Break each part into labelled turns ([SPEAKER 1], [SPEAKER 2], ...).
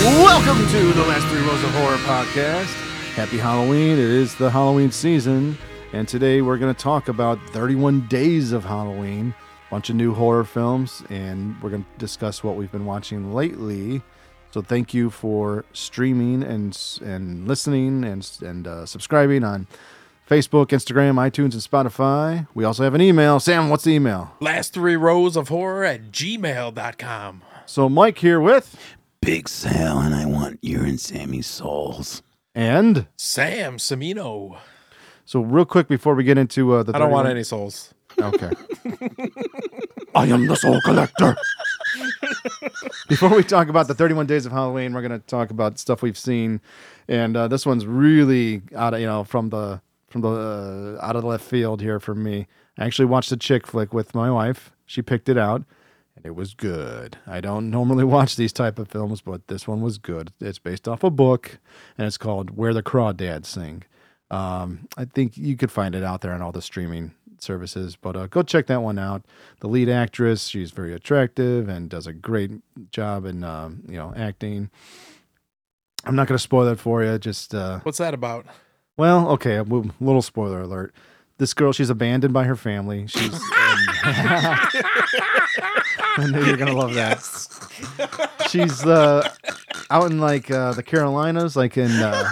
[SPEAKER 1] Welcome to the Last Three Rows of Horror podcast. Happy Halloween. It is the Halloween season, and today we're going to talk about 31 days of Halloween, a bunch of new horror films, and we're going to discuss what we've been watching lately. So thank you for streaming and and listening and and uh, subscribing on Facebook, Instagram, iTunes, and Spotify. We also have an email. Sam, what's the email?
[SPEAKER 2] Last three rows of horror at gmail.com.
[SPEAKER 1] So Mike here with
[SPEAKER 3] Big Sal and I want your and Sammy's souls.
[SPEAKER 1] and
[SPEAKER 2] Sam Semino.
[SPEAKER 1] so real quick before we get into uh, the
[SPEAKER 2] I don't want
[SPEAKER 1] 31
[SPEAKER 2] any souls.
[SPEAKER 1] Okay.
[SPEAKER 3] I am the soul collector.
[SPEAKER 1] Before we talk about the 31 days of Halloween, we're going to talk about stuff we've seen, and uh, this one's really out of you know from the from the uh, out of the left field here for me. I actually watched a chick flick with my wife. She picked it out, and it was good. I don't normally watch these type of films, but this one was good. It's based off a book, and it's called Where the Crawdads Sing. Um, I think you could find it out there on all the streaming services, but uh, go check that one out. The lead actress, she's very attractive and does a great job in um, you know acting. I'm not going to spoil that for you. Just uh,
[SPEAKER 2] What's that about?
[SPEAKER 1] well, okay, a w- little spoiler alert. This girl, she's abandoned by her family. She's. um, I know you're gonna love that. She's uh, out in like uh, the Carolinas, like in uh,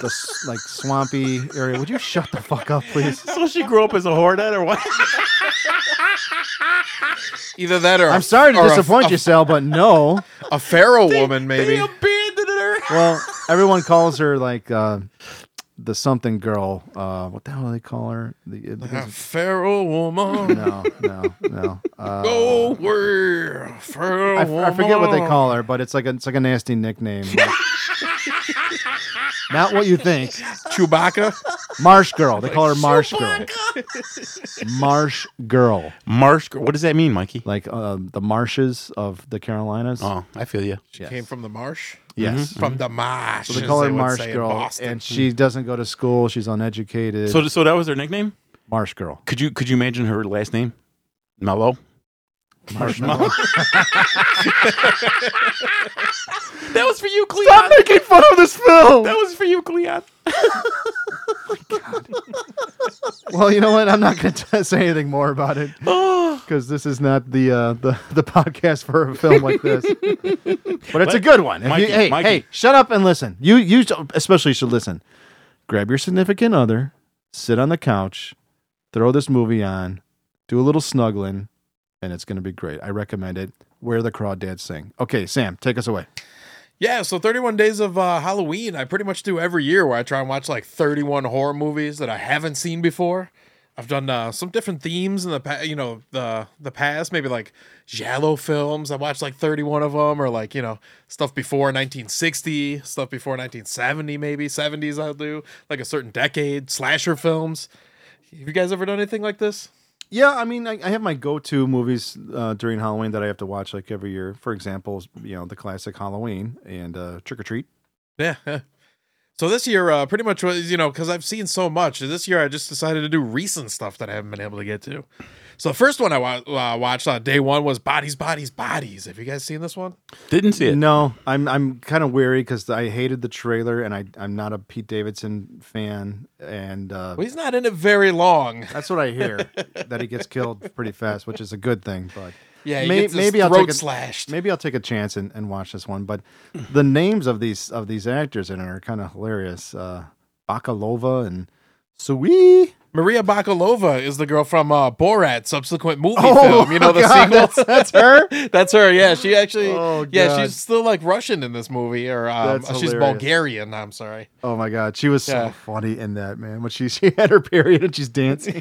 [SPEAKER 1] the s- like swampy area. Would you shut the fuck up, please?
[SPEAKER 3] So she grew up as a whorehead or what?
[SPEAKER 2] Either that or
[SPEAKER 1] I'm sorry to
[SPEAKER 2] or a-
[SPEAKER 1] disappoint you, Sal, but no.
[SPEAKER 2] A, a pharaoh woman, maybe.
[SPEAKER 3] They abandoned her.
[SPEAKER 1] Well, everyone calls her like uh, the something girl. Uh, what the hell do they call her? The, uh,
[SPEAKER 2] A pharaoh woman.
[SPEAKER 1] no, no, no. Uh,
[SPEAKER 2] Go where? Pharaoh
[SPEAKER 1] I, f- I forget what they
[SPEAKER 2] woman.
[SPEAKER 1] call her, but it's like a, it's like a nasty nickname. Like- not what you think.
[SPEAKER 2] Chewbacca.
[SPEAKER 1] Marsh girl. They call her Marsh girl. Marsh girl.
[SPEAKER 3] Marsh. What does that mean, Mikey?
[SPEAKER 1] Like uh, the marshes of the Carolinas.
[SPEAKER 3] Oh, I feel you.
[SPEAKER 2] She came from Mm-hmm. the marsh.
[SPEAKER 1] Yes.
[SPEAKER 2] From the marsh.
[SPEAKER 1] Mm-hmm. So they
[SPEAKER 2] as
[SPEAKER 1] call her
[SPEAKER 2] would
[SPEAKER 1] Marsh
[SPEAKER 2] say in
[SPEAKER 1] girl,
[SPEAKER 2] Boston.
[SPEAKER 1] and she doesn't go to school. She's uneducated.
[SPEAKER 3] So, so that was her nickname.
[SPEAKER 1] Marsh girl.
[SPEAKER 3] Could you could you imagine her last name? Mellow.
[SPEAKER 1] Marshmallow.
[SPEAKER 3] That was for you, Cleon.
[SPEAKER 1] Stop making fun of this film.
[SPEAKER 3] That was for you, Cleon.
[SPEAKER 1] Well, you know what? I'm not going to say anything more about it.
[SPEAKER 3] Oh,
[SPEAKER 1] because this is not the uh, the the podcast for a film like this. but it's a good one. If you-
[SPEAKER 3] Mikey,
[SPEAKER 1] hey,
[SPEAKER 3] Mikey.
[SPEAKER 1] hey, shut up and listen. You you sh- especially should listen. Grab your significant other, sit on the couch, throw this movie on, do a little snuggling, and it's going to be great. I recommend it. Where the crawdads sing. Okay, Sam, take us away.
[SPEAKER 2] Yeah, so 31 Days of uh, Halloween, I pretty much do every year where I try and watch like 31 horror movies that I haven't seen before. I've done uh, some different themes in the past, you know, the the past, maybe like Jallo films. I watched like 31 of them or like, you know, stuff before 1960, stuff before 1970 maybe, 70s I'll do, like a certain decade, slasher films. Have you guys ever done anything like this?
[SPEAKER 1] Yeah, I mean, I, I have my go-to movies uh, during Halloween that I have to watch like every year. For example, you know, the classic Halloween and uh, Trick or Treat.
[SPEAKER 2] Yeah. yeah. So this year, uh, pretty much was you know because I've seen so much. This year, I just decided to do recent stuff that I haven't been able to get to. So the first one I wa- uh, watched on day one was Bodies, Bodies, Bodies. Have you guys seen this one?
[SPEAKER 3] didn't see it.
[SPEAKER 1] No, I'm I'm kind of weary because I hated the trailer, and I I'm not a Pete Davidson fan, and uh,
[SPEAKER 2] Well, he's not in it very long.
[SPEAKER 1] that's what I hear that he gets killed pretty fast, which is a good thing. But
[SPEAKER 2] Yeah, he
[SPEAKER 1] May-
[SPEAKER 2] gets his
[SPEAKER 1] maybe I'll
[SPEAKER 2] throat
[SPEAKER 1] take a-
[SPEAKER 2] slashed. Hmm.
[SPEAKER 1] maybe I'll take a chance and, and watch this one. But the names of these of these actors in it are kind of hilarious. Uh, Bakalova and Sui.
[SPEAKER 2] Maria Bakalova is the girl from uh, Borat subsequent movie film. You know the
[SPEAKER 1] Oh God,
[SPEAKER 2] sequel.
[SPEAKER 1] That's, that's her.
[SPEAKER 2] That's her. Yeah, she actually.
[SPEAKER 1] Oh,
[SPEAKER 2] yeah,
[SPEAKER 1] God.
[SPEAKER 2] she's still like Russian in this movie, or um,
[SPEAKER 1] That's
[SPEAKER 2] she's
[SPEAKER 1] hilarious.
[SPEAKER 2] Bulgarian. I'm sorry.
[SPEAKER 1] Oh my God, she was so
[SPEAKER 2] Yeah.
[SPEAKER 1] funny in that man. When she she had her period and she's dancing.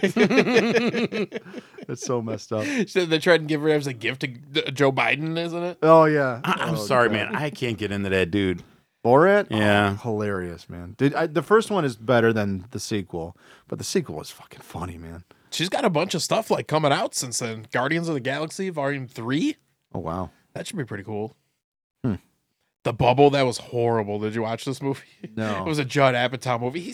[SPEAKER 1] That's so messed up.
[SPEAKER 2] She- They tried to give her as a gift to uh, Joe Biden, isn't it?
[SPEAKER 1] Oh yeah.
[SPEAKER 3] I, I'm
[SPEAKER 1] Oh,
[SPEAKER 3] sorry,
[SPEAKER 1] God.
[SPEAKER 3] man. I can't get into that dude.
[SPEAKER 1] Borat?
[SPEAKER 3] Yeah.
[SPEAKER 1] Oh, hilarious, man. Did I, the first one is better than the sequel, but the sequel is fucking funny, man.
[SPEAKER 2] she's got a bunch of stuff like coming out since then. Guardians of the Galaxy Volume Three.
[SPEAKER 1] Oh wow.
[SPEAKER 2] That should be pretty cool.
[SPEAKER 1] Hmm.
[SPEAKER 2] The Bubble that was horrible. Did you watch this movie?
[SPEAKER 1] No.
[SPEAKER 2] it was a Judd Apatow movie. He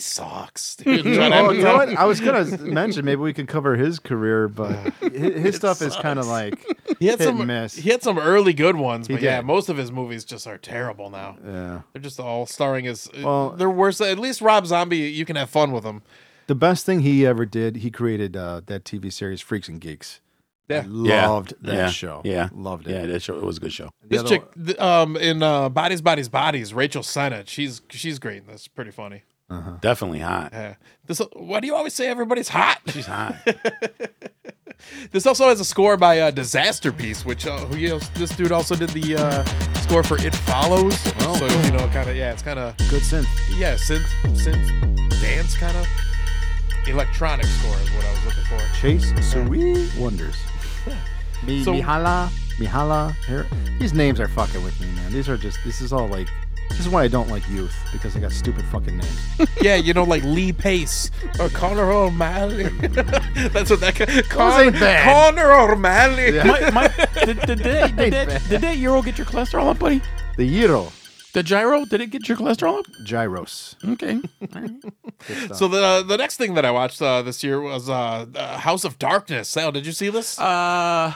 [SPEAKER 2] sucks. Dude. Judd
[SPEAKER 1] Oh, you know
[SPEAKER 2] Apatow.
[SPEAKER 1] what? I was gonna mention maybe we could cover his career, but hi- his, stuff is kind of like
[SPEAKER 2] He had
[SPEAKER 1] Hit
[SPEAKER 2] some
[SPEAKER 1] and miss.
[SPEAKER 2] he had some early good ones, but yeah,
[SPEAKER 1] did.
[SPEAKER 2] most of his movies just are terrible now.
[SPEAKER 1] Yeah.
[SPEAKER 2] They're just all starring as uh,
[SPEAKER 1] Well-
[SPEAKER 2] they're worse. At least Rob Zombie, you can have fun with him.
[SPEAKER 1] The best thing he ever did, he created uh, that TV series Freaks and Geeks.
[SPEAKER 2] Yeah.
[SPEAKER 1] I loved that
[SPEAKER 3] yeah,
[SPEAKER 1] show.
[SPEAKER 3] Yeah,
[SPEAKER 1] loved
[SPEAKER 3] Yeah,
[SPEAKER 1] it.
[SPEAKER 3] that show it was a good show.
[SPEAKER 1] The
[SPEAKER 2] This
[SPEAKER 1] other
[SPEAKER 2] chick, th- um, in uh, Bodies, Bodies, Bodies, Rachel Sennett. She's she's great. That's pretty funny.
[SPEAKER 1] Uh.
[SPEAKER 3] Definitely hot.
[SPEAKER 2] Yeah. This. Why do you always say everybody's hot?
[SPEAKER 3] She's hot.
[SPEAKER 2] This also has a score by uh, Disaster Piece, which uh, who else, this dude also did the uh, score for It Follows.
[SPEAKER 3] Oh.
[SPEAKER 2] so you know, kind of yeah, it's kind of
[SPEAKER 1] good synth.
[SPEAKER 2] yeah, synth synth dance kind of electronic score is what I was looking for.
[SPEAKER 1] Chase Sui Wonders. Mi-
[SPEAKER 2] So-
[SPEAKER 1] Mihala, Mihala. Her, these names are fucking with me, man. These are just. This is all like. This is why I don't like youth because they got stupid fucking names.
[SPEAKER 2] yeah, you know, like Lee Pace or Connor O'Malley. That's what that guy. Con-
[SPEAKER 1] ain't bad.
[SPEAKER 2] Connor O'Malley.
[SPEAKER 1] Yeah.
[SPEAKER 3] Mike, Mike, did, did, that, did, that, did that euro get your cholesterol up, buddy?
[SPEAKER 1] the gyro,
[SPEAKER 3] The gyro, did it get your cholesterol up?
[SPEAKER 1] gyros.
[SPEAKER 3] Okay.
[SPEAKER 2] So the the next thing that I watched uh, this year was uh, uh, House of Darkness. Sal, did you see this?
[SPEAKER 3] Uh,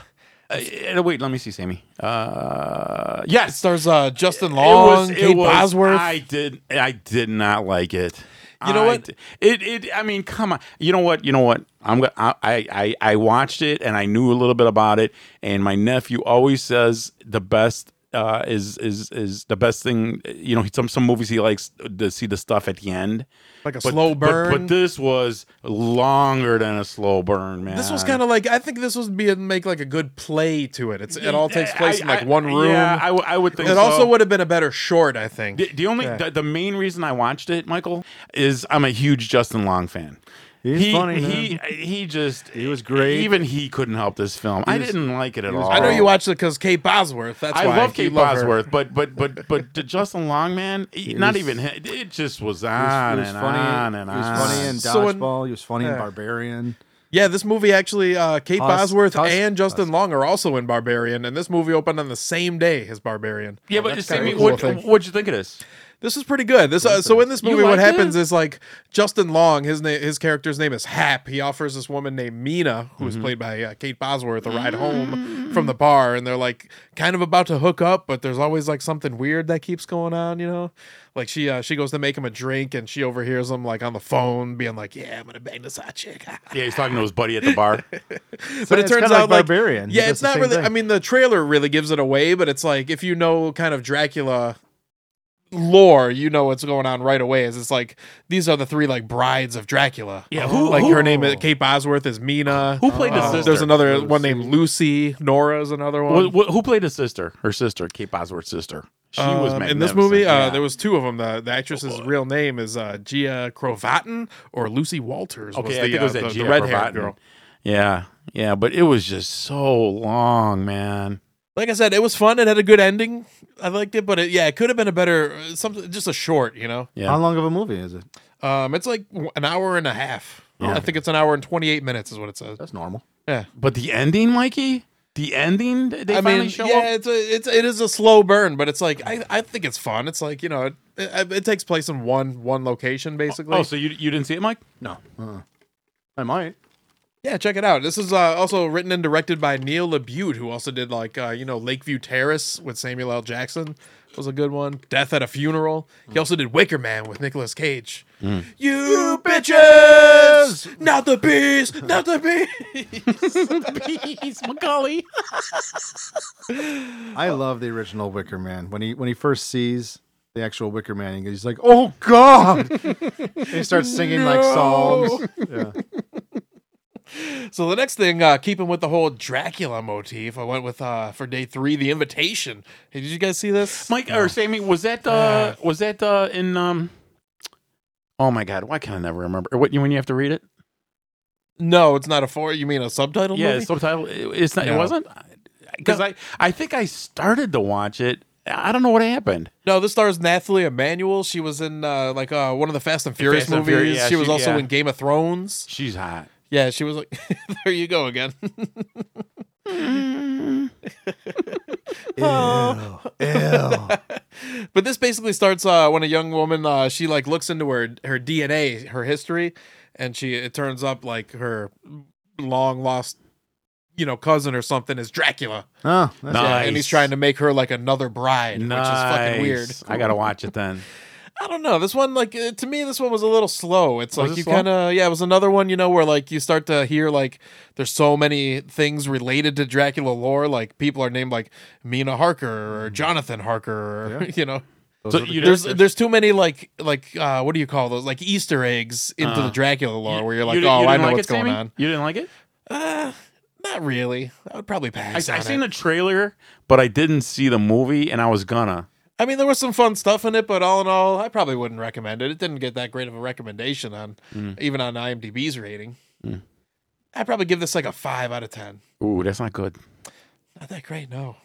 [SPEAKER 3] uh, wait, let me see, Sammy. Uh,
[SPEAKER 2] it
[SPEAKER 3] yes.
[SPEAKER 2] stars uh, Justin Long, Kate Bosworth.
[SPEAKER 3] I did. I did not like it.
[SPEAKER 2] You know
[SPEAKER 3] I
[SPEAKER 2] what?
[SPEAKER 3] d- It. It. I mean, come on. You know what? You know what? I'm. go- I. I. I I watched it and I knew a little bit about it. And my nephew always says the best. Uh, is is is the best thing you know some some movies he likes to see the stuff at the end
[SPEAKER 2] Like a
[SPEAKER 3] But-
[SPEAKER 2] slow
[SPEAKER 3] but- but,
[SPEAKER 2] burn.
[SPEAKER 3] this was longer than a slow burn man
[SPEAKER 2] This was kind of like I think this was be make like a good play to it. It's it all takes place
[SPEAKER 3] I-
[SPEAKER 2] in like
[SPEAKER 3] I-
[SPEAKER 2] one room.
[SPEAKER 3] yeah I, w- I would think
[SPEAKER 2] it
[SPEAKER 3] so.
[SPEAKER 2] also would have been a better short, I think.
[SPEAKER 3] The, the only the, the main reason I watched it, Michael, is I'm a huge Justin Long fan.
[SPEAKER 1] He's
[SPEAKER 3] he,
[SPEAKER 1] funny,
[SPEAKER 3] He he just he
[SPEAKER 1] was great.
[SPEAKER 3] Even he couldn't help this film. I
[SPEAKER 1] was-
[SPEAKER 3] didn't like it at
[SPEAKER 1] was
[SPEAKER 3] all.
[SPEAKER 2] I know you watched it because Kate Bosworth. That's
[SPEAKER 3] Oh. I
[SPEAKER 2] why
[SPEAKER 3] love
[SPEAKER 2] you
[SPEAKER 3] Kate
[SPEAKER 2] her.
[SPEAKER 3] Bosworth, but but but but the Justin Long man, he- not
[SPEAKER 1] was-
[SPEAKER 3] even him. It just was
[SPEAKER 1] He was- he
[SPEAKER 3] on
[SPEAKER 1] was
[SPEAKER 3] and
[SPEAKER 1] funny.
[SPEAKER 3] on and
[SPEAKER 1] he was
[SPEAKER 3] on.
[SPEAKER 1] funny in
[SPEAKER 2] So in-
[SPEAKER 1] dodgeball. he was funny in
[SPEAKER 2] yeah.
[SPEAKER 1] barbarian.
[SPEAKER 2] Yeah, this movie actually, uh, Kate
[SPEAKER 1] Us-
[SPEAKER 2] Bosworth
[SPEAKER 1] Us-
[SPEAKER 2] and Justin Long are also in Barbarian, and this movie opened on the same day as Barbarian.
[SPEAKER 3] yeah, but
[SPEAKER 2] That's
[SPEAKER 3] Sammy,
[SPEAKER 2] kinda cool
[SPEAKER 3] what,
[SPEAKER 2] thing.
[SPEAKER 3] what'd you think of this?
[SPEAKER 2] This is pretty good. This uh, so in this
[SPEAKER 3] You
[SPEAKER 2] movie, what
[SPEAKER 3] liked
[SPEAKER 2] happens
[SPEAKER 3] it?
[SPEAKER 2] is like Justin Long, his name, his character's name is Hap. He offers this woman named Mina, who is played by uh, Kate Bosworth, a ride
[SPEAKER 3] Mm.
[SPEAKER 2] home from the bar, and they're like kind of about to hook up, but there's always like something weird that keeps going on, you know. Like she uh, she goes to make him a drink, and she overhears him like on the phone, being like, "Yeah, I'm gonna bang this hot chick."
[SPEAKER 3] Yeah, he's talking to his buddy at the bar.
[SPEAKER 2] but it
[SPEAKER 1] it's
[SPEAKER 2] turns
[SPEAKER 1] kinda like
[SPEAKER 2] out like
[SPEAKER 1] Barbarian. He
[SPEAKER 2] Yeah,
[SPEAKER 1] does
[SPEAKER 2] it's
[SPEAKER 1] the
[SPEAKER 2] not
[SPEAKER 1] same
[SPEAKER 2] really.
[SPEAKER 1] thing.
[SPEAKER 2] I mean, the trailer really gives it away, but it's like if you know kind of Dracula lore, you know what's going on right away. Is it's like these are the three like brides of Dracula. Uh-huh.
[SPEAKER 3] Yeah, who-
[SPEAKER 2] like
[SPEAKER 3] who-
[SPEAKER 2] her name is Kate Bosworth is Mina.
[SPEAKER 3] Who played the
[SPEAKER 2] Uh,
[SPEAKER 3] sister?
[SPEAKER 2] there's another one named Lucy. Nora's another one.
[SPEAKER 3] Wh- wh- who played his sister? Her sister, Kate Bosworth's sister. She was
[SPEAKER 2] Um,
[SPEAKER 3] magnificent.
[SPEAKER 2] in this movie.
[SPEAKER 3] Yeah. Oh,
[SPEAKER 2] Uh, there was two of them. The, the actress's real name is uh, Gia Krovatin or Lucy Walters. was
[SPEAKER 3] Okay,
[SPEAKER 2] the,
[SPEAKER 3] I think it was
[SPEAKER 2] uh,
[SPEAKER 3] that
[SPEAKER 2] the- the,
[SPEAKER 3] Gia
[SPEAKER 2] red-haired
[SPEAKER 3] Parvati.
[SPEAKER 2] girl.
[SPEAKER 3] Yeah, yeah, but it was just so long, man.
[SPEAKER 2] like I said, it was fun. It had a good ending. I liked it, but it, yeah, it could have been a better something, just a short, you know.
[SPEAKER 3] Yeah.
[SPEAKER 1] How long of a movie is it?
[SPEAKER 2] Um, it's like w- an hour and a half. I think it's an hour and twenty eight minutes is what it says.
[SPEAKER 1] That's normal.
[SPEAKER 2] Yeah,
[SPEAKER 3] But the ending, Mikey, the ending, th- they
[SPEAKER 2] I
[SPEAKER 3] finally
[SPEAKER 2] mean,
[SPEAKER 3] show
[SPEAKER 2] yeah,
[SPEAKER 3] up.
[SPEAKER 2] it's a, it's it is a slow burn, but it's like I, I think it's fun. It's like you know, it, it, it takes place in one one location basically.
[SPEAKER 3] Oh, so you you didn't see it, Mike?
[SPEAKER 1] No, uh, I might.
[SPEAKER 2] yeah, check it out. This is uh, also written and directed by Neil Labute, who also did like uh, you know Lakeview Terrace with Samuel L. Jackson was a good one. Death at a Funeral. He also did Wicker Man with Nicolas Cage.
[SPEAKER 3] Hmm.
[SPEAKER 2] You bitches, not the bees, not the bees.
[SPEAKER 3] Peace, Macaulay.
[SPEAKER 1] I love the original Wicker Man when he when he first sees the actual Wicker Man. He's like, "Oh God!" And he starts singing like psalms. Yeah.
[SPEAKER 2] So the next thing, uh, keeping with the whole Dracula motif, I went with uh, for day three, The Invitation. Hey, did you guys see this?
[SPEAKER 3] Mike or Sammy, was that uh, was that uh, in um? Oh my God, why can I never remember? Or What you when you have to read it?
[SPEAKER 2] No, it's not a four. You mean a subtitle?
[SPEAKER 3] yeah,
[SPEAKER 2] movie?
[SPEAKER 3] subtitle. It, it's not. It
[SPEAKER 2] No.
[SPEAKER 3] wasn't because I I think I started to watch it. I don't know what happened.
[SPEAKER 2] No, this stars Nathalie Emanuel. She was in uh, like uh, one of the Fast and Furious
[SPEAKER 3] Fast and
[SPEAKER 2] movies.
[SPEAKER 3] Furious, yeah,
[SPEAKER 2] she was
[SPEAKER 3] she-
[SPEAKER 2] also
[SPEAKER 3] yeah.
[SPEAKER 2] in Game of Thrones.
[SPEAKER 3] She's hot.
[SPEAKER 2] Yeah, she was like, there you go again.
[SPEAKER 1] Ew. Ew.
[SPEAKER 2] but this basically starts uh, when a young woman uh, she like looks into her her DNA, her history, and she it turns up like her long lost you know, cousin or something is Dracula.
[SPEAKER 1] Oh, that's
[SPEAKER 3] Nah.
[SPEAKER 2] And he's
[SPEAKER 3] Nice.
[SPEAKER 2] trying to make her like another bride,
[SPEAKER 3] Nice.
[SPEAKER 2] which is fucking weird.
[SPEAKER 3] I gotta watch it then.
[SPEAKER 2] I don't know. This one, like, uh, to me, this one was a little slow. It's
[SPEAKER 3] Was
[SPEAKER 2] like
[SPEAKER 3] it
[SPEAKER 2] you
[SPEAKER 3] slow?
[SPEAKER 2] kind of, yeah, it was another one, you know, where like you start to hear like there's so many things related to Dracula lore. Like people are named like Mina Harker
[SPEAKER 3] Hmm.
[SPEAKER 2] or Jonathan Harker, or, you know.
[SPEAKER 3] So
[SPEAKER 1] are the
[SPEAKER 3] you
[SPEAKER 2] There's
[SPEAKER 3] didn't-
[SPEAKER 2] there's too many like like uh, what do you call those like Easter eggs into the Dracula lore where you're like
[SPEAKER 3] Uh, di-
[SPEAKER 2] oh I
[SPEAKER 3] didn't
[SPEAKER 2] know
[SPEAKER 3] like
[SPEAKER 2] what's
[SPEAKER 3] it,
[SPEAKER 2] going
[SPEAKER 3] Sammy?
[SPEAKER 2] on.
[SPEAKER 3] You didn't like it?
[SPEAKER 2] Uh, not really. I would probably
[SPEAKER 3] I, I
[SPEAKER 2] pass. on
[SPEAKER 3] seen
[SPEAKER 2] it.
[SPEAKER 3] the trailer, but I didn't see the movie, and I was gonna.
[SPEAKER 2] I mean, there was some fun stuff in it, but all in all, I probably wouldn't recommend it. It didn't get that great of a recommendation on even on IMDb's rating. I'd probably give this like a five out of ten.
[SPEAKER 3] Ooh, that's not good.
[SPEAKER 2] Not that great, no.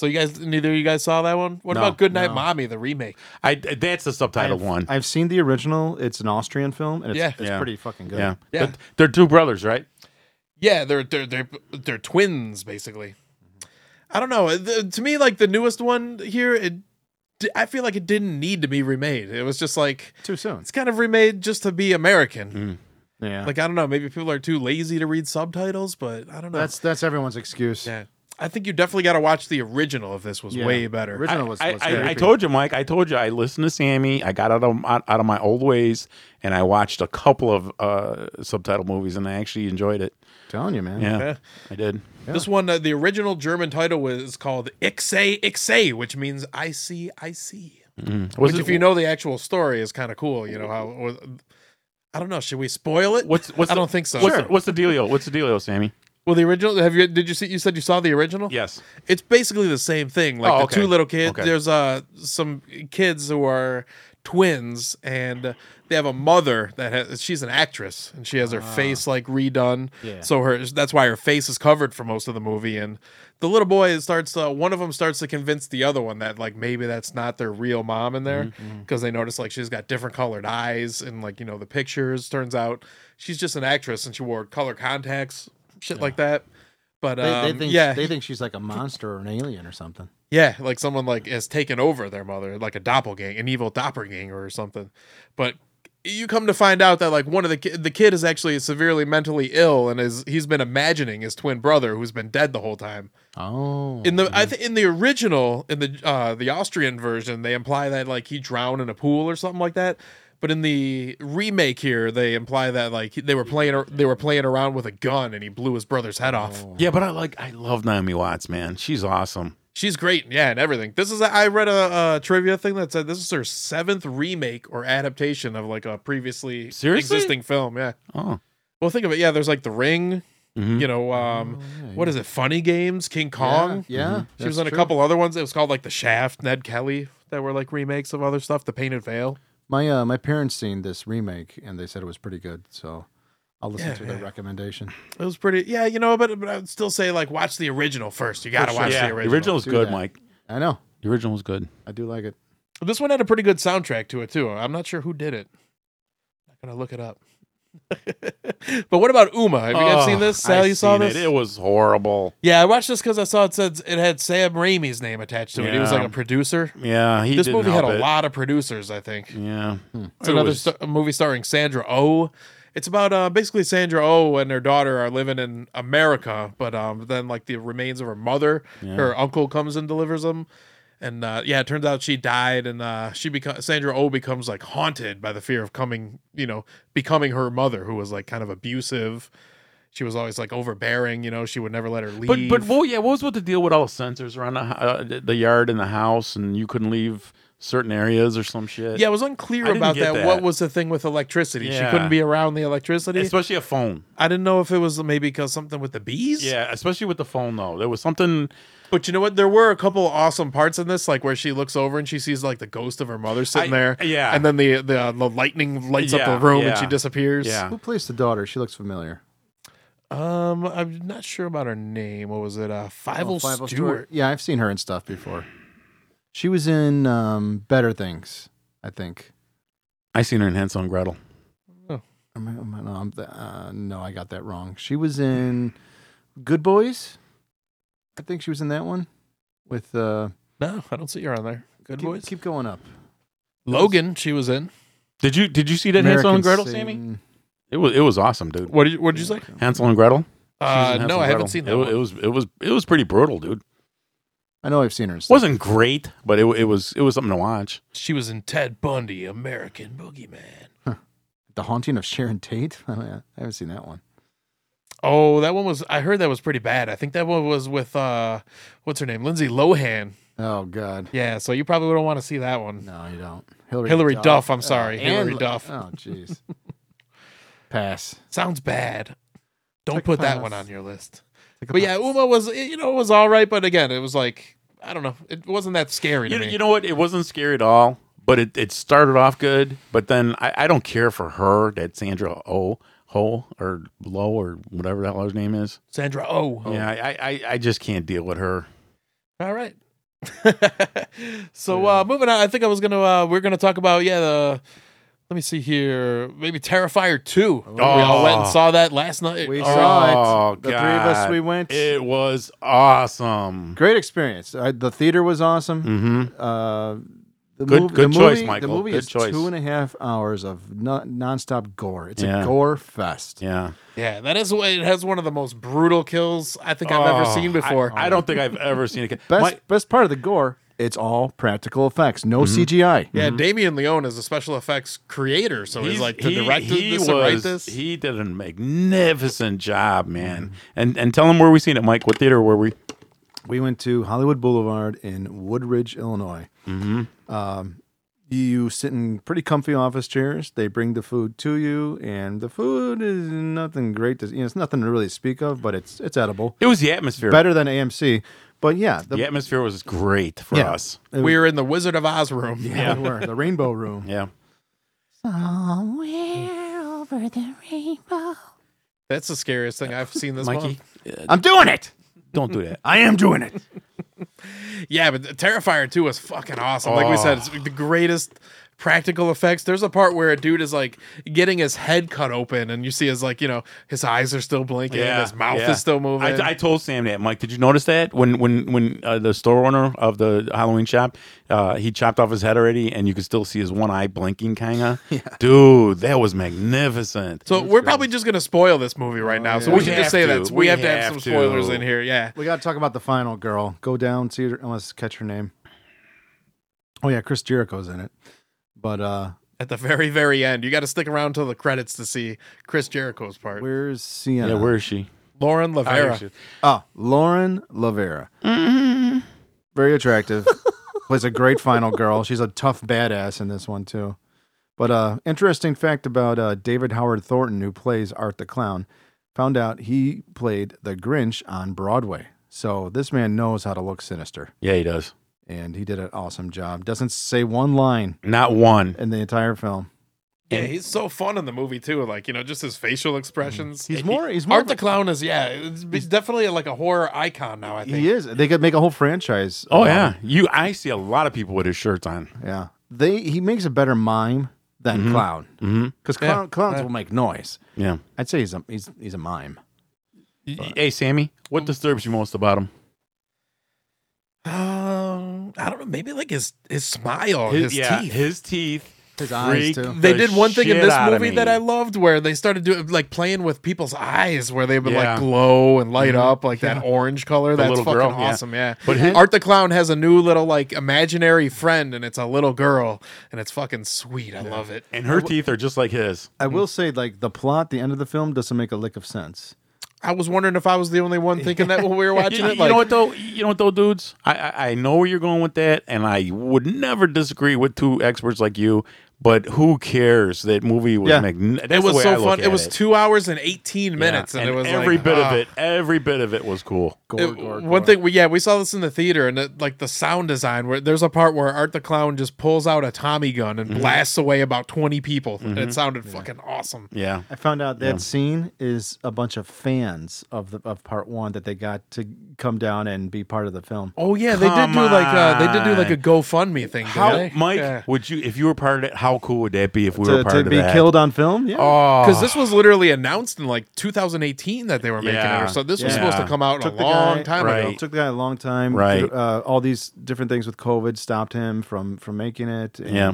[SPEAKER 2] So you guys, neither of you guys saw that one. What
[SPEAKER 3] No,
[SPEAKER 2] about Good Night
[SPEAKER 1] no.
[SPEAKER 2] Mommy, the remake?
[SPEAKER 3] I that's the subtitle
[SPEAKER 1] I've,
[SPEAKER 3] one.
[SPEAKER 1] I've seen the original. It's an Austrian film, and it's,
[SPEAKER 2] Yeah.
[SPEAKER 1] it's
[SPEAKER 3] Yeah.
[SPEAKER 1] pretty fucking good.
[SPEAKER 3] yeah,
[SPEAKER 2] Yeah.
[SPEAKER 3] But they're two brothers, right?
[SPEAKER 2] Yeah, they're they're they're they're twins basically. I don't know. The, to me, like the newest one here, it di- I feel like it didn't need to be remade. It was just like
[SPEAKER 1] Too soon.
[SPEAKER 2] it's kind of remade just to be American.
[SPEAKER 1] Yeah.
[SPEAKER 2] Like I don't know, maybe people are too lazy to read subtitles, but I don't know.
[SPEAKER 1] that's that's everyone's excuse.
[SPEAKER 2] yeah. I think you definitely got to watch the original if this was
[SPEAKER 1] Yeah.
[SPEAKER 2] way better.
[SPEAKER 1] Original was,
[SPEAKER 3] I,
[SPEAKER 1] was
[SPEAKER 3] I, I
[SPEAKER 1] creepy.
[SPEAKER 3] told you, Mike. I told you. I listened to Sammy. I got out of out, out of my old ways, and I watched a couple of uh, subtitle movies, and I actually enjoyed it.
[SPEAKER 1] telling you, man.
[SPEAKER 3] Yeah,
[SPEAKER 2] Okay.
[SPEAKER 3] I did.
[SPEAKER 2] This one, uh, the original German title was called "Ixe Ixe," which means "I see, I see."
[SPEAKER 3] Was
[SPEAKER 2] Which, if you know the actual story, is kind of cool. You know how it was, I don't know. Should we spoil it?
[SPEAKER 3] what's what's
[SPEAKER 2] I
[SPEAKER 3] the-
[SPEAKER 2] don't think so.
[SPEAKER 3] What's, the, what's the dealio? What's the dealio, Sammy?
[SPEAKER 2] Well, the original. Have you? Did you see? You said you saw the original.
[SPEAKER 3] Yes.
[SPEAKER 2] It's basically the same thing. Like
[SPEAKER 3] Oh,
[SPEAKER 2] the
[SPEAKER 3] okay.
[SPEAKER 2] two little kids.
[SPEAKER 3] Okay.
[SPEAKER 2] There's uh some kids who are twins, and they have a mother that has. She's an actress, and she has her face like redone.
[SPEAKER 1] Ah. Yeah.
[SPEAKER 2] So her that's why her face is covered for most of the movie. And the little boy starts. To, one of them starts to convince the other one that like maybe that's not their real mom in there
[SPEAKER 1] Mm-hmm.
[SPEAKER 2] because they notice like she's got different colored eyes and like you know the pictures. Turns out she's just an actress, and she wore color contacts, shit like that. But
[SPEAKER 1] They,
[SPEAKER 2] um,
[SPEAKER 1] they think
[SPEAKER 2] yeah,
[SPEAKER 1] they think she's like a monster or an alien or something.
[SPEAKER 2] yeah, like someone like has taken over their mother, like a doppelganger, an evil doppelganger or something. But you come to find out that like one of the ki- the kid is actually severely mentally ill and is he's been imagining his twin brother who's been dead the whole time.
[SPEAKER 1] Oh,
[SPEAKER 2] In the I th- in the original in the uh the Austrian version, they imply that like he drowned in a pool or something like that. But in the remake here, they imply that like they were playing ar- they were playing around with a gun and he blew his brother's head off.
[SPEAKER 3] Yeah, but I like I love Naomi Watts, man. She's awesome.
[SPEAKER 2] She's great, yeah, and everything. This is I read a, a trivia thing that said this is her seventh remake or adaptation of like a previously
[SPEAKER 3] Seriously?
[SPEAKER 2] existing film. Yeah,
[SPEAKER 3] Oh,
[SPEAKER 2] well, think of it. Yeah, there's like The Ring.
[SPEAKER 3] Mhm.
[SPEAKER 2] You know, um,
[SPEAKER 1] Oh, yeah,
[SPEAKER 2] what is it? Funny Games, King Kong.
[SPEAKER 1] Yeah, yeah,
[SPEAKER 2] she was
[SPEAKER 1] that's
[SPEAKER 2] on a
[SPEAKER 1] true.
[SPEAKER 2] couple other ones. It was called like The Shaft, Ned Kelly, that were like remakes of other stuff. The Painted Veil.
[SPEAKER 1] My uh, my parents seen this remake and they said it was pretty good, so I'll listen
[SPEAKER 2] Yeah,
[SPEAKER 1] to their
[SPEAKER 2] yeah.
[SPEAKER 1] recommendation.
[SPEAKER 2] It was pretty. Yeah, you know, but, but I would still say like watch the original first. You gotta
[SPEAKER 1] sure.
[SPEAKER 2] watch the
[SPEAKER 3] yeah. The
[SPEAKER 2] original.
[SPEAKER 3] original's
[SPEAKER 1] Do
[SPEAKER 3] good,
[SPEAKER 1] that.
[SPEAKER 3] Mike.
[SPEAKER 1] I know,
[SPEAKER 3] The original was good.
[SPEAKER 1] I do like it.
[SPEAKER 2] This one had a pretty good soundtrack to it too. I'm not sure who did it. not gonna look it up. but what about Uma? Have you guys
[SPEAKER 3] Oh,
[SPEAKER 2] seen this? Sal,
[SPEAKER 3] I've
[SPEAKER 2] you saw
[SPEAKER 3] seen
[SPEAKER 2] this?
[SPEAKER 3] It. it was horrible.
[SPEAKER 2] yeah, I watched this because I saw it said it had Sam Raimi's name attached to it. He was
[SPEAKER 3] Yeah.
[SPEAKER 2] like a producer.
[SPEAKER 3] Yeah, he
[SPEAKER 2] this
[SPEAKER 3] didn't
[SPEAKER 2] movie had
[SPEAKER 3] help
[SPEAKER 2] a
[SPEAKER 3] it.
[SPEAKER 2] lot of producers, I think.
[SPEAKER 3] Yeah,
[SPEAKER 2] It's
[SPEAKER 3] It
[SPEAKER 2] another
[SPEAKER 3] was-
[SPEAKER 2] st- a movie starring Sandra Oh. It's about uh, basically Sandra Oh and her daughter are living in America, but um, then like the remains of her mother, her uncle comes and delivers them, and uh, yeah, it turns out she died, and uh, she becomes Sandra Oh becomes like haunted by the fear of coming, you know, becoming her mother, who was like kind of abusive. She was always like overbearing, you know. She would never let her leave.
[SPEAKER 3] but but well, yeah, what was with the deal with all the sensors around the, ho- uh, the- the yard and the house, and you couldn't leave certain areas or some shit.
[SPEAKER 2] yeah, it was unclear
[SPEAKER 3] I didn't
[SPEAKER 2] about
[SPEAKER 3] get
[SPEAKER 2] that. What
[SPEAKER 3] that.
[SPEAKER 2] was the thing with electricity? She
[SPEAKER 3] Yeah.
[SPEAKER 2] couldn't be around the electricity.
[SPEAKER 3] especially a phone.
[SPEAKER 2] I didn't know if it was maybe because something with the bees.
[SPEAKER 3] Yeah, especially with the phone though. There was something.
[SPEAKER 2] But you know what? There were a couple awesome parts in this, like where she looks over and she sees like the ghost of her mother sitting
[SPEAKER 3] I-
[SPEAKER 2] there.
[SPEAKER 3] yeah.
[SPEAKER 2] And then the the, the lightning lights
[SPEAKER 3] Yeah,
[SPEAKER 2] up the room and
[SPEAKER 3] yeah.
[SPEAKER 2] she disappears.
[SPEAKER 3] Yeah.
[SPEAKER 1] Who plays the daughter? She looks familiar.
[SPEAKER 2] Um, I'm not sure about her name. What was it? Uh, Fivel,
[SPEAKER 1] Oh, Fievel
[SPEAKER 2] Stewart.
[SPEAKER 1] Yeah, I've seen her in stuff before. She was in um, Better Things, I think.
[SPEAKER 3] I seen her in Hansel and Gretel.
[SPEAKER 1] Am I, am I- no, I'm th- uh, no, I got that wrong. She was in Good Boys. I think she was in that one with. Uh,
[SPEAKER 2] No, I don't see her on there. Good
[SPEAKER 1] keep,
[SPEAKER 2] boys.
[SPEAKER 1] keep going up.
[SPEAKER 2] Logan, she was in.
[SPEAKER 3] Did you did you see that Hansel and Gretel, Sammy? It was it was awesome, dude.
[SPEAKER 2] What did you What did you say?
[SPEAKER 3] Hansel and Gretel.
[SPEAKER 2] Uh,
[SPEAKER 3] Season
[SPEAKER 2] no,
[SPEAKER 3] half
[SPEAKER 2] I haven't
[SPEAKER 3] of
[SPEAKER 2] seen that.
[SPEAKER 3] Gretel.
[SPEAKER 2] one.
[SPEAKER 3] It, it was it was it was pretty brutal, dude.
[SPEAKER 1] I know I've seen her. Stuff.
[SPEAKER 3] wasn't great, but it, it was it was something to watch.
[SPEAKER 2] She was in Ted Bundy, American Boogeyman.
[SPEAKER 1] The Haunting of Sharon Tate. I, mean, I haven't seen that one.
[SPEAKER 2] Oh, that one was. I heard that was pretty bad. I think that one was with uh, what's her name, Lindsay Lohan.
[SPEAKER 1] Oh God,
[SPEAKER 2] Yeah, so you probably don't want to see that one.
[SPEAKER 1] no, you don't. Hillary.
[SPEAKER 2] Hillary Duff, I'm sorry.
[SPEAKER 1] Oh,
[SPEAKER 2] Hillary
[SPEAKER 1] and-
[SPEAKER 2] Duff.
[SPEAKER 1] Oh jeez. Pass.
[SPEAKER 2] Sounds bad. Don't
[SPEAKER 1] Click
[SPEAKER 2] put that
[SPEAKER 1] pass.
[SPEAKER 2] one on your list.
[SPEAKER 1] Take a
[SPEAKER 2] But yeah, Uma was you know it was all right, but again, it was like I don't know, it wasn't that scary to
[SPEAKER 3] You,
[SPEAKER 2] me.
[SPEAKER 3] you know what? It wasn't scary at all, but it, it started off good. But then I, I don't care for her, that Sandra Oh Ho or Low or whatever the hell her name is.
[SPEAKER 2] Sandra, oh,
[SPEAKER 3] Yeah, I, I I just can't deal with her.
[SPEAKER 2] all right. so uh moving on, I think I was gonna uh we're gonna talk about yeah the. Let me see here. Maybe Terrifier 2. We all went and saw that last night.
[SPEAKER 1] We
[SPEAKER 2] Oh,
[SPEAKER 1] saw it. The three of us
[SPEAKER 3] God.
[SPEAKER 1] we went.
[SPEAKER 3] It was awesome.
[SPEAKER 1] Great experience. I, the theater was awesome.
[SPEAKER 3] hmm
[SPEAKER 1] Uh, the
[SPEAKER 3] Good-
[SPEAKER 1] movie,
[SPEAKER 3] good
[SPEAKER 1] the
[SPEAKER 3] choice,
[SPEAKER 1] movie,
[SPEAKER 3] Michael.
[SPEAKER 1] The movie
[SPEAKER 3] Good
[SPEAKER 1] is
[SPEAKER 3] choice.
[SPEAKER 1] two and a half hours of no, nonstop gore. It's
[SPEAKER 3] Yeah.
[SPEAKER 1] a gore fest.
[SPEAKER 3] Yeah.
[SPEAKER 2] Yeah, that is what it has one of the most brutal kills I think I've ever
[SPEAKER 3] Oh,
[SPEAKER 2] seen before.
[SPEAKER 3] I, I don't think I've ever seen it.
[SPEAKER 1] Best
[SPEAKER 3] My- Mm-hmm.
[SPEAKER 1] best part of the gore. It's all practical effects, no CGI.
[SPEAKER 2] Yeah, Damien Leone is a special effects creator, so he's, like to direct this and write this. Mm-hmm.
[SPEAKER 3] He did a magnificent job, man. And and tell him where we seen it, Mike. What theater were we?
[SPEAKER 1] We went to Hollywood Boulevard in Woodridge, Illinois. Mm-hmm. Um, you sit in pretty comfy office chairs. They bring the food to you, and the food is nothing great. To, you know, it's nothing to really speak of, but it's it's edible.
[SPEAKER 3] It was the atmosphere.
[SPEAKER 1] Better than AMC, but yeah, the,
[SPEAKER 3] The atmosphere was great for
[SPEAKER 1] Yeah.
[SPEAKER 3] us.
[SPEAKER 2] we were in the Wizard of Oz room.
[SPEAKER 1] yeah, they were. the Rainbow Room.
[SPEAKER 3] Yeah.
[SPEAKER 1] Somewhere over the rainbow.
[SPEAKER 2] That's the scariest thing I've seen this
[SPEAKER 3] Mikey,
[SPEAKER 2] month.
[SPEAKER 1] I'm doing it.
[SPEAKER 3] don't do that.
[SPEAKER 1] I am doing it.
[SPEAKER 2] Yeah, but the Terrifier 2 was fucking awesome. Like we said, it's
[SPEAKER 3] Oh.
[SPEAKER 2] the greatest practical effects. There's a part where a dude is like getting his head cut open, and you see his like you know his eyes are still blinking, his mouth
[SPEAKER 3] yeah.
[SPEAKER 2] is still moving.
[SPEAKER 3] I, I told Sam that, Mike. Did you notice that when when when uh, the store owner of the Halloween shop, uh, he chopped off his head already, and you could still see his one eye blinking, kinda. Dude, that was magnificent.
[SPEAKER 2] so we're probably just gonna spoil this movie right now. So
[SPEAKER 3] Oh, yeah.
[SPEAKER 2] we,
[SPEAKER 3] We
[SPEAKER 2] should just
[SPEAKER 3] have
[SPEAKER 2] say
[SPEAKER 3] to.
[SPEAKER 2] that we,
[SPEAKER 3] We
[SPEAKER 2] have, to have
[SPEAKER 3] have
[SPEAKER 2] some
[SPEAKER 3] to.
[SPEAKER 2] spoilers in here. Yeah.
[SPEAKER 1] We got to talk about the final girl. Go down, see her, unless catch her name. Oh yeah, Chris Jericho's in it. But uh
[SPEAKER 2] at the very very end you got to stick around till the credits to see chris jericho's part
[SPEAKER 1] where's Sienna?
[SPEAKER 3] Yeah, where is she?
[SPEAKER 2] lauren
[SPEAKER 3] Oh,
[SPEAKER 2] lavera
[SPEAKER 3] here she is.
[SPEAKER 1] Oh, Lauren Lavera. Very attractive. Plays a great final girl. She's a tough badass in this one too. But uh interesting fact about uh David Howard Thornton who plays Art the Clown. Found out he played the Grinch on Broadway. So this man knows how to look sinister
[SPEAKER 3] Yeah, he does.
[SPEAKER 1] and he did an awesome job. Doesn't say one line
[SPEAKER 3] Not one.
[SPEAKER 1] in the entire film.
[SPEAKER 2] yeah he's so fun in the movie too like you know just his facial expressions
[SPEAKER 1] He's more he's more
[SPEAKER 2] art the clown is yeah it's be- definitely like a horror icon now i think
[SPEAKER 1] he is. They could make a whole franchise.
[SPEAKER 3] Oh
[SPEAKER 1] about
[SPEAKER 3] yeah, you. I see a lot of people with his shirts on.
[SPEAKER 1] Yeah. They he makes a better mime than clown.
[SPEAKER 3] Mhm.
[SPEAKER 1] Cuz
[SPEAKER 2] Mm-hmm. Yeah.
[SPEAKER 1] clown, clowns will make noise.
[SPEAKER 3] Yeah.
[SPEAKER 1] I'd say he's a he's he's a mime.
[SPEAKER 3] Hey, Sammy, what disturbs you most about him?
[SPEAKER 2] um i don't know maybe like his his smile his, teeth
[SPEAKER 3] Oh, his teeth,
[SPEAKER 1] His eyes,
[SPEAKER 3] freak
[SPEAKER 1] too.
[SPEAKER 2] they
[SPEAKER 3] the
[SPEAKER 2] did one thing in
[SPEAKER 3] shit
[SPEAKER 2] this
[SPEAKER 3] out of
[SPEAKER 2] movie
[SPEAKER 3] me.
[SPEAKER 2] that I loved where they started doing like playing with people's eyes where they would
[SPEAKER 3] Yeah.
[SPEAKER 2] like glow and light up like that orange color. That's
[SPEAKER 3] little
[SPEAKER 2] fucking
[SPEAKER 3] girl, yeah.
[SPEAKER 2] awesome. Yeah.
[SPEAKER 3] But his-
[SPEAKER 2] Art the Clown has a new little like imaginary friend and it's a little girl and it's fucking sweet. I love it.
[SPEAKER 3] and her teeth are just like his.
[SPEAKER 1] I will say like the plot the end of the film doesn't make a lick of sense.
[SPEAKER 2] I was wondering if I was the only one thinking that when we were watching
[SPEAKER 3] You,
[SPEAKER 2] it.
[SPEAKER 3] you
[SPEAKER 2] Like,
[SPEAKER 3] know what though? You know what though, dudes? I, I I know where you're going with that, and I would never disagree with two experts like you. But who cares? That movie was
[SPEAKER 1] Yeah.
[SPEAKER 3] magn- that's
[SPEAKER 2] it
[SPEAKER 3] the
[SPEAKER 2] was
[SPEAKER 3] way I
[SPEAKER 2] so
[SPEAKER 3] look
[SPEAKER 2] fun. It
[SPEAKER 3] at
[SPEAKER 2] was two hours and 18 minutes
[SPEAKER 3] Yeah,
[SPEAKER 2] and, it was
[SPEAKER 3] every
[SPEAKER 2] like,
[SPEAKER 3] bit
[SPEAKER 2] ah.
[SPEAKER 3] of it. Every bit of it was cool.
[SPEAKER 1] Gore,
[SPEAKER 2] It-
[SPEAKER 1] gore,
[SPEAKER 2] one
[SPEAKER 1] gore.
[SPEAKER 2] thing we yeah we saw this in the theater and it, like the sound design where there's a part where art the clown just pulls out a tommy gun
[SPEAKER 3] Mm-hmm.
[SPEAKER 2] and blasts away about 20 people and it sounded fucking awesome
[SPEAKER 3] Yeah,
[SPEAKER 1] I found out that scene is a bunch of fans of the of part 1 that they got to come down and be part of the film.
[SPEAKER 2] oh yeah they did do like uh they did do like a
[SPEAKER 3] on.
[SPEAKER 2] gofundme thing
[SPEAKER 3] how
[SPEAKER 2] didn't they?
[SPEAKER 3] Mike
[SPEAKER 2] yeah.
[SPEAKER 3] would you if you were part of it? How cool would that be if we were
[SPEAKER 1] To,
[SPEAKER 3] part
[SPEAKER 1] to
[SPEAKER 3] of
[SPEAKER 1] be
[SPEAKER 3] that?
[SPEAKER 1] killed on film? Yeah.
[SPEAKER 3] Oh,
[SPEAKER 2] because this was literally announced in like 2018 that they were making it,
[SPEAKER 3] Yeah.
[SPEAKER 2] or so this was
[SPEAKER 3] Yeah.
[SPEAKER 2] supposed to come out a
[SPEAKER 1] Took the
[SPEAKER 2] long
[SPEAKER 1] guy-
[SPEAKER 2] time
[SPEAKER 3] Right.
[SPEAKER 2] ago.
[SPEAKER 1] It took the guy a long time.
[SPEAKER 3] Right.
[SPEAKER 1] Uh, all these different things with COVID stopped him from from making it. And
[SPEAKER 3] Yeah.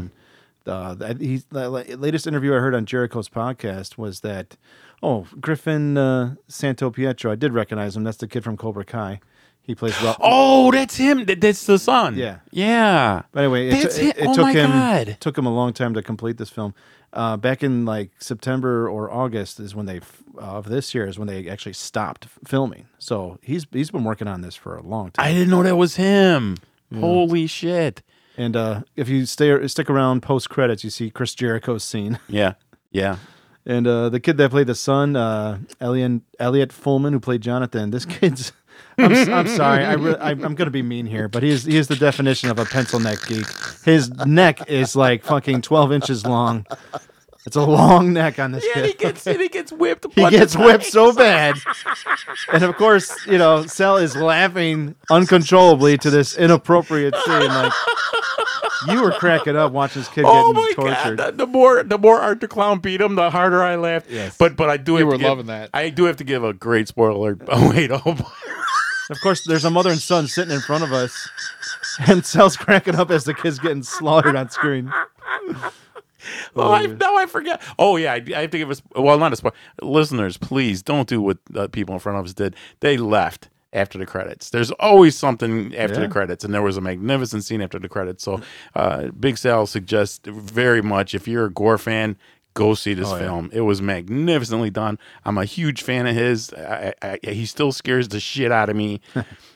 [SPEAKER 1] Uh, that- he's the la- latest interview I heard on Jericho's podcast was that, oh, Griffin uh, Santo Pietro. I did recognize him. That's the kid from Cobra Kai. He plays. Ro-
[SPEAKER 3] Oh, that's him. That, that's the son.
[SPEAKER 1] Yeah.
[SPEAKER 3] Yeah.
[SPEAKER 1] But anyway, it,
[SPEAKER 3] That's
[SPEAKER 1] t-
[SPEAKER 3] it.
[SPEAKER 1] it, it
[SPEAKER 3] Oh
[SPEAKER 1] took
[SPEAKER 3] my
[SPEAKER 1] him
[SPEAKER 3] God.
[SPEAKER 1] took him a long time to complete this film. Uh, back in like September or August is when they f- uh, of this year is when they actually stopped f- filming. So he's he's been working on this for a long time.
[SPEAKER 3] I didn't know that was him. Holy shit.
[SPEAKER 1] and uh, if you stay stick around post credits, you see Chris Jericho's scene.
[SPEAKER 3] Yeah. Yeah.
[SPEAKER 1] And uh, the kid that played the son, uh, Elliot, Elliot Fullman, who played Jonathan, this kid's. I'm, s- I'm sorry. I re- I, I'm going to be mean here, but he is, he is the definition of a pencil neck geek. His neck is like fucking 12 inches long. It's a long neck on this
[SPEAKER 3] Yeah,
[SPEAKER 1] kid.
[SPEAKER 3] he gets and he gets whipped.
[SPEAKER 1] He gets whipped so bad. And of course, you know, Sal is laughing uncontrollably to this inappropriate scene. Like, you were cracking up watching this kid
[SPEAKER 3] Oh my
[SPEAKER 1] getting tortured.
[SPEAKER 3] god! The more the more Art the Clown beat him, the harder I laughed.
[SPEAKER 1] Yes.
[SPEAKER 3] But but I do. You have
[SPEAKER 2] were
[SPEAKER 3] to give-
[SPEAKER 2] loving that.
[SPEAKER 3] I do have to give a great spoiler. Oh wait! Oh. boy.
[SPEAKER 1] Of course, there's a mother and son sitting in front of us, and Sal's cracking up as the kid's getting slaughtered on screen.
[SPEAKER 3] Oh, I, now I forget. Oh yeah, I, I have to give us. Well, not a spoiler. Listeners, please don't do what the people in front of us did. They left after the credits. There's always something after
[SPEAKER 1] Yeah.
[SPEAKER 3] the credits, and there was a magnificent scene after the credits. So, uh, Big Sal suggests very much if you're a Gore fan. Go see this film. It was magnificently done. I'm a huge fan of his. I, I, I, he still scares the shit out of me,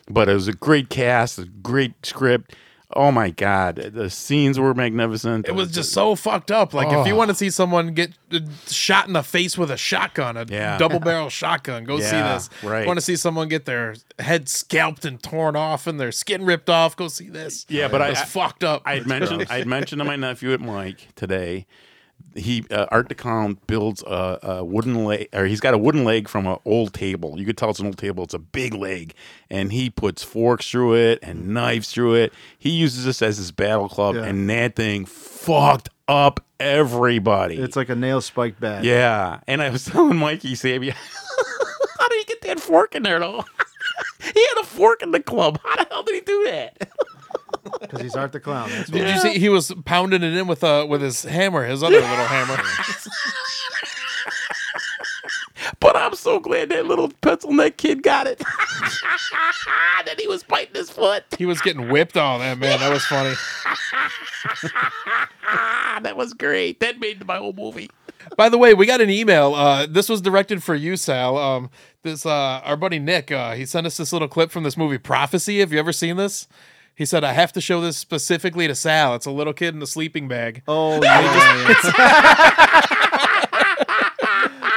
[SPEAKER 3] but it was a great cast, a great script. Oh my god, the scenes were magnificent.
[SPEAKER 2] It was just so fucked up. Like if you
[SPEAKER 3] Oh.
[SPEAKER 2] want to see someone get uh, shot in the face with a shotgun, a
[SPEAKER 3] Yeah.
[SPEAKER 2] double barrel shotgun, go
[SPEAKER 3] Yeah,
[SPEAKER 2] see this.
[SPEAKER 3] right.
[SPEAKER 2] Want to see someone get their head scalped and torn off and their skin ripped off? Go see this.
[SPEAKER 3] Yeah, but
[SPEAKER 2] It
[SPEAKER 3] I-
[SPEAKER 2] was
[SPEAKER 3] I-
[SPEAKER 2] fucked up.
[SPEAKER 3] I had mentioned I had mentioned to my nephew at Mike today. He uh, Art DeCown builds a, a wooden leg, or he's got a wooden leg from an old table. You could tell it's an old table. It's a big leg, and he puts forks through it and knives through it. He uses this as his battle club,
[SPEAKER 1] Yeah.
[SPEAKER 3] and that thing fucked up everybody.
[SPEAKER 1] It's like a nail spiked bat.
[SPEAKER 3] yeah, and I was telling Mikey Sammy, how did he get that fork in there though? he had a fork in the club. How the hell did he do that?
[SPEAKER 1] because he's Art the Clown. That's
[SPEAKER 2] Did you see he was pounding it in with uh with his hammer, his other little hammer?
[SPEAKER 3] But I'm so glad that little pencil neck kid got it. that he was biting his foot.
[SPEAKER 2] He was getting whipped. Oh that man, that was funny.
[SPEAKER 3] Ah, that was great. That made my whole movie.
[SPEAKER 2] By the way, we got an email. Uh, this was directed for you, Sal. Um, this uh, our buddy Nick. Uh, he sent us this little clip from this movie, Prophecy. Have you ever seen this? He said, "I have to show this specifically to Sal. It's a little kid in a sleeping bag."
[SPEAKER 1] Oh, yeah.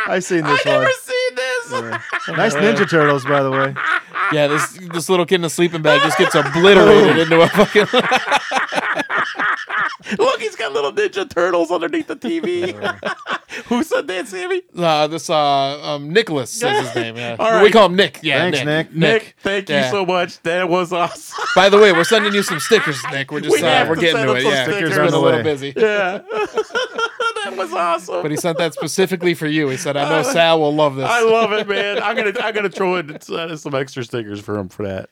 [SPEAKER 1] I've seen this one.
[SPEAKER 3] seen this.
[SPEAKER 1] Nice Ninja Turtles, by the way.
[SPEAKER 2] Yeah, this this little kid in a sleeping bag just gets obliterated into a fucking.
[SPEAKER 3] Look, he's got little Ninja Turtles underneath the TV. Who said that, Sammy?
[SPEAKER 2] Uh, this uh, um, Nicholas is his name. Yeah.
[SPEAKER 3] All right.
[SPEAKER 2] We call him Nick. Yeah,
[SPEAKER 1] Thanks, Nick.
[SPEAKER 2] Nick.
[SPEAKER 3] thank
[SPEAKER 2] Yeah.
[SPEAKER 3] you so much. That was awesome.
[SPEAKER 2] By the way, we're sending you some stickers, Nick. We're just
[SPEAKER 3] We
[SPEAKER 2] uh,
[SPEAKER 3] have
[SPEAKER 2] we're
[SPEAKER 3] to
[SPEAKER 2] getting
[SPEAKER 3] send
[SPEAKER 2] to
[SPEAKER 3] him
[SPEAKER 2] it.
[SPEAKER 3] some
[SPEAKER 2] Yeah,
[SPEAKER 3] stickers.
[SPEAKER 2] it's been a
[SPEAKER 1] On the way.
[SPEAKER 2] little busy.
[SPEAKER 3] Yeah. that was awesome.
[SPEAKER 2] But he sent that specifically for you. He said, "I know Sal will love this."
[SPEAKER 3] I love it, man. I'm gonna I'm gonna throw in uh, some extra stickers for him for that.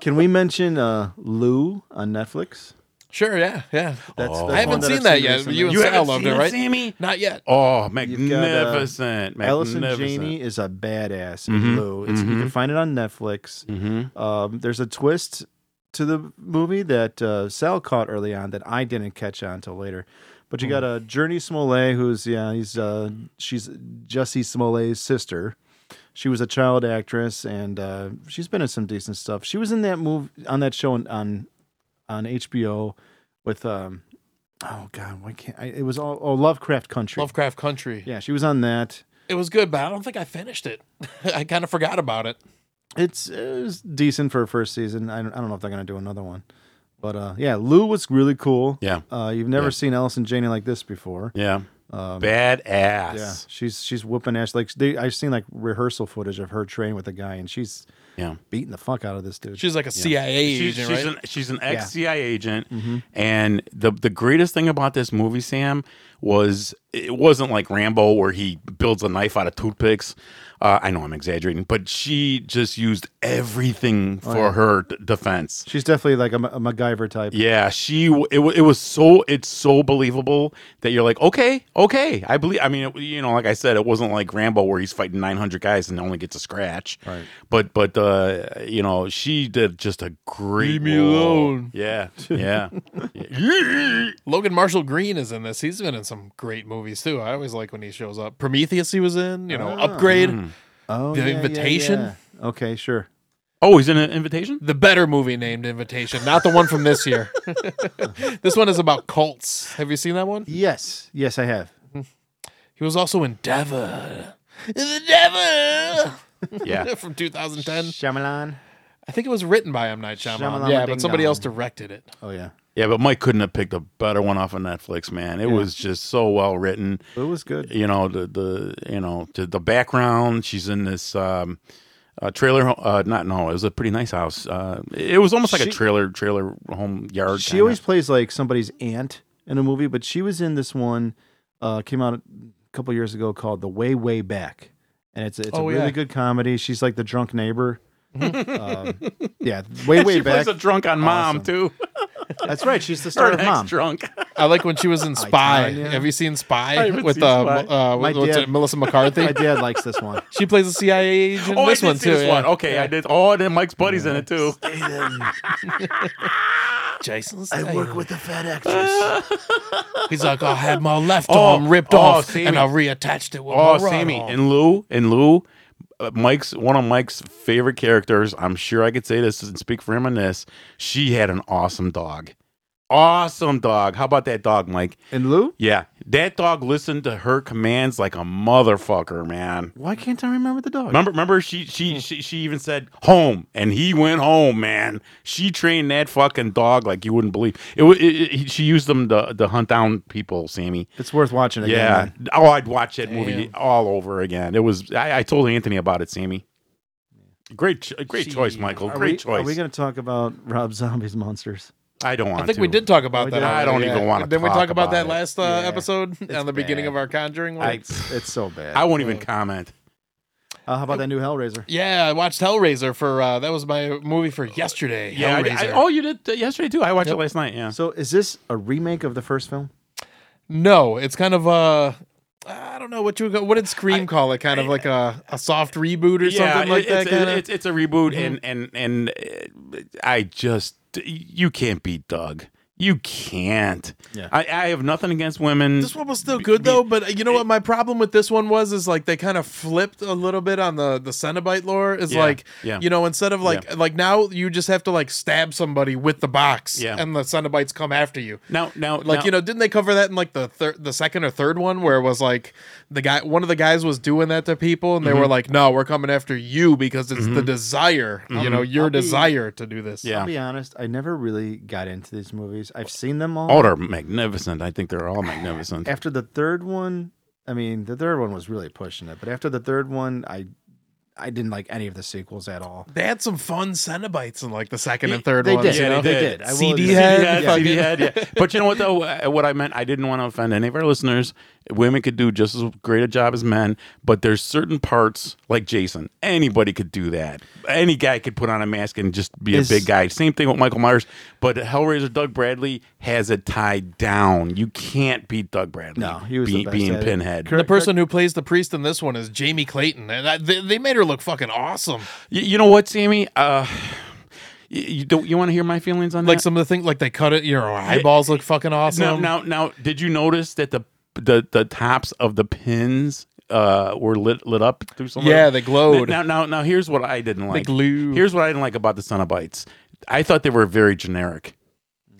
[SPEAKER 1] Can we mention uh, Lou on Netflix?
[SPEAKER 2] Sure, yeah, yeah.
[SPEAKER 1] That's, that's
[SPEAKER 2] I haven't
[SPEAKER 1] one that
[SPEAKER 2] seen
[SPEAKER 1] I've
[SPEAKER 2] that yet.
[SPEAKER 1] recently.
[SPEAKER 2] You and
[SPEAKER 3] You
[SPEAKER 2] Sal
[SPEAKER 3] haven't
[SPEAKER 2] loved
[SPEAKER 3] seen
[SPEAKER 2] it,
[SPEAKER 3] it,
[SPEAKER 2] right?
[SPEAKER 3] Sammy?
[SPEAKER 2] Not yet.
[SPEAKER 3] Oh,
[SPEAKER 1] You've got, uh,
[SPEAKER 3] magnificent!
[SPEAKER 1] Allison
[SPEAKER 3] magnificent.
[SPEAKER 1] Janney is a badass in
[SPEAKER 2] Mm-hmm.
[SPEAKER 1] Lou. It's, You can find it on Netflix. Um, there's a twist to the movie that uh, Sal caught early on that I didn't catch on till later. But
[SPEAKER 2] Hmm.
[SPEAKER 1] you got a uh, Journey Smollett, who's yeah, he's uh, she's Jesse Smollett's sister. She was a child actress, and uh, she's been in some decent stuff. She was in that move on that show on on, on HBO with um, oh god, why can't I? It was all oh Lovecraft Country.
[SPEAKER 2] Lovecraft Country.
[SPEAKER 1] yeah, she was on that.
[SPEAKER 2] It was good, but I don't think I finished it. I kind of forgot about it.
[SPEAKER 1] it's it was decent for a first season. I don't, I don't know if they're gonna do another one, but uh, yeah, Lou was really cool.
[SPEAKER 3] Yeah.
[SPEAKER 1] uh, you've never seen Allison Janney like this before.
[SPEAKER 3] Yeah,
[SPEAKER 2] Um,
[SPEAKER 3] Badass.
[SPEAKER 1] Yeah, she's she's whooping ass. Like they, I've seen like rehearsal footage of her training with a guy, and she's
[SPEAKER 3] Yeah.
[SPEAKER 1] beating the fuck out of this dude.
[SPEAKER 2] She's like a CIA
[SPEAKER 3] She's,
[SPEAKER 2] agent,
[SPEAKER 3] she's
[SPEAKER 2] right? Mm-hmm.
[SPEAKER 3] an she's an ex CIA agent, and the the greatest thing about this movie, Sam, was it wasn't like Rambo where he builds a knife out of toothpicks. Uh, I know I'm exaggerating, but she just used everything
[SPEAKER 2] Oh,
[SPEAKER 3] for her d- defense.
[SPEAKER 1] She's definitely like a, Ma- a MacGyver type.
[SPEAKER 3] Yeah, she. w- It, wa- it was so. It's so believable that you're like, okay, okay, I believe. I mean, it, you know, like I said, it wasn't like Rambo where he's fighting 900 guys and only gets a scratch. Right. But but uh, you know, she did just a great.
[SPEAKER 2] Leave me
[SPEAKER 3] role.
[SPEAKER 2] alone.
[SPEAKER 3] Yeah, yeah.
[SPEAKER 2] Logan Marshall Green is in this. He's been in some great movies too. I always like when he shows up. Prometheus, he was in. You know,
[SPEAKER 3] Ah.
[SPEAKER 2] Upgrade,
[SPEAKER 3] Mm.
[SPEAKER 1] Oh,
[SPEAKER 2] The
[SPEAKER 1] yeah, yeah,
[SPEAKER 2] Invitation?
[SPEAKER 1] yeah. Okay, sure.
[SPEAKER 3] oh, he's in an invitation.
[SPEAKER 2] the better movie named Invitation, not the one from this year. this one is about cults. Have you seen that one?
[SPEAKER 1] Yes, yes, I have.
[SPEAKER 2] He was also in Devil. The Devil.
[SPEAKER 3] Yeah.
[SPEAKER 2] from 2010.
[SPEAKER 1] Shyamalan.
[SPEAKER 2] I think it was written by M. Night Shyamalan.
[SPEAKER 1] Shyamalan
[SPEAKER 2] yeah,
[SPEAKER 1] Ding
[SPEAKER 2] but somebody
[SPEAKER 1] Dong.
[SPEAKER 2] else directed it.
[SPEAKER 1] Oh yeah,
[SPEAKER 3] Yeah, but Mike couldn't have picked a better one off of Netflix. Man, it was just so well written.
[SPEAKER 1] it was good.
[SPEAKER 3] you know the the you know the, the background she's in this um uh, trailer ho- uh not no it was a pretty nice house uh it was almost like
[SPEAKER 1] She-
[SPEAKER 3] a trailer trailer home yard
[SPEAKER 1] She
[SPEAKER 3] kinda.
[SPEAKER 1] always plays like somebody's aunt in a movie, but she was in this one. Uh, came out a couple years ago called The Way Way Back, and it's it's
[SPEAKER 2] Oh,
[SPEAKER 1] a really
[SPEAKER 2] yeah.
[SPEAKER 1] good comedy. She's like the drunk neighbor. um, yeah, way way
[SPEAKER 3] Mm-hmm. she
[SPEAKER 1] back.
[SPEAKER 3] plays a drunk on mom
[SPEAKER 1] Awesome.
[SPEAKER 3] too
[SPEAKER 1] That's right. She's the
[SPEAKER 3] or
[SPEAKER 1] star
[SPEAKER 3] an
[SPEAKER 1] of Mom.
[SPEAKER 3] ex drunk
[SPEAKER 2] I like when she was in Spy.
[SPEAKER 1] Tanya.
[SPEAKER 2] Have you seen Spy
[SPEAKER 3] haven't
[SPEAKER 2] with
[SPEAKER 3] seen
[SPEAKER 2] uh,
[SPEAKER 3] Spy.
[SPEAKER 2] Mo- uh,
[SPEAKER 1] My
[SPEAKER 2] what's
[SPEAKER 1] dad-
[SPEAKER 2] it, Melissa McCarthy?
[SPEAKER 1] My dad likes this one.
[SPEAKER 2] she plays a CIA agent.
[SPEAKER 3] oh
[SPEAKER 2] in this
[SPEAKER 3] I did
[SPEAKER 2] one
[SPEAKER 3] see
[SPEAKER 2] too.
[SPEAKER 3] this
[SPEAKER 2] yeah.
[SPEAKER 3] one okay I did oh and then Mike's buddies in it too
[SPEAKER 2] Jason.
[SPEAKER 1] with the fat actress.
[SPEAKER 2] He's like, I had my left
[SPEAKER 3] Oh,
[SPEAKER 2] arm ripped
[SPEAKER 3] oh,
[SPEAKER 2] off,
[SPEAKER 3] Sammy.
[SPEAKER 2] and I reattached it with my
[SPEAKER 3] oh
[SPEAKER 2] right
[SPEAKER 3] Sammy
[SPEAKER 2] arm.
[SPEAKER 3] and Lou and Lou uh, Mike's one of Mike's favorite characters I'm sure I could say this and speak for him on this she had an awesome dog awesome dog how about that dog Mike
[SPEAKER 1] and Lou?
[SPEAKER 3] Yeah, that dog listened to her commands like a motherfucker, man.
[SPEAKER 1] Why can't I remember the dog?
[SPEAKER 3] Remember, remember, she she she, she even said home, and he went home, man. She trained that fucking dog like you wouldn't believe. It, wa- it, it she used them to to hunt down people, Sammy.
[SPEAKER 1] It's worth watching again.
[SPEAKER 3] Yeah.
[SPEAKER 1] man.
[SPEAKER 3] Oh, I'd watch that movie all over again. It was. I, I told Anthony about it, Sammy. Great, ch- great
[SPEAKER 2] Gee.
[SPEAKER 3] choice, Michael.
[SPEAKER 1] Are
[SPEAKER 3] Great
[SPEAKER 1] we,
[SPEAKER 3] choice.
[SPEAKER 1] Are we going to talk about Rob Zombie's monsters?
[SPEAKER 3] I don't want.
[SPEAKER 2] I think
[SPEAKER 3] to.
[SPEAKER 2] we did talk about
[SPEAKER 1] We
[SPEAKER 2] that.
[SPEAKER 1] did.
[SPEAKER 2] already,
[SPEAKER 1] I don't
[SPEAKER 3] even wanna
[SPEAKER 2] Didn't we
[SPEAKER 3] talk
[SPEAKER 2] talk about,
[SPEAKER 3] about
[SPEAKER 2] that
[SPEAKER 3] it.
[SPEAKER 2] last uh,
[SPEAKER 1] Yeah.
[SPEAKER 2] episode on the beginning
[SPEAKER 1] bad.
[SPEAKER 2] of our Conjuring? one?
[SPEAKER 1] It's, it's so bad.
[SPEAKER 3] I won't even comment.
[SPEAKER 1] uh, how about that new Hellraiser?
[SPEAKER 2] yeah, I watched Hellraiser for uh, that was my movie for yesterday.
[SPEAKER 3] Yeah. I- I-
[SPEAKER 2] Hellraiser.
[SPEAKER 3] oh, you did uh, yesterday too. I watched
[SPEAKER 2] Yep.
[SPEAKER 3] it last night. Yeah.
[SPEAKER 1] So, is this a remake of the first film?
[SPEAKER 2] No, it's kind of uh I don't know what you would go. What did Scream call it? Kind of like a, a soft reboot or something like
[SPEAKER 3] it-
[SPEAKER 2] that. Mm-hmm.
[SPEAKER 3] it's, it-
[SPEAKER 2] Kind
[SPEAKER 3] It's, it's a reboot, and and and uh, I just you can't beat Doug. You can't.
[SPEAKER 1] Yeah.
[SPEAKER 3] I, I have nothing against women.
[SPEAKER 2] This one was still good though, but uh, you know what? My problem with this one was is like they kind of flipped a little bit on the the Cenobite lore. Is
[SPEAKER 3] Yeah,
[SPEAKER 2] like
[SPEAKER 3] yeah.
[SPEAKER 2] you know instead of like like now you just have to like stab somebody with the box,
[SPEAKER 3] Yeah.
[SPEAKER 2] and the Cenobites come after you.
[SPEAKER 3] now now
[SPEAKER 2] Like
[SPEAKER 3] now-
[SPEAKER 2] you know, didn't they cover that in like the thir- the second or third one where it was like the guy one of the guys was doing that to people and they
[SPEAKER 3] Mm-hmm.
[SPEAKER 2] were like, "No, we're coming after you because it's the desire, you know, your
[SPEAKER 1] I'll be-
[SPEAKER 2] desire to do this."
[SPEAKER 1] I'll
[SPEAKER 3] Mm-hmm. Yeah.
[SPEAKER 1] be honest, I never really got into these movies. I've seen them all.
[SPEAKER 3] Oh, they're magnificent. I think they're all magnificent.
[SPEAKER 1] After the third one, I mean, the third one was really pushing it, but after the third one, I I didn't like any of the sequels at all.
[SPEAKER 2] They had some fun Cenobites in like the second and
[SPEAKER 3] They-
[SPEAKER 2] third
[SPEAKER 1] they
[SPEAKER 2] ones.
[SPEAKER 1] did.
[SPEAKER 2] you know?
[SPEAKER 1] they did. I will
[SPEAKER 2] CD
[SPEAKER 1] admit-
[SPEAKER 2] head,
[SPEAKER 3] yeah, CD
[SPEAKER 2] fucking-
[SPEAKER 3] head, yeah. But you know what though? Uh, What I meant, I didn't want to offend any of our listeners. Women could do just as great a job as men, but there's certain parts like Jason. Anybody could do that. Any guy could put on a mask and just be
[SPEAKER 1] Is-
[SPEAKER 3] a big guy. Same thing with Michael Myers. But Hellraiser Doug Bradley has it tied down. You can't beat Doug Bradley.
[SPEAKER 1] No, he was the
[SPEAKER 3] be-
[SPEAKER 1] best
[SPEAKER 3] being
[SPEAKER 1] at it.
[SPEAKER 3] Pinhead.
[SPEAKER 2] The person who plays the priest in this one is Jamie Clayton, and I, they, they made her look fucking awesome.
[SPEAKER 3] You, you know what, Sammy? Uh, you, you don't. You want to hear my feelings on
[SPEAKER 2] Like
[SPEAKER 3] that?
[SPEAKER 2] some of the things, like they cut it, your eyeballs look fucking
[SPEAKER 3] Now,
[SPEAKER 2] awesome.
[SPEAKER 3] now, now, did you notice that the the the tops of the pins uh were lit lit up through some?
[SPEAKER 2] yeah,
[SPEAKER 3] light?
[SPEAKER 2] they glowed.
[SPEAKER 3] Now, now, now, here's what I didn't like.
[SPEAKER 2] glue.
[SPEAKER 3] Here's what I didn't like about the Cenobites. I thought they were very generic.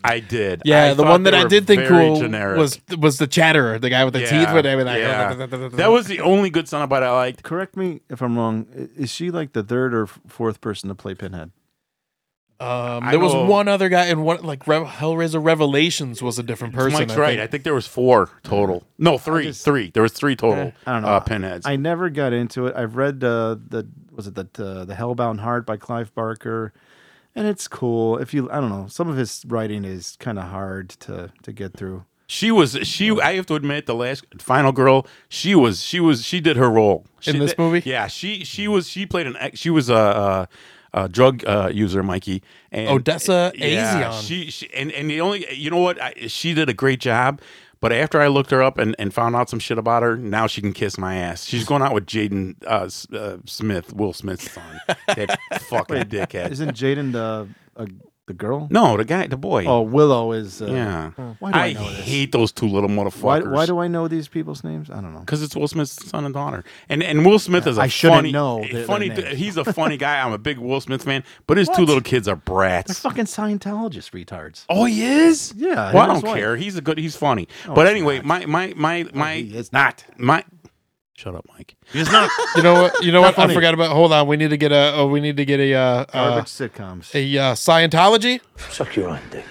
[SPEAKER 3] I did.
[SPEAKER 2] Yeah,
[SPEAKER 3] I
[SPEAKER 2] the
[SPEAKER 3] thought
[SPEAKER 2] one that
[SPEAKER 3] they
[SPEAKER 2] I
[SPEAKER 3] were
[SPEAKER 2] did think
[SPEAKER 3] very
[SPEAKER 2] cool was was the chatterer, the guy with the teeth. With everything.
[SPEAKER 3] yeah. that was the only good Cenobite I liked.
[SPEAKER 1] Correct me if I'm wrong. i- Is she like the third or f- fourth person to play Pinhead?
[SPEAKER 2] Um,
[SPEAKER 3] I
[SPEAKER 2] there was
[SPEAKER 3] know-
[SPEAKER 2] one other guy, and one like Re- Hellraiser Revelations was a different person.
[SPEAKER 3] Mike's
[SPEAKER 2] I
[SPEAKER 3] right.
[SPEAKER 2] think.
[SPEAKER 3] I think there was four total. No, three. three. There was three
[SPEAKER 2] Eh,
[SPEAKER 3] total.
[SPEAKER 1] I don't know.
[SPEAKER 3] Uh, pinheads.
[SPEAKER 1] I never got into it. I've read uh, the was it the uh, the Hellbound Heart by Clive Barker, and it's cool. If you I don't know, some of his writing is kind of hard to to get through.
[SPEAKER 3] she was. She. I have to admit, the last final girl. She was. She was. She did her role
[SPEAKER 2] In
[SPEAKER 3] She
[SPEAKER 2] this
[SPEAKER 3] did-
[SPEAKER 2] movie?
[SPEAKER 3] Yeah. She. She was. She played an. ex- She was a. a a drug uh, user, Mikey, and
[SPEAKER 1] Oh,
[SPEAKER 2] Odessa
[SPEAKER 3] Yeah,
[SPEAKER 2] Azion.
[SPEAKER 3] She, she and, and the only you know what I, she did a great job, but after I looked her up and, and found out some shit about her, now she can kiss my ass. She's going out with Jaden uh, S- uh, Smith, Will Smith's son, that fucking dickhead.
[SPEAKER 1] Isn't Jaden the uh, the girl?
[SPEAKER 3] No, the guy, the boy.
[SPEAKER 1] Oh, Willow is. Uh,
[SPEAKER 3] yeah.
[SPEAKER 1] Why do I,
[SPEAKER 3] I,
[SPEAKER 1] know this?
[SPEAKER 3] hate those two little motherfuckers.
[SPEAKER 1] Why, why do I know these people's names? I don't know.
[SPEAKER 3] because it's Will Smith's son and daughter, and and Will Smith is a
[SPEAKER 1] I shouldn't
[SPEAKER 3] funny,
[SPEAKER 1] know their- their
[SPEAKER 3] funny.
[SPEAKER 1] names.
[SPEAKER 3] he's a funny guy. I'm a big Will Smith fan, but his two little kids are brats.
[SPEAKER 1] Fucking Scientologist retards.
[SPEAKER 3] Oh, he is.
[SPEAKER 1] Yeah,
[SPEAKER 3] Well, I
[SPEAKER 1] and
[SPEAKER 3] don't
[SPEAKER 1] his wife.
[SPEAKER 3] care. He's a good. He's funny. but anyway, my my my my
[SPEAKER 1] He is not.
[SPEAKER 3] my. Shut up, Mike.
[SPEAKER 1] He's not.
[SPEAKER 2] You know what? You know what? I
[SPEAKER 1] funny.
[SPEAKER 2] forgot about. Hold on, we need to get a. Oh, we need to get a. Uh, uh,
[SPEAKER 1] Garbage sitcoms.
[SPEAKER 2] a uh, Scientology.
[SPEAKER 4] Suck your own dick.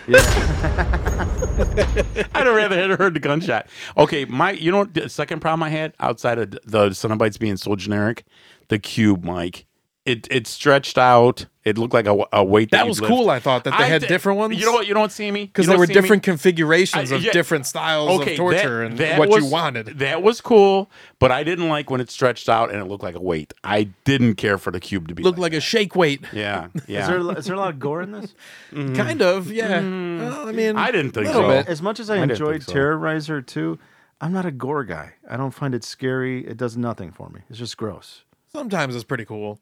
[SPEAKER 3] I'd have rather had heard the gunshot. Okay, my. You know what? The second problem I had outside of the Cenobites being so generic, the cube, Mike. It it stretched out. It looked like a, a weight.
[SPEAKER 2] That
[SPEAKER 3] you
[SPEAKER 2] was
[SPEAKER 3] lift.
[SPEAKER 2] cool. I thought that they
[SPEAKER 3] I
[SPEAKER 2] had
[SPEAKER 3] thi-
[SPEAKER 2] different ones.
[SPEAKER 3] You know what? You don't see me
[SPEAKER 2] Because
[SPEAKER 3] You
[SPEAKER 2] there
[SPEAKER 3] don't
[SPEAKER 2] were
[SPEAKER 3] see me?
[SPEAKER 2] different configurations
[SPEAKER 3] I-
[SPEAKER 2] of
[SPEAKER 3] yeah.
[SPEAKER 2] different styles of torture
[SPEAKER 3] that-
[SPEAKER 2] and
[SPEAKER 3] that
[SPEAKER 2] what you
[SPEAKER 3] was-
[SPEAKER 2] wanted.
[SPEAKER 3] That was cool, but I didn't like when it stretched out and it looked like a weight. I didn't care for the cube to be
[SPEAKER 2] Looked
[SPEAKER 3] like,
[SPEAKER 2] like a shake weight,
[SPEAKER 3] yeah, yeah.
[SPEAKER 1] Is there, is there a lot of gore in this?
[SPEAKER 2] kind of. Yeah. Well, I mean,
[SPEAKER 3] Mm-hmm. I didn't think
[SPEAKER 2] little
[SPEAKER 3] so.
[SPEAKER 2] bit.
[SPEAKER 1] As much as I,
[SPEAKER 3] didn't
[SPEAKER 1] enjoyed
[SPEAKER 3] think so.
[SPEAKER 1] Terrorizer 2, I'm not a gore guy. I don't find it scary. It does nothing for me. It's just gross.
[SPEAKER 2] sometimes it's pretty cool.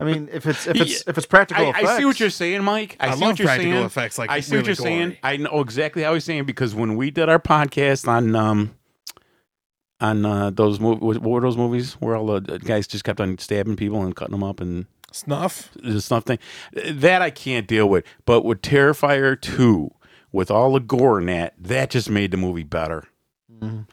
[SPEAKER 1] I mean, if it's if
[SPEAKER 3] Yeah.
[SPEAKER 1] it's if it's practical
[SPEAKER 3] I, I see what
[SPEAKER 1] effects,
[SPEAKER 3] you're saying, Mike. I,
[SPEAKER 2] I
[SPEAKER 3] see
[SPEAKER 2] love
[SPEAKER 3] what you're
[SPEAKER 2] practical
[SPEAKER 3] saying.
[SPEAKER 2] effects, like
[SPEAKER 3] I see
[SPEAKER 2] really
[SPEAKER 3] what you're saying.
[SPEAKER 2] gory.
[SPEAKER 3] I know exactly how he's saying because when we did our podcast on um on uh, those movies, what were those movies where all the guys just kept on stabbing people and cutting them up and
[SPEAKER 2] Snuff.
[SPEAKER 3] the snuff thing that I can't deal with. But with Terrifier two, with all the gore in that, that just made the movie better.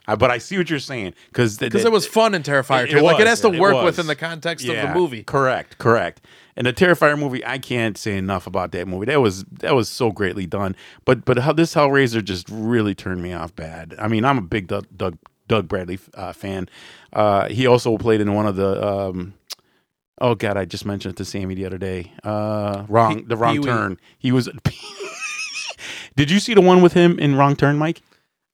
[SPEAKER 3] I, but I see what you're saying because
[SPEAKER 2] Mm-hmm. Because it was fun in Terrifier
[SPEAKER 3] It-
[SPEAKER 2] too.
[SPEAKER 3] it
[SPEAKER 2] like it
[SPEAKER 3] was,
[SPEAKER 2] has to
[SPEAKER 3] it
[SPEAKER 2] work
[SPEAKER 3] was.
[SPEAKER 2] within the context of
[SPEAKER 3] Yeah,
[SPEAKER 2] the movie.
[SPEAKER 3] Correct, correct. And the Terrifier movie, I can't say enough about that movie. That was that was so greatly done. But but how this Hellraiser just really turned me off bad. I mean, I'm a big Doug Doug, Doug Bradley uh, fan. Uh, he also played in one of the. Um, oh God, I just mentioned it to Sammy the other day. Uh, wrong, the wrong
[SPEAKER 2] Pee-wee.
[SPEAKER 3] turn. He was. Did you see the one with him in Wrong Turn, Mike?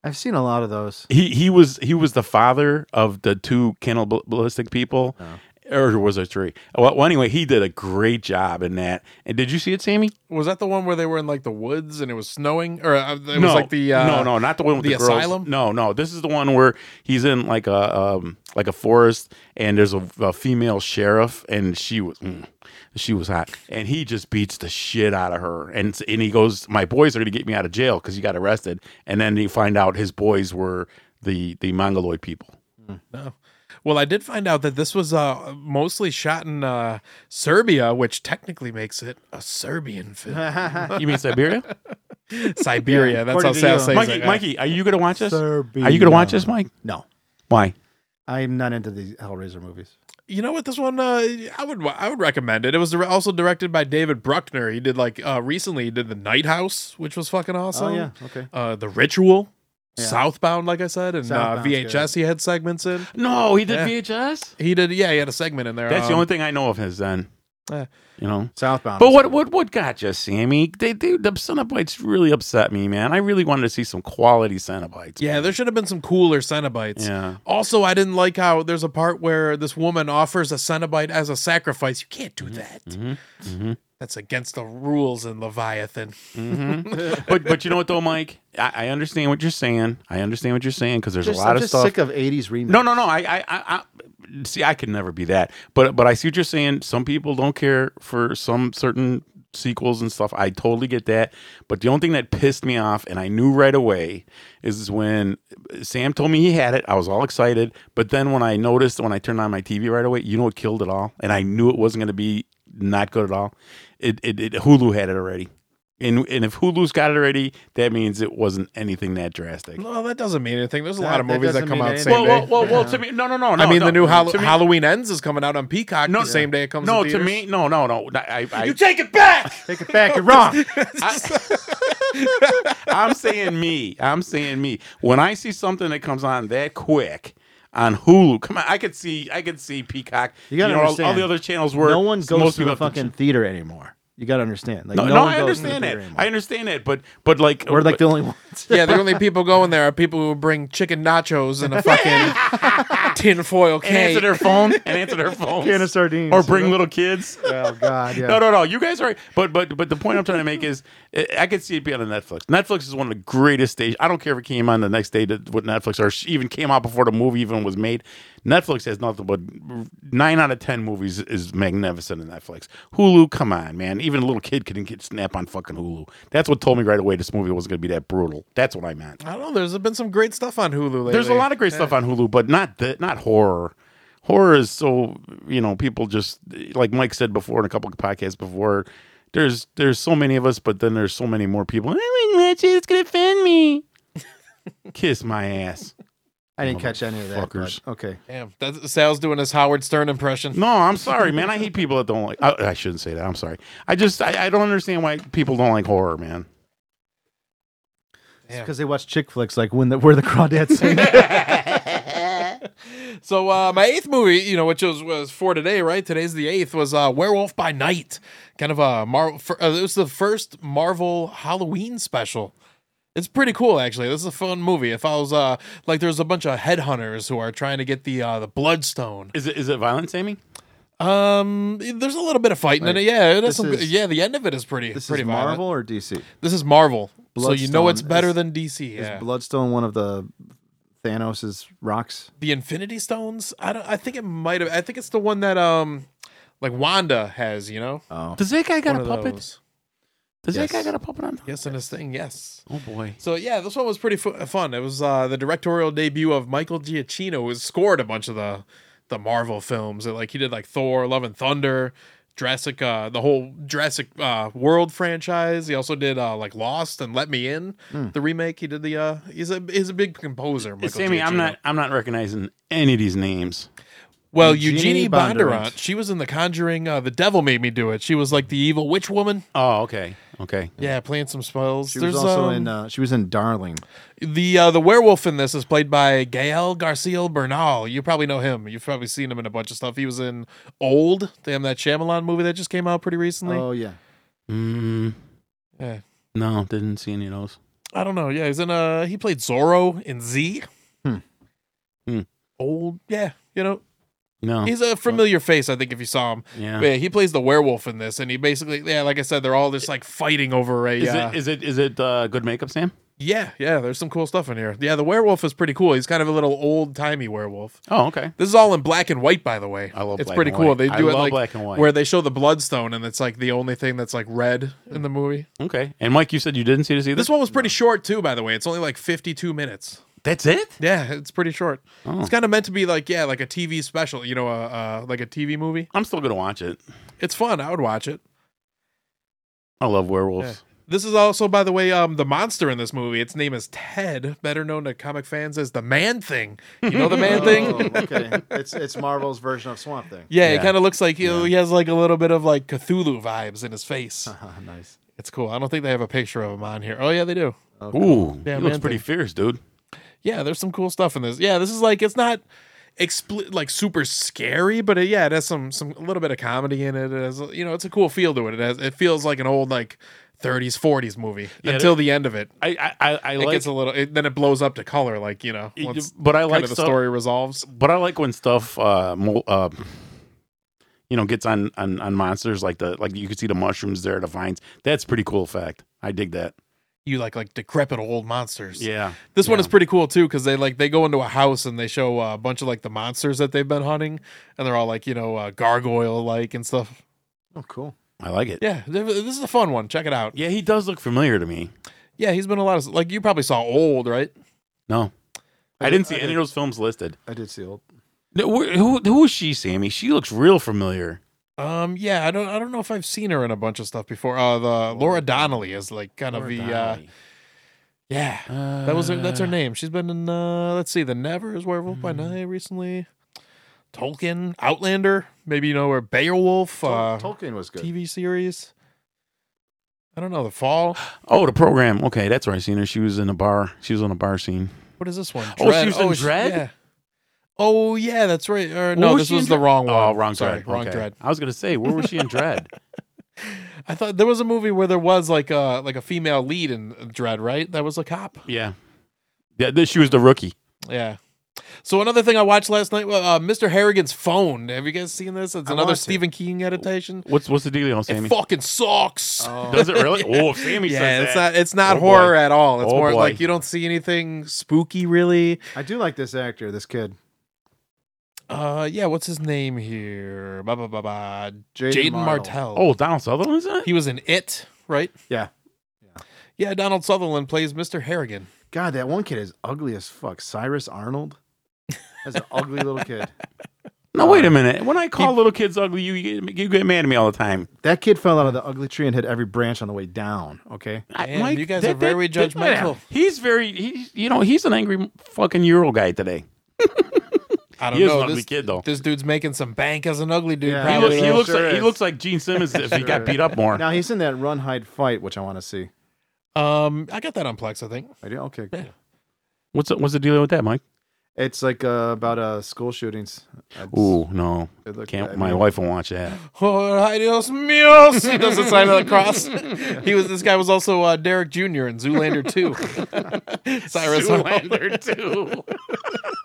[SPEAKER 1] I've seen a lot of those.
[SPEAKER 3] he he was he was the father of the two cannibalistic people,
[SPEAKER 2] Uh-huh.
[SPEAKER 3] or was it three? Well, well, anyway, he did a great job in that. And did you see it, Sammy?
[SPEAKER 2] Was that the one where they were in like the woods and it was snowing, or uh, it was like the uh,
[SPEAKER 3] no, no, not the one with the,
[SPEAKER 2] the
[SPEAKER 3] girls.
[SPEAKER 2] asylum?
[SPEAKER 3] No, no, this is the one where he's in like a um, like a forest, and there's a, a female sheriff, and she was mm, she was hot, and he just beats the shit out of her, and and he goes, my boys are gonna get me out of jail because he got arrested, and then you find out his boys were the the Mongoloid people.
[SPEAKER 2] No. Well, I did find out that this was uh, mostly shot in uh, Serbia, which technically makes it a Serbian film.
[SPEAKER 3] You mean Siberia?
[SPEAKER 2] Siberia. that's how
[SPEAKER 1] according to
[SPEAKER 2] Sal
[SPEAKER 1] you.
[SPEAKER 2] says
[SPEAKER 3] Mikey,
[SPEAKER 2] it. yeah.
[SPEAKER 3] Mikey, are you gonna watch this?
[SPEAKER 1] Serbia.
[SPEAKER 3] Are you gonna watch this, Mike?
[SPEAKER 1] No,
[SPEAKER 3] Why?
[SPEAKER 1] I'm not into these Hellraiser movies.
[SPEAKER 2] You know what? This one, uh, I would I would recommend it. It was dir- also directed by David Bruckner. He did like uh, recently he did the Night House, which was fucking awesome.
[SPEAKER 1] oh yeah, okay.
[SPEAKER 2] Uh, the Ritual,
[SPEAKER 1] Yeah.
[SPEAKER 2] Southbound, like I said, and uh,
[SPEAKER 1] Southbound's
[SPEAKER 2] VHS. He had segments in.
[SPEAKER 3] No, he
[SPEAKER 2] Yeah.
[SPEAKER 3] VHS.
[SPEAKER 2] He did. Yeah, he had a segment in there.
[SPEAKER 3] That's the
[SPEAKER 2] um, eh.
[SPEAKER 3] only thing I know of his then.
[SPEAKER 2] Yeah.
[SPEAKER 3] You know.
[SPEAKER 1] Southbound.
[SPEAKER 3] But what what what got you, Sammy? They, they the Cenobites really upset me, man. I really wanted to see some quality Cenobites.
[SPEAKER 2] Yeah, there should have been some cooler Cenobites.
[SPEAKER 3] Yeah.
[SPEAKER 2] Also, I didn't like how there's a part where this woman offers a Cenobite as a sacrifice. You can't
[SPEAKER 3] Mm-hmm.
[SPEAKER 2] do that. That's against the rules in Leviathan.
[SPEAKER 3] Mm-hmm. but but you know what though, Mike? I, I understand what you're saying. I understand what you're saying because there's
[SPEAKER 1] Just-
[SPEAKER 3] a lot
[SPEAKER 1] I'm
[SPEAKER 3] of
[SPEAKER 1] just
[SPEAKER 3] stuff.
[SPEAKER 1] sick of 80s remakes.
[SPEAKER 3] No, no, no. I, I, I, I see. I could never be that. But, but I see what you're saying. Some people don't care for some certain sequels and stuff. I totally get that. But the only thing that pissed me off, and I knew right away, is when Sam told me he had it. I was all excited. But then when I noticed, when I turned on my TV right away, you know what killed it all? And I knew it wasn't going to be not good at all. It, it, it Hulu had it already. And and if Hulu's got it already, that means it wasn't anything that drastic.
[SPEAKER 2] No, that doesn't mean anything. There's a
[SPEAKER 1] That-
[SPEAKER 2] lot of
[SPEAKER 1] that
[SPEAKER 2] movies that,
[SPEAKER 1] doesn't
[SPEAKER 2] come
[SPEAKER 1] mean
[SPEAKER 2] out
[SPEAKER 1] anything.
[SPEAKER 2] same day.
[SPEAKER 3] Well, well, well, well, to me, no, no, no, no.
[SPEAKER 2] I mean,
[SPEAKER 3] no.
[SPEAKER 2] the new Hall-
[SPEAKER 3] To me-
[SPEAKER 2] Halloween Ends is coming out on Peacock
[SPEAKER 3] No,
[SPEAKER 2] the same day it comes.
[SPEAKER 3] No,
[SPEAKER 2] in
[SPEAKER 3] to
[SPEAKER 2] theaters.
[SPEAKER 3] me, no, no, no. I, I,
[SPEAKER 2] you take it back.
[SPEAKER 1] Take it back. You're wrong.
[SPEAKER 3] I'm saying me. I'm saying me. When I see something that comes on that quick on Hulu, come on, I could see, I could see Peacock.
[SPEAKER 1] You gotta
[SPEAKER 3] know, all- all,
[SPEAKER 1] understand,
[SPEAKER 3] the other channels were.
[SPEAKER 1] no one goes
[SPEAKER 3] most
[SPEAKER 1] to the
[SPEAKER 3] people have
[SPEAKER 1] fucking theater anymore. You got to understand. Like,
[SPEAKER 3] No, no,
[SPEAKER 1] one
[SPEAKER 3] I
[SPEAKER 1] goes to the
[SPEAKER 3] understand that.
[SPEAKER 1] theater anymore.
[SPEAKER 3] I understand that. But, but like,
[SPEAKER 1] We're like the only ones.
[SPEAKER 2] yeah, the only people going there are people who bring chicken nachos in a fucking tinfoil
[SPEAKER 3] and answer
[SPEAKER 2] can.
[SPEAKER 3] their phone and answer their phone
[SPEAKER 1] Can of sardines.
[SPEAKER 3] or bring little kids.
[SPEAKER 1] Oh God, yeah.
[SPEAKER 3] uh, No, no, no. You guys are. But but but the point I'm trying to make is, I I could see it being on Netflix. Netflix is one of the greatest stations. I don't care if it came on the next day to, with Netflix or even came out before the movie even was made. Netflix has nothing but nine out of ten movies is magnificent in Netflix. Hulu, come on, man. Even a little kid couldn't get snap on fucking Hulu. That's what told me right away this movie wasn't going to be that brutal. That's what I meant.
[SPEAKER 2] I don't know. There's been some great stuff on Hulu lately.
[SPEAKER 3] There's a lot of great stuff on Hulu, but not the, not horror. Horror is so you know people just like Mike said before in a couple of podcasts before. There's there's so many of us, but then there's so many more people. I wouldn't watch it. It's gonna offend me. Kiss my ass.
[SPEAKER 1] I didn't catch any of that.
[SPEAKER 3] Fuckers.
[SPEAKER 1] but okay.
[SPEAKER 2] Damn, that's Sal's doing his Howard Stern impression.
[SPEAKER 3] No, I'm sorry, man. I hate people that don't like. I, I shouldn't say that. I'm sorry. I just I, I don't understand why people don't like horror, man.
[SPEAKER 2] Yeah.
[SPEAKER 1] Because they watch chick flicks, like when the where the crawdads sing.
[SPEAKER 2] So uh, my eighth movie, you know, which was, was for today, right? Today's the eighth was uh, Werewolf by Night, kind of a Marvel. Uh, it was the first Marvel Halloween special. It's pretty cool, actually. This is a fun movie. It follows uh, like there's a bunch of headhunters who are trying to get the uh, the Bloodstone.
[SPEAKER 3] Is it is it violent, Sammy?
[SPEAKER 2] Um, there's a little bit of fighting in it. Yeah, it
[SPEAKER 1] this
[SPEAKER 2] has some.
[SPEAKER 1] is-
[SPEAKER 2] yeah, the end of it is pretty.
[SPEAKER 1] this
[SPEAKER 2] pretty
[SPEAKER 1] is
[SPEAKER 2] violent.
[SPEAKER 1] Marvel or DC?
[SPEAKER 2] This is Marvel. so you know
[SPEAKER 1] Bloodstone
[SPEAKER 2] it's better
[SPEAKER 1] is-
[SPEAKER 2] than DC. Yeah.
[SPEAKER 1] Is Bloodstone one of the Thanos' rocks?
[SPEAKER 2] the Infinity Stones. I don't. I think it might have. I think it's the one that um, like Wanda has. You know,
[SPEAKER 1] Oh,
[SPEAKER 3] Does that guy got
[SPEAKER 2] One
[SPEAKER 3] a
[SPEAKER 2] of
[SPEAKER 3] puppet?
[SPEAKER 2] those.
[SPEAKER 3] Does
[SPEAKER 1] Yes.
[SPEAKER 3] that guy got a puppet on?
[SPEAKER 2] Yes, in his thing. Yes.
[SPEAKER 3] Oh boy.
[SPEAKER 2] So yeah, this one was pretty fu- fun. It was uh, the directorial debut of Michael Giacchino, who scored a bunch of the the Marvel films. And, like he did like Thor, Love and Thunder, Jurassic, uh, the whole Jurassic uh, World franchise. He also did uh, like Lost and Let Me In, the remake. He did the. Uh, he's a he's a big composer. Michael
[SPEAKER 3] Sammy, I'm
[SPEAKER 2] Giacchino.
[SPEAKER 3] not I'm not recognizing any of these names.
[SPEAKER 2] Well,
[SPEAKER 1] Eugenie
[SPEAKER 2] Eugenie, Bondurant,
[SPEAKER 1] Bondurant.
[SPEAKER 2] she was in The Conjuring. Uh, the Devil Made Me Do It. She was like the evil witch woman.
[SPEAKER 3] Oh, okay. Okay.
[SPEAKER 2] Yeah, playing some spells.
[SPEAKER 1] she was also
[SPEAKER 2] um,
[SPEAKER 1] in. Uh, she was in Darling.
[SPEAKER 2] the uh, the werewolf in this is played by Gael Garcia Bernal. You probably know him. You've probably seen him in a bunch of stuff. He was in Old, damn that Shyamalan movie that just came out pretty recently.
[SPEAKER 3] Uh,
[SPEAKER 1] Oh yeah.
[SPEAKER 3] Mm,
[SPEAKER 2] Yeah.
[SPEAKER 3] no, didn't see any of those.
[SPEAKER 2] I don't know. Yeah, he's in uh he played Zorro in Z.
[SPEAKER 1] Hmm.
[SPEAKER 3] Hmm.
[SPEAKER 2] Old, yeah, you know,
[SPEAKER 3] No.
[SPEAKER 2] he's a familiar face. I think if you saw him,
[SPEAKER 3] yeah.
[SPEAKER 2] yeah, he plays the werewolf in this, and he basically, yeah, like I said, they're all just like fighting over a.
[SPEAKER 3] Is
[SPEAKER 2] uh,
[SPEAKER 3] it is it is it uh, good makeup, Sam?
[SPEAKER 2] yeah, yeah, there's some cool stuff in here. Yeah, the werewolf is pretty cool. He's kind of a little old timey werewolf.
[SPEAKER 3] Oh, okay.
[SPEAKER 2] This is all in black and white, by the way.
[SPEAKER 3] I love
[SPEAKER 2] It's
[SPEAKER 3] black
[SPEAKER 2] pretty
[SPEAKER 3] and
[SPEAKER 2] cool.
[SPEAKER 3] white.
[SPEAKER 2] They do
[SPEAKER 3] I
[SPEAKER 2] it
[SPEAKER 3] love
[SPEAKER 2] like
[SPEAKER 3] black and white.
[SPEAKER 2] where they show the bloodstone, and it's like the only thing that's like red in the movie.
[SPEAKER 3] Okay. And Mike, you said you didn't see this either.
[SPEAKER 2] This one was pretty short too, by the way. It's only like 52 minutes.
[SPEAKER 3] That's it.
[SPEAKER 2] Yeah, it's pretty short.
[SPEAKER 3] Oh.
[SPEAKER 2] It's kind of meant to be like yeah, like a TV special, you know, uh, uh, like a TV movie.
[SPEAKER 3] I'm still gonna watch it.
[SPEAKER 2] It's fun. I would watch it.
[SPEAKER 3] I love werewolves.
[SPEAKER 2] This is also, by the way, um, the monster in this movie. Its name is Ted, better known to comic fans as the Man Thing. You know the Man
[SPEAKER 1] Oh,
[SPEAKER 2] Thing?
[SPEAKER 1] okay. It's it's Marvel's version of Swamp Thing.
[SPEAKER 2] Yeah, it
[SPEAKER 3] Yeah.
[SPEAKER 2] kind of looks like you know, he has like a little bit of like Cthulhu vibes in his face.
[SPEAKER 1] nice.
[SPEAKER 2] It's cool. I don't think they have a picture of him on here. Oh yeah, they do.
[SPEAKER 3] Ooh,
[SPEAKER 2] Yeah,
[SPEAKER 3] he looks
[SPEAKER 2] man thing.
[SPEAKER 3] pretty fierce, dude.
[SPEAKER 2] Yeah, there's some cool stuff in this. Yeah, this is like it's not expli- like super scary, but it, yeah, it has some some a little bit of comedy in it. It has you know, it's a cool feel to it. It has it feels like an old like 30s 40s movie
[SPEAKER 3] Yeah,
[SPEAKER 2] until the end of it.
[SPEAKER 3] I I, I, I
[SPEAKER 2] It
[SPEAKER 3] like,
[SPEAKER 2] gets a little it, then it blows up to color like, you know, once
[SPEAKER 3] but I
[SPEAKER 2] kind
[SPEAKER 3] like
[SPEAKER 2] of the
[SPEAKER 3] stuff-
[SPEAKER 2] story resolves.
[SPEAKER 3] but I like when stuff uh, mo- uh you know gets on, on on monsters like the like you can see the mushrooms there, the vines. That's pretty cool effect. I dig that.
[SPEAKER 2] You like like decrepit old monsters.
[SPEAKER 3] Yeah.
[SPEAKER 2] This one
[SPEAKER 3] Yeah.
[SPEAKER 2] is pretty cool too because they like they go into a house and they show uh, a bunch of like the monsters that they've been hunting and they're all like you know uh, gargoyle like and stuff.
[SPEAKER 1] Oh, cool.
[SPEAKER 3] I like it.
[SPEAKER 2] Yeah, th- this is a fun one. Check it out.
[SPEAKER 3] Yeah, he does look familiar to me.
[SPEAKER 2] Yeah, he's been a lot of like you probably saw old right.
[SPEAKER 3] No. I,
[SPEAKER 1] I
[SPEAKER 3] didn't
[SPEAKER 1] did-
[SPEAKER 3] see
[SPEAKER 1] I
[SPEAKER 3] any
[SPEAKER 1] did.
[SPEAKER 3] of those films listed.
[SPEAKER 1] I did see old.
[SPEAKER 3] No, wh- Who, who is she, Sammy? She looks real familiar.
[SPEAKER 2] Um, yeah, I don't, I don't know if I've seen her in a bunch of stuff before. Uh, the Laura Donnelly is like kind of the, uh, yeah, that was her, that's her
[SPEAKER 3] Uh,
[SPEAKER 2] name. She's been in, uh, let's see, The Nevers, Werewolf
[SPEAKER 3] Hmm.
[SPEAKER 2] by Night recently, Tolkien, Outlander, maybe you know her, Beowulf, uh,
[SPEAKER 4] Tolkien was good.
[SPEAKER 2] TV series. I don't know the fall.
[SPEAKER 3] Oh, the program. Okay, that's where I seen her. She was in a bar. She was on a bar scene.
[SPEAKER 2] What is this one?
[SPEAKER 3] Oh, she was in
[SPEAKER 2] sh-
[SPEAKER 3] Dread?
[SPEAKER 2] yeah. Oh yeah, that's right. Or,
[SPEAKER 3] Where
[SPEAKER 2] no,
[SPEAKER 3] was
[SPEAKER 2] this
[SPEAKER 3] she
[SPEAKER 2] was
[SPEAKER 3] in
[SPEAKER 2] the
[SPEAKER 3] Dread?
[SPEAKER 2] wrong one.
[SPEAKER 3] Oh, wrong
[SPEAKER 2] Sorry,
[SPEAKER 3] dread.
[SPEAKER 2] Wrong
[SPEAKER 3] Okay.
[SPEAKER 2] dread.
[SPEAKER 3] I was gonna say, where was she in Dread?
[SPEAKER 2] I thought there was a movie where there was like a like a female lead in Dread, right? That was a cop.
[SPEAKER 3] yeah, yeah. This, she was the rookie.
[SPEAKER 2] Yeah. So another thing I watched last night, well, uh, Mr. Harrigan's Phone. Have you guys seen this? It's
[SPEAKER 4] I
[SPEAKER 2] another
[SPEAKER 4] watched it.
[SPEAKER 2] Stephen King adaptation.
[SPEAKER 3] What's what's the deal, on
[SPEAKER 2] It
[SPEAKER 3] Sammy?
[SPEAKER 2] fucking sucks.
[SPEAKER 4] Oh,
[SPEAKER 3] Does it really? Oh, if Sammy
[SPEAKER 2] yeah,
[SPEAKER 3] says
[SPEAKER 2] it's
[SPEAKER 3] that.
[SPEAKER 2] not it's not
[SPEAKER 3] Oh, boy.
[SPEAKER 2] horror at all. It's
[SPEAKER 3] Oh,
[SPEAKER 2] more
[SPEAKER 3] boy.
[SPEAKER 2] like you don't see anything spooky really.
[SPEAKER 1] I do like this actor, this kid,
[SPEAKER 2] Uh yeah, what's his name here? Ba ba ba ba.
[SPEAKER 1] Jaden
[SPEAKER 2] Jaden
[SPEAKER 1] Martell.
[SPEAKER 2] Martell.
[SPEAKER 3] Oh, Donald Sutherland is in it?
[SPEAKER 2] he was in It, right?
[SPEAKER 1] Yeah.
[SPEAKER 2] Yeah, Donald Sutherland plays Mr. Harrigan.
[SPEAKER 1] God, that one kid is ugly as fuck. Cyrus Arnold. That's an ugly little kid.
[SPEAKER 3] No, wait a minute. When I call little kids ugly, you you get, you get mad at me all the time.
[SPEAKER 1] That kid fell out of the ugly tree and hit every branch on the way down. Okay.
[SPEAKER 3] I-
[SPEAKER 2] Damn, you guys are very judgmental.
[SPEAKER 3] he's very he, you know he's an angry fucking Euro guy today.
[SPEAKER 2] I don't
[SPEAKER 3] He is
[SPEAKER 2] know.
[SPEAKER 3] an ugly
[SPEAKER 2] this,
[SPEAKER 3] kid, though.
[SPEAKER 2] this dude's making some bank as an ugly dude.
[SPEAKER 1] Yeah. He
[SPEAKER 3] He
[SPEAKER 2] probably.
[SPEAKER 3] looks, he
[SPEAKER 1] Sure
[SPEAKER 3] looks like he
[SPEAKER 1] is.
[SPEAKER 3] looks like Gene Simmons if he
[SPEAKER 1] Sure.
[SPEAKER 3] got beat up more.
[SPEAKER 1] Now he's in that run hide fight, which I want to see.
[SPEAKER 2] um, I got that on Plex, I think.
[SPEAKER 1] I do. Okay.
[SPEAKER 2] Yeah.
[SPEAKER 3] What's the, what's the deal with that, Mike?
[SPEAKER 1] It's like uh, about uh, school shootings. It's-
[SPEAKER 3] Ooh, no,
[SPEAKER 1] it looked-
[SPEAKER 3] can't.
[SPEAKER 1] I
[SPEAKER 3] my
[SPEAKER 1] mean,
[SPEAKER 3] wife will watch that.
[SPEAKER 2] Oh, ay, Dios míos. He does the sign of the cross. he was this guy was also uh, Derek Jr. in Zoolander 2. Cyrus Arnold.
[SPEAKER 3] Zoolander too.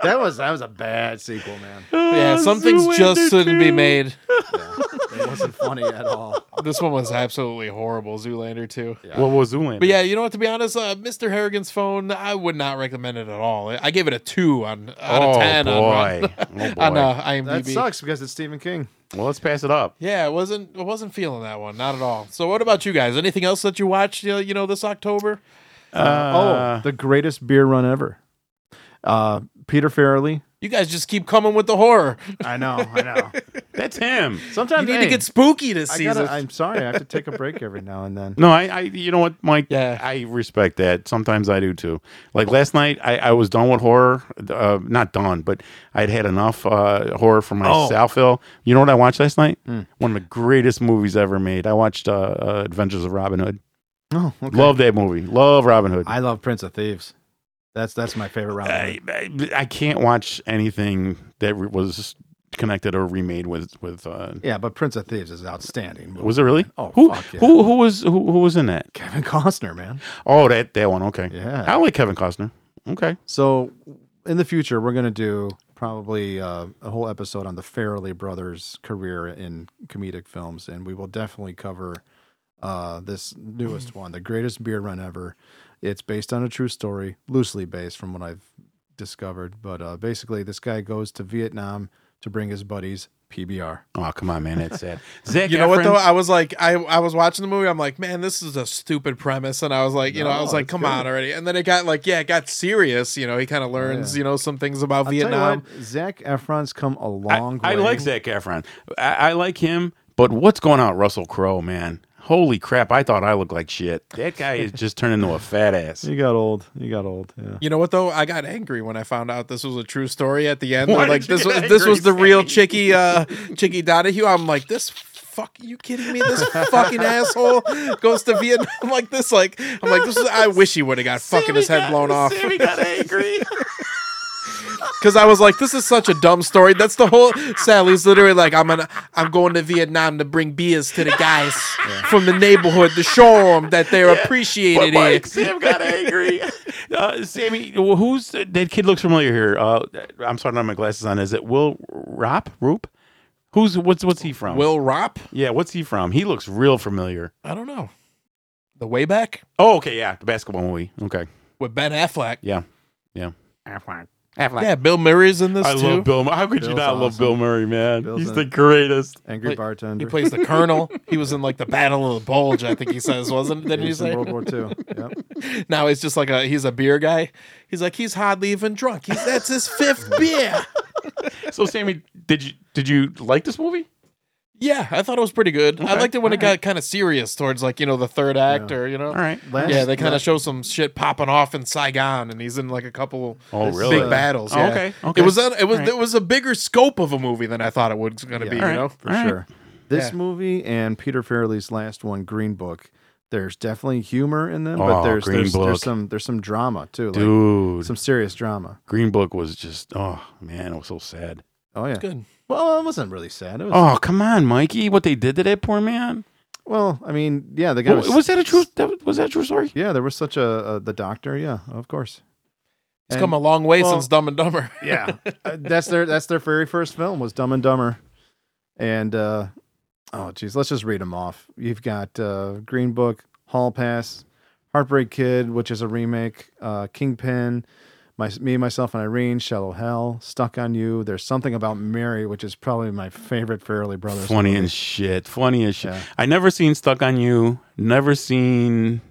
[SPEAKER 1] That was that was a bad sequel, man.
[SPEAKER 2] Yeah, some things just shouldn't be made.
[SPEAKER 1] It wasn't funny at all.
[SPEAKER 2] This one was absolutely horrible, Zoolander 2.
[SPEAKER 3] What was Zoolander?
[SPEAKER 2] But yeah, you know what? To be honest, uh, Mr. Harrigan's phone, I would not recommend it at all. I gave it a two on out
[SPEAKER 3] oh
[SPEAKER 2] of ten on Rotten-
[SPEAKER 3] boy, oh boy.
[SPEAKER 2] on, uh,
[SPEAKER 1] That
[SPEAKER 2] IMDb.
[SPEAKER 1] sucks because it's Stephen King.
[SPEAKER 3] well, let's pass it up.
[SPEAKER 2] Yeah, it wasn't. I wasn't feeling that one, not at all. So, what about you guys? Anything else that you watched? Uh, you know, this October.
[SPEAKER 3] Uh,
[SPEAKER 1] oh, the greatest beer run ever. Uh, Peter Farrelly.
[SPEAKER 2] You guys just keep coming with the horror.
[SPEAKER 1] I know. I know.
[SPEAKER 3] that's him.
[SPEAKER 1] Sometimes
[SPEAKER 2] You need
[SPEAKER 1] hey,
[SPEAKER 2] to get spooky this
[SPEAKER 1] I
[SPEAKER 2] season.
[SPEAKER 1] gotta, I'm sorry, I have to take a break every now and then.
[SPEAKER 3] No, I, I, you know what, Mike?
[SPEAKER 2] Yeah.
[SPEAKER 3] I respect that. Sometimes I do too. Like last night, I, I was done with horror. Uh, not done, but I'd had enough uh, horror for
[SPEAKER 2] Oh.
[SPEAKER 3] myself. Phil. You know what I watched last night?
[SPEAKER 1] Hmm.
[SPEAKER 3] One of the greatest movies ever made. I watched uh, uh, Adventures of Robin Hood.
[SPEAKER 1] No, Oh, okay.
[SPEAKER 3] Love that movie. Love Robin Hood. I,
[SPEAKER 1] I love Prince of Thieves. That's that's my favorite round.
[SPEAKER 3] I, I can't watch anything that re- was connected or remade with with. Uh,
[SPEAKER 1] yeah, but Prince of Thieves is an outstanding. Movie.
[SPEAKER 3] was it really?
[SPEAKER 1] Oh,
[SPEAKER 3] who
[SPEAKER 1] fuck yeah.
[SPEAKER 3] who who was who, who was in that?
[SPEAKER 1] Kevin Costner, man.
[SPEAKER 3] Oh, that that one. Okay,
[SPEAKER 1] Yeah.
[SPEAKER 3] I like Kevin Costner. Okay,
[SPEAKER 1] So in the future, we're gonna do probably uh, a whole episode on the Farrelly brothers' career in comedic films, and we will definitely cover uh, this newest one, the greatest beer run ever. It's based on a true story, loosely based from what I've discovered, but uh, basically, this guy goes to Vietnam to bring his buddies PBR.
[SPEAKER 3] Oh come on, man, that's sad. Zach,
[SPEAKER 2] you know what though?
[SPEAKER 3] Efron-
[SPEAKER 2] I was like, I, I was watching the movie. I'm like, man, this is a stupid premise. And I was like, you know, I was
[SPEAKER 1] No,
[SPEAKER 2] like,
[SPEAKER 1] it's
[SPEAKER 2] come
[SPEAKER 1] good.
[SPEAKER 2] on already. And then it got like, yeah, it got serious. You know, he kind of learns, you know, some things about
[SPEAKER 1] I'll tell you
[SPEAKER 2] Vietnam.
[SPEAKER 1] what, Zac Efron's come a
[SPEAKER 3] I-
[SPEAKER 1] long
[SPEAKER 3] I,
[SPEAKER 1] way.
[SPEAKER 3] like Zach Efron. I, I like him, but what's going on, with Russell Crowe, man? Holy crap! I thought I looked like shit. That guy is just turned into a fat ass.
[SPEAKER 1] You got old. You got old. Yeah.
[SPEAKER 2] You know what though? I got angry when I found out this was a true story at the end.
[SPEAKER 3] Why
[SPEAKER 2] They're like
[SPEAKER 3] did you
[SPEAKER 2] this was
[SPEAKER 3] get
[SPEAKER 2] this was
[SPEAKER 3] angry,
[SPEAKER 2] the real
[SPEAKER 3] Sammy?
[SPEAKER 2] Chicky uh Chicky Donahue. I'm like this fuck you kidding me? This fucking asshole goes to Vietnam like this like I'm like this is, I wish he would have got fucking his head blown off
[SPEAKER 3] Sammy got angry.
[SPEAKER 2] cuz I was like this is such a dumb story. That's the whole Sally's literally like I'm an, I'm going to Vietnam to bring beers to the guys from the neighborhood to show them that they're
[SPEAKER 3] But
[SPEAKER 2] appreciated here.
[SPEAKER 3] Mike, Sam got angry. Uh, Sammy, wh- who's that kid? Looks familiar here. Uh, I'm sorry, I don't have my glasses on. Is it Will Rop? Roop? Who's what's what's he from?
[SPEAKER 2] Will Rop?
[SPEAKER 3] Yeah, what's he from? He looks real familiar.
[SPEAKER 2] I don't know. The way back
[SPEAKER 3] Oh, okay, yeah, the basketball movie. Okay,
[SPEAKER 2] with Ben Affleck.
[SPEAKER 3] yeah, yeah.
[SPEAKER 2] Yeah, Bill Murray's in this
[SPEAKER 3] I
[SPEAKER 2] too.
[SPEAKER 3] love Bill. Murray. How could you
[SPEAKER 1] Bill's
[SPEAKER 3] not love
[SPEAKER 1] awesome.
[SPEAKER 3] Bill Murray, man?
[SPEAKER 1] Bill's
[SPEAKER 3] He's
[SPEAKER 1] a-
[SPEAKER 3] the greatest.
[SPEAKER 1] Angry
[SPEAKER 2] Wait,
[SPEAKER 1] bartender.
[SPEAKER 2] He plays the colonel. he was in like the Battle of the Bulge, I think he says, wasn't it? Didn't he
[SPEAKER 1] He's in
[SPEAKER 2] say?
[SPEAKER 1] World War II. Yep.
[SPEAKER 2] Now he's just like a he's a beer guy. He's like he's hardly even drunk. He's that's his fifth beer.
[SPEAKER 3] So, Sammy, did you did you like this movie?
[SPEAKER 2] Yeah, I thought it was pretty good. I
[SPEAKER 3] Okay,
[SPEAKER 2] liked it when it
[SPEAKER 3] all right.
[SPEAKER 2] got kind of serious towards like you know the third act or you know.
[SPEAKER 3] All right.
[SPEAKER 1] Last-
[SPEAKER 2] Yeah, they kind
[SPEAKER 1] la-
[SPEAKER 2] of show some shit popping off in Saigon, and he's in like a couple
[SPEAKER 3] Oh,
[SPEAKER 2] big
[SPEAKER 3] really?
[SPEAKER 2] battles.
[SPEAKER 3] Oh,
[SPEAKER 2] yeah.
[SPEAKER 3] okay, okay.
[SPEAKER 2] It was a, it was
[SPEAKER 3] All right.
[SPEAKER 2] it was a bigger scope of a movie than I thought it was going to
[SPEAKER 1] Yeah.
[SPEAKER 2] be.
[SPEAKER 1] All
[SPEAKER 2] You
[SPEAKER 3] right.
[SPEAKER 2] know,
[SPEAKER 1] for
[SPEAKER 3] All right.
[SPEAKER 1] sure. This
[SPEAKER 2] Yeah.
[SPEAKER 1] movie and Peter Farrelly's last one, Green Book. There's definitely humor in them, but
[SPEAKER 3] Oh,
[SPEAKER 1] there's
[SPEAKER 3] Green
[SPEAKER 1] there's,
[SPEAKER 3] Book.
[SPEAKER 1] there's some there's some drama too, like
[SPEAKER 3] Dude,
[SPEAKER 1] some serious drama.
[SPEAKER 3] Green Book was just oh man, it was so sad.
[SPEAKER 1] Oh yeah.
[SPEAKER 2] good.
[SPEAKER 1] Well, it wasn't really sad. It was
[SPEAKER 3] Oh come on, Mikey, what they did to that poor man?
[SPEAKER 1] well, I mean, yeah, the guy
[SPEAKER 3] Wa-
[SPEAKER 1] was,
[SPEAKER 3] was, that a true? That, was- was that a true story?
[SPEAKER 1] Yeah, there was such a, a the doctor. Yeah, of course.
[SPEAKER 2] It's
[SPEAKER 1] And-
[SPEAKER 2] come a long way
[SPEAKER 1] well-
[SPEAKER 2] since Dumb and Dumber.
[SPEAKER 1] yeah, Uh, that's their that's their very first film was Dumb and Dumber, and uh, oh geez, let's just read them off. You've got uh, Green Book, Hall Pass, Heartbreak Kid, which is a remake, uh, Kingpin, my me myself and Irene, Shallow Hell, Stuck on You. There's something about Mary, which is probably my favorite Farrelly Brothers.
[SPEAKER 3] Funny
[SPEAKER 1] movie.
[SPEAKER 3] as shit. Funny as shit.
[SPEAKER 1] Yeah.
[SPEAKER 3] I never seen Stuck on You. Never seen.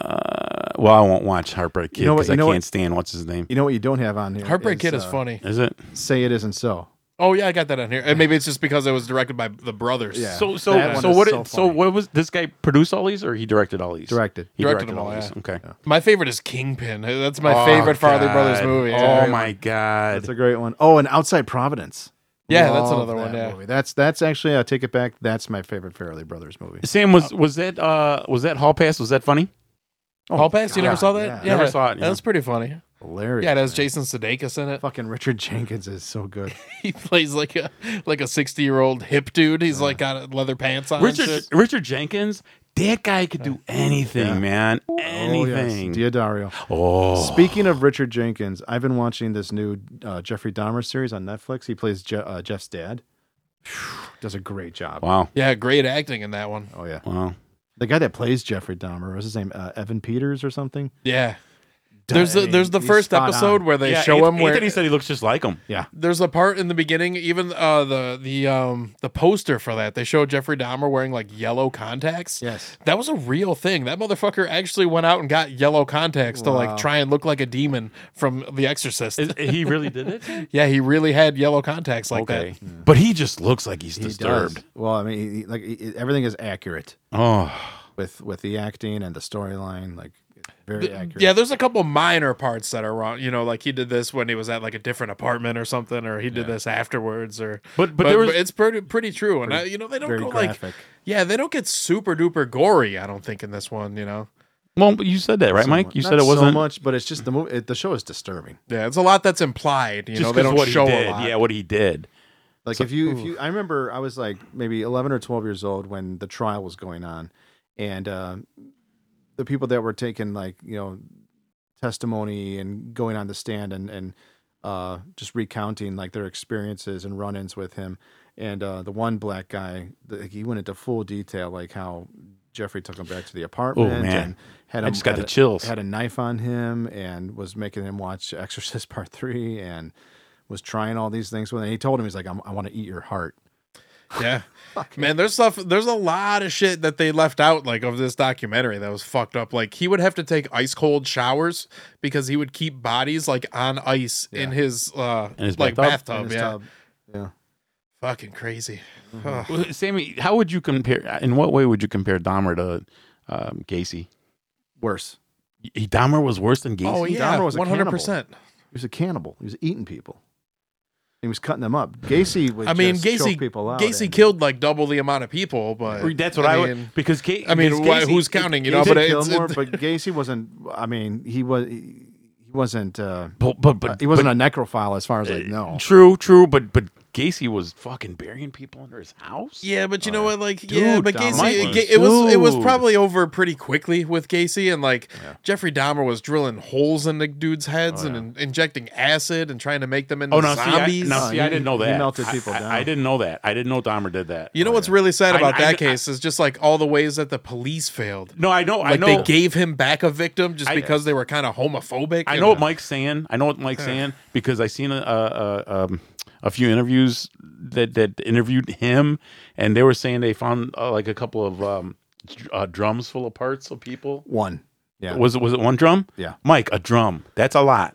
[SPEAKER 3] Uh, well, I won't watch Heartbreak Kid
[SPEAKER 1] You know what-
[SPEAKER 3] because
[SPEAKER 1] you know
[SPEAKER 3] I
[SPEAKER 1] what-
[SPEAKER 3] can't stand what's his name.
[SPEAKER 1] You know what you don't have on here?
[SPEAKER 2] Heartbreak Kid is
[SPEAKER 1] uh,
[SPEAKER 2] funny.
[SPEAKER 3] Is it?
[SPEAKER 1] Say it isn't so.
[SPEAKER 2] Oh yeah, I got that on here. And maybe it's just because it was directed by the brothers.
[SPEAKER 1] Yeah.
[SPEAKER 3] So
[SPEAKER 1] That
[SPEAKER 3] so
[SPEAKER 1] one
[SPEAKER 3] so
[SPEAKER 1] is
[SPEAKER 3] what?
[SPEAKER 1] so
[SPEAKER 3] So,
[SPEAKER 1] funny.
[SPEAKER 3] what was this guy produced all these or he directed all these?
[SPEAKER 1] Directed.
[SPEAKER 3] He
[SPEAKER 2] Directed
[SPEAKER 3] directed,
[SPEAKER 2] them
[SPEAKER 3] all,
[SPEAKER 2] all,
[SPEAKER 3] these.
[SPEAKER 2] yeah.
[SPEAKER 3] Okay.
[SPEAKER 2] My favorite is Kingpin. That's my
[SPEAKER 3] Oh,
[SPEAKER 2] favorite Farley Brothers
[SPEAKER 3] God.
[SPEAKER 2] movie.
[SPEAKER 3] Oh
[SPEAKER 2] Yeah.
[SPEAKER 3] my god.
[SPEAKER 1] That's a great one. Oh, and Outside Providence.
[SPEAKER 2] Yeah, that's
[SPEAKER 1] Love
[SPEAKER 2] another one,
[SPEAKER 1] that
[SPEAKER 2] yeah.
[SPEAKER 1] movie. that's that's actually I take it back. That's my favorite Farrelly Brothers movie.
[SPEAKER 3] Sam was was that uh was that hall pass? Was that funny?
[SPEAKER 2] Hall Pass, you never
[SPEAKER 1] God,
[SPEAKER 2] saw that?
[SPEAKER 1] yeah.
[SPEAKER 3] Never saw it,
[SPEAKER 2] That
[SPEAKER 3] Oh, yeah.
[SPEAKER 2] was pretty funny.
[SPEAKER 1] Hilarious.
[SPEAKER 2] Yeah, it has Jason Sudeikis in it.
[SPEAKER 1] Fucking Richard Jenkins is so good.
[SPEAKER 2] He plays like a like a sixty year old hip dude. He's like got leather pants on.
[SPEAKER 3] Richard
[SPEAKER 2] and shit.
[SPEAKER 3] Richard Jenkins, that guy could do anything,
[SPEAKER 1] Yeah.
[SPEAKER 3] man.
[SPEAKER 1] Oh, yes.
[SPEAKER 3] Anything.
[SPEAKER 1] Diodario.
[SPEAKER 3] Oh,
[SPEAKER 1] Speaking of Richard Jenkins, I've been watching this new uh, Jeffrey Dahmer series on Netflix. He plays Je- uh, Jeff's dad. Does a great job.
[SPEAKER 3] Wow.
[SPEAKER 2] Yeah, great acting in that one.
[SPEAKER 1] Oh yeah,
[SPEAKER 3] Wow.
[SPEAKER 1] the guy that plays Jeffrey Dahmer was his name uh, Evan Peters or something.
[SPEAKER 2] Yeah. There's the,
[SPEAKER 1] Dang,
[SPEAKER 2] there's the
[SPEAKER 1] he's
[SPEAKER 2] first
[SPEAKER 1] spot
[SPEAKER 2] episode
[SPEAKER 1] on.
[SPEAKER 2] where they
[SPEAKER 3] Yeah,
[SPEAKER 2] show
[SPEAKER 3] Anth-
[SPEAKER 2] him where
[SPEAKER 3] Anthony said he looks just like him.
[SPEAKER 1] Yeah,
[SPEAKER 2] there's a part in the beginning, even uh, the the um the poster for that. They show Jeffrey Dahmer wearing like yellow contacts.
[SPEAKER 1] yes.
[SPEAKER 2] That was a real thing. That motherfucker actually went out and got yellow contacts to
[SPEAKER 1] Wow.
[SPEAKER 2] like try and look like a demon from The Exorcist.
[SPEAKER 3] Is- he really did it.
[SPEAKER 2] yeah, he really had yellow contacts like
[SPEAKER 3] okay,
[SPEAKER 2] that.
[SPEAKER 3] but he just looks like he's
[SPEAKER 1] He
[SPEAKER 3] disturbed.
[SPEAKER 1] does. Well, I mean, he, like he, everything is accurate
[SPEAKER 3] Oh,
[SPEAKER 1] with with the acting and the storyline. Like very accurate.
[SPEAKER 2] Yeah, there's a couple minor parts that are wrong. You know, like he did this when he was at like a different apartment or something, or he did this afterwards, or
[SPEAKER 3] But- but there was-
[SPEAKER 2] it's pretty pretty true. And I, you know, they don't
[SPEAKER 1] very
[SPEAKER 2] go like
[SPEAKER 1] graphic.
[SPEAKER 2] yeah, they don't get super duper gory. I don't think in this one. You know,
[SPEAKER 3] well, but you said that right, Mike?
[SPEAKER 1] Somewhat.
[SPEAKER 3] You
[SPEAKER 1] Not
[SPEAKER 3] said it
[SPEAKER 1] so
[SPEAKER 3] wasn't
[SPEAKER 1] much, but it's just the movie. It, the show is disturbing.
[SPEAKER 2] yeah, it's a lot that's implied. You
[SPEAKER 3] just
[SPEAKER 2] know, they
[SPEAKER 3] 'cause
[SPEAKER 2] don't
[SPEAKER 3] what
[SPEAKER 2] show
[SPEAKER 3] he
[SPEAKER 2] a
[SPEAKER 3] did.
[SPEAKER 2] lot.
[SPEAKER 3] Yeah, what he did.
[SPEAKER 1] Like if you if you I remember I was like maybe 11 or 12 years old when the trial was going on and uh, the people that were taking like, you know, testimony and going on the stand and and uh, just recounting like their experiences and run-ins with him and uh, the one black guy the, he went into full detail like how Jeffrey took him back to the apartment
[SPEAKER 3] Oh, man.
[SPEAKER 1] and had
[SPEAKER 3] I
[SPEAKER 1] him
[SPEAKER 3] just got
[SPEAKER 1] had
[SPEAKER 3] the
[SPEAKER 1] a-
[SPEAKER 3] chills.
[SPEAKER 1] had a knife on him and was making him watch Exorcist Part Three and was trying all these things with him. He told him he's like, I'm, I want to eat your heart.
[SPEAKER 2] Yeah. Man, there's stuff there's a lot of shit that they left out like of this documentary that was fucked up. Like he would have to take ice cold showers because he would keep bodies like on ice in his uh
[SPEAKER 3] In his
[SPEAKER 2] like
[SPEAKER 3] bathtub?
[SPEAKER 2] bathtub,
[SPEAKER 1] in his
[SPEAKER 2] yeah.
[SPEAKER 1] tub. Mm-hmm. Yeah.
[SPEAKER 2] Fucking crazy. Ugh.
[SPEAKER 3] Well, Sammy, how would you compare? In what way would you compare Dahmer to um, Gacy?
[SPEAKER 1] Worse.
[SPEAKER 3] He, Dahmer was worse than Gacy.
[SPEAKER 2] Oh yeah,
[SPEAKER 1] Dahmer was a
[SPEAKER 2] 100%.
[SPEAKER 1] He was a cannibal. He was eating people. He was cutting them up. Gacy would
[SPEAKER 2] I mean,
[SPEAKER 1] just
[SPEAKER 2] Gacy
[SPEAKER 1] choke people out.
[SPEAKER 2] Gacy
[SPEAKER 1] and-
[SPEAKER 2] killed like double the amount of people, but
[SPEAKER 3] Re- That's what
[SPEAKER 2] I
[SPEAKER 3] I, would
[SPEAKER 2] mean-
[SPEAKER 3] because Kate.
[SPEAKER 2] I mean, why, who's counting, you know,
[SPEAKER 1] He
[SPEAKER 2] but
[SPEAKER 1] did kill
[SPEAKER 2] it's,
[SPEAKER 1] more,
[SPEAKER 2] it-
[SPEAKER 1] but Gacy wasn't. I mean, he was. He wasn't. Uh,
[SPEAKER 3] But but, but
[SPEAKER 1] he wasn't a necrophile, as far as I
[SPEAKER 3] but-
[SPEAKER 1] know.
[SPEAKER 3] true, true. But but Gacy was fucking burying people under his house.
[SPEAKER 2] Yeah, but you know what? Like, yeah,
[SPEAKER 1] Dude,
[SPEAKER 2] but
[SPEAKER 1] Dahmer
[SPEAKER 2] Gacy,
[SPEAKER 3] was-
[SPEAKER 2] Ga- it was it was
[SPEAKER 3] Dude.
[SPEAKER 2] probably over pretty quickly with Gacy, and like Jeffrey Dahmer was drilling holes in the dudes' heads and in- injecting acid and trying to make them into
[SPEAKER 3] Oh no, see, I,
[SPEAKER 2] zombies.
[SPEAKER 3] no,
[SPEAKER 1] No,
[SPEAKER 3] see, I
[SPEAKER 1] he-
[SPEAKER 3] didn't know
[SPEAKER 1] he
[SPEAKER 3] that.
[SPEAKER 1] melted
[SPEAKER 3] I-
[SPEAKER 1] people
[SPEAKER 3] I,
[SPEAKER 1] down.
[SPEAKER 3] I didn't know that. I didn't know Dahmer did that.
[SPEAKER 2] you know what's really sad
[SPEAKER 3] Oh, I-
[SPEAKER 2] about
[SPEAKER 3] I-
[SPEAKER 2] that
[SPEAKER 3] I-
[SPEAKER 2] case is just like all the ways that the police failed.
[SPEAKER 3] no, I know. I
[SPEAKER 2] Like
[SPEAKER 3] know.
[SPEAKER 2] they gave him back a victim just
[SPEAKER 3] I-
[SPEAKER 2] because they were kind of homophobic.
[SPEAKER 3] I
[SPEAKER 2] and-
[SPEAKER 3] know what Mike's saying. I know what Mike's saying because I seen a a, a, um, a few interviews that that interviewed him, and they were saying they found uh, like a couple of um, dr- uh, drums full of parts of people.
[SPEAKER 1] One. Yeah.
[SPEAKER 3] Was it was it one drum?
[SPEAKER 1] Yeah.
[SPEAKER 3] Mike, a drum. That's a lot.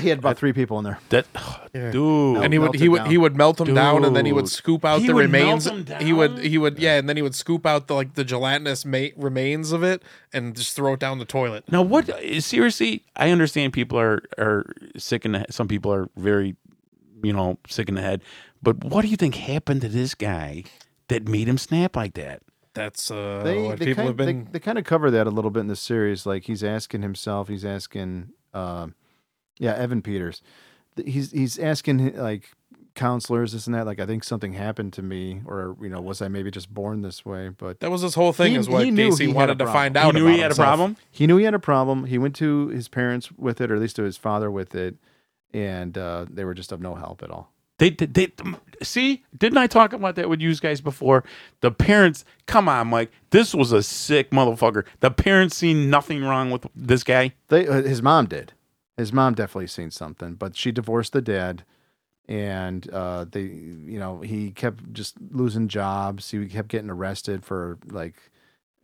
[SPEAKER 1] he had about three people in there.
[SPEAKER 3] That dude.
[SPEAKER 2] and he would
[SPEAKER 1] melt
[SPEAKER 2] he
[SPEAKER 1] it
[SPEAKER 2] would he
[SPEAKER 1] down.
[SPEAKER 2] would melt them down, and then he would
[SPEAKER 3] Dude.
[SPEAKER 2] scoop out
[SPEAKER 3] He
[SPEAKER 2] the
[SPEAKER 3] would
[SPEAKER 2] remains.
[SPEAKER 3] melt them
[SPEAKER 2] He would
[SPEAKER 3] down?
[SPEAKER 2] he would yeah, and then he would scoop out the like the gelatinous ma- remains of it and just throw it down the toilet.
[SPEAKER 3] Now, what eh, seriously? I understand people are are sick in the. Some people are very, you know, sick in the head. But what do you think happened to this guy that made him snap like that?
[SPEAKER 2] That's uh,
[SPEAKER 1] They,
[SPEAKER 2] what
[SPEAKER 1] they
[SPEAKER 2] people
[SPEAKER 1] kind,
[SPEAKER 2] have been.
[SPEAKER 1] they, they kind of cover that a little bit in the series. Like he's asking himself, he's asking, uh, yeah, Evan Peters. Th- He's he's asking like counselors, this and that. Like I think something happened to me, or you know, was I maybe just born this way? But
[SPEAKER 2] that was his whole thing,
[SPEAKER 1] He-
[SPEAKER 2] is what
[SPEAKER 1] he knew he
[SPEAKER 2] Casey
[SPEAKER 1] had a
[SPEAKER 2] wanted to
[SPEAKER 1] problem.
[SPEAKER 2] find out.
[SPEAKER 3] he knew
[SPEAKER 2] about
[SPEAKER 3] he had
[SPEAKER 2] himself.
[SPEAKER 3] a problem.
[SPEAKER 1] he knew he had a problem. He went to his parents with it, or at least to his father with it, and uh, they were just of no help at all.
[SPEAKER 3] They, they, they see, didn't I talk about that with you guys before? The parents, come on, Mike, this was a sick motherfucker. The parents seen nothing wrong with this guy.
[SPEAKER 1] They uh, his mom did. His mom definitely seen something, but she divorced the dad, and uh, they, you know, he kept just losing jobs. He kept getting arrested for like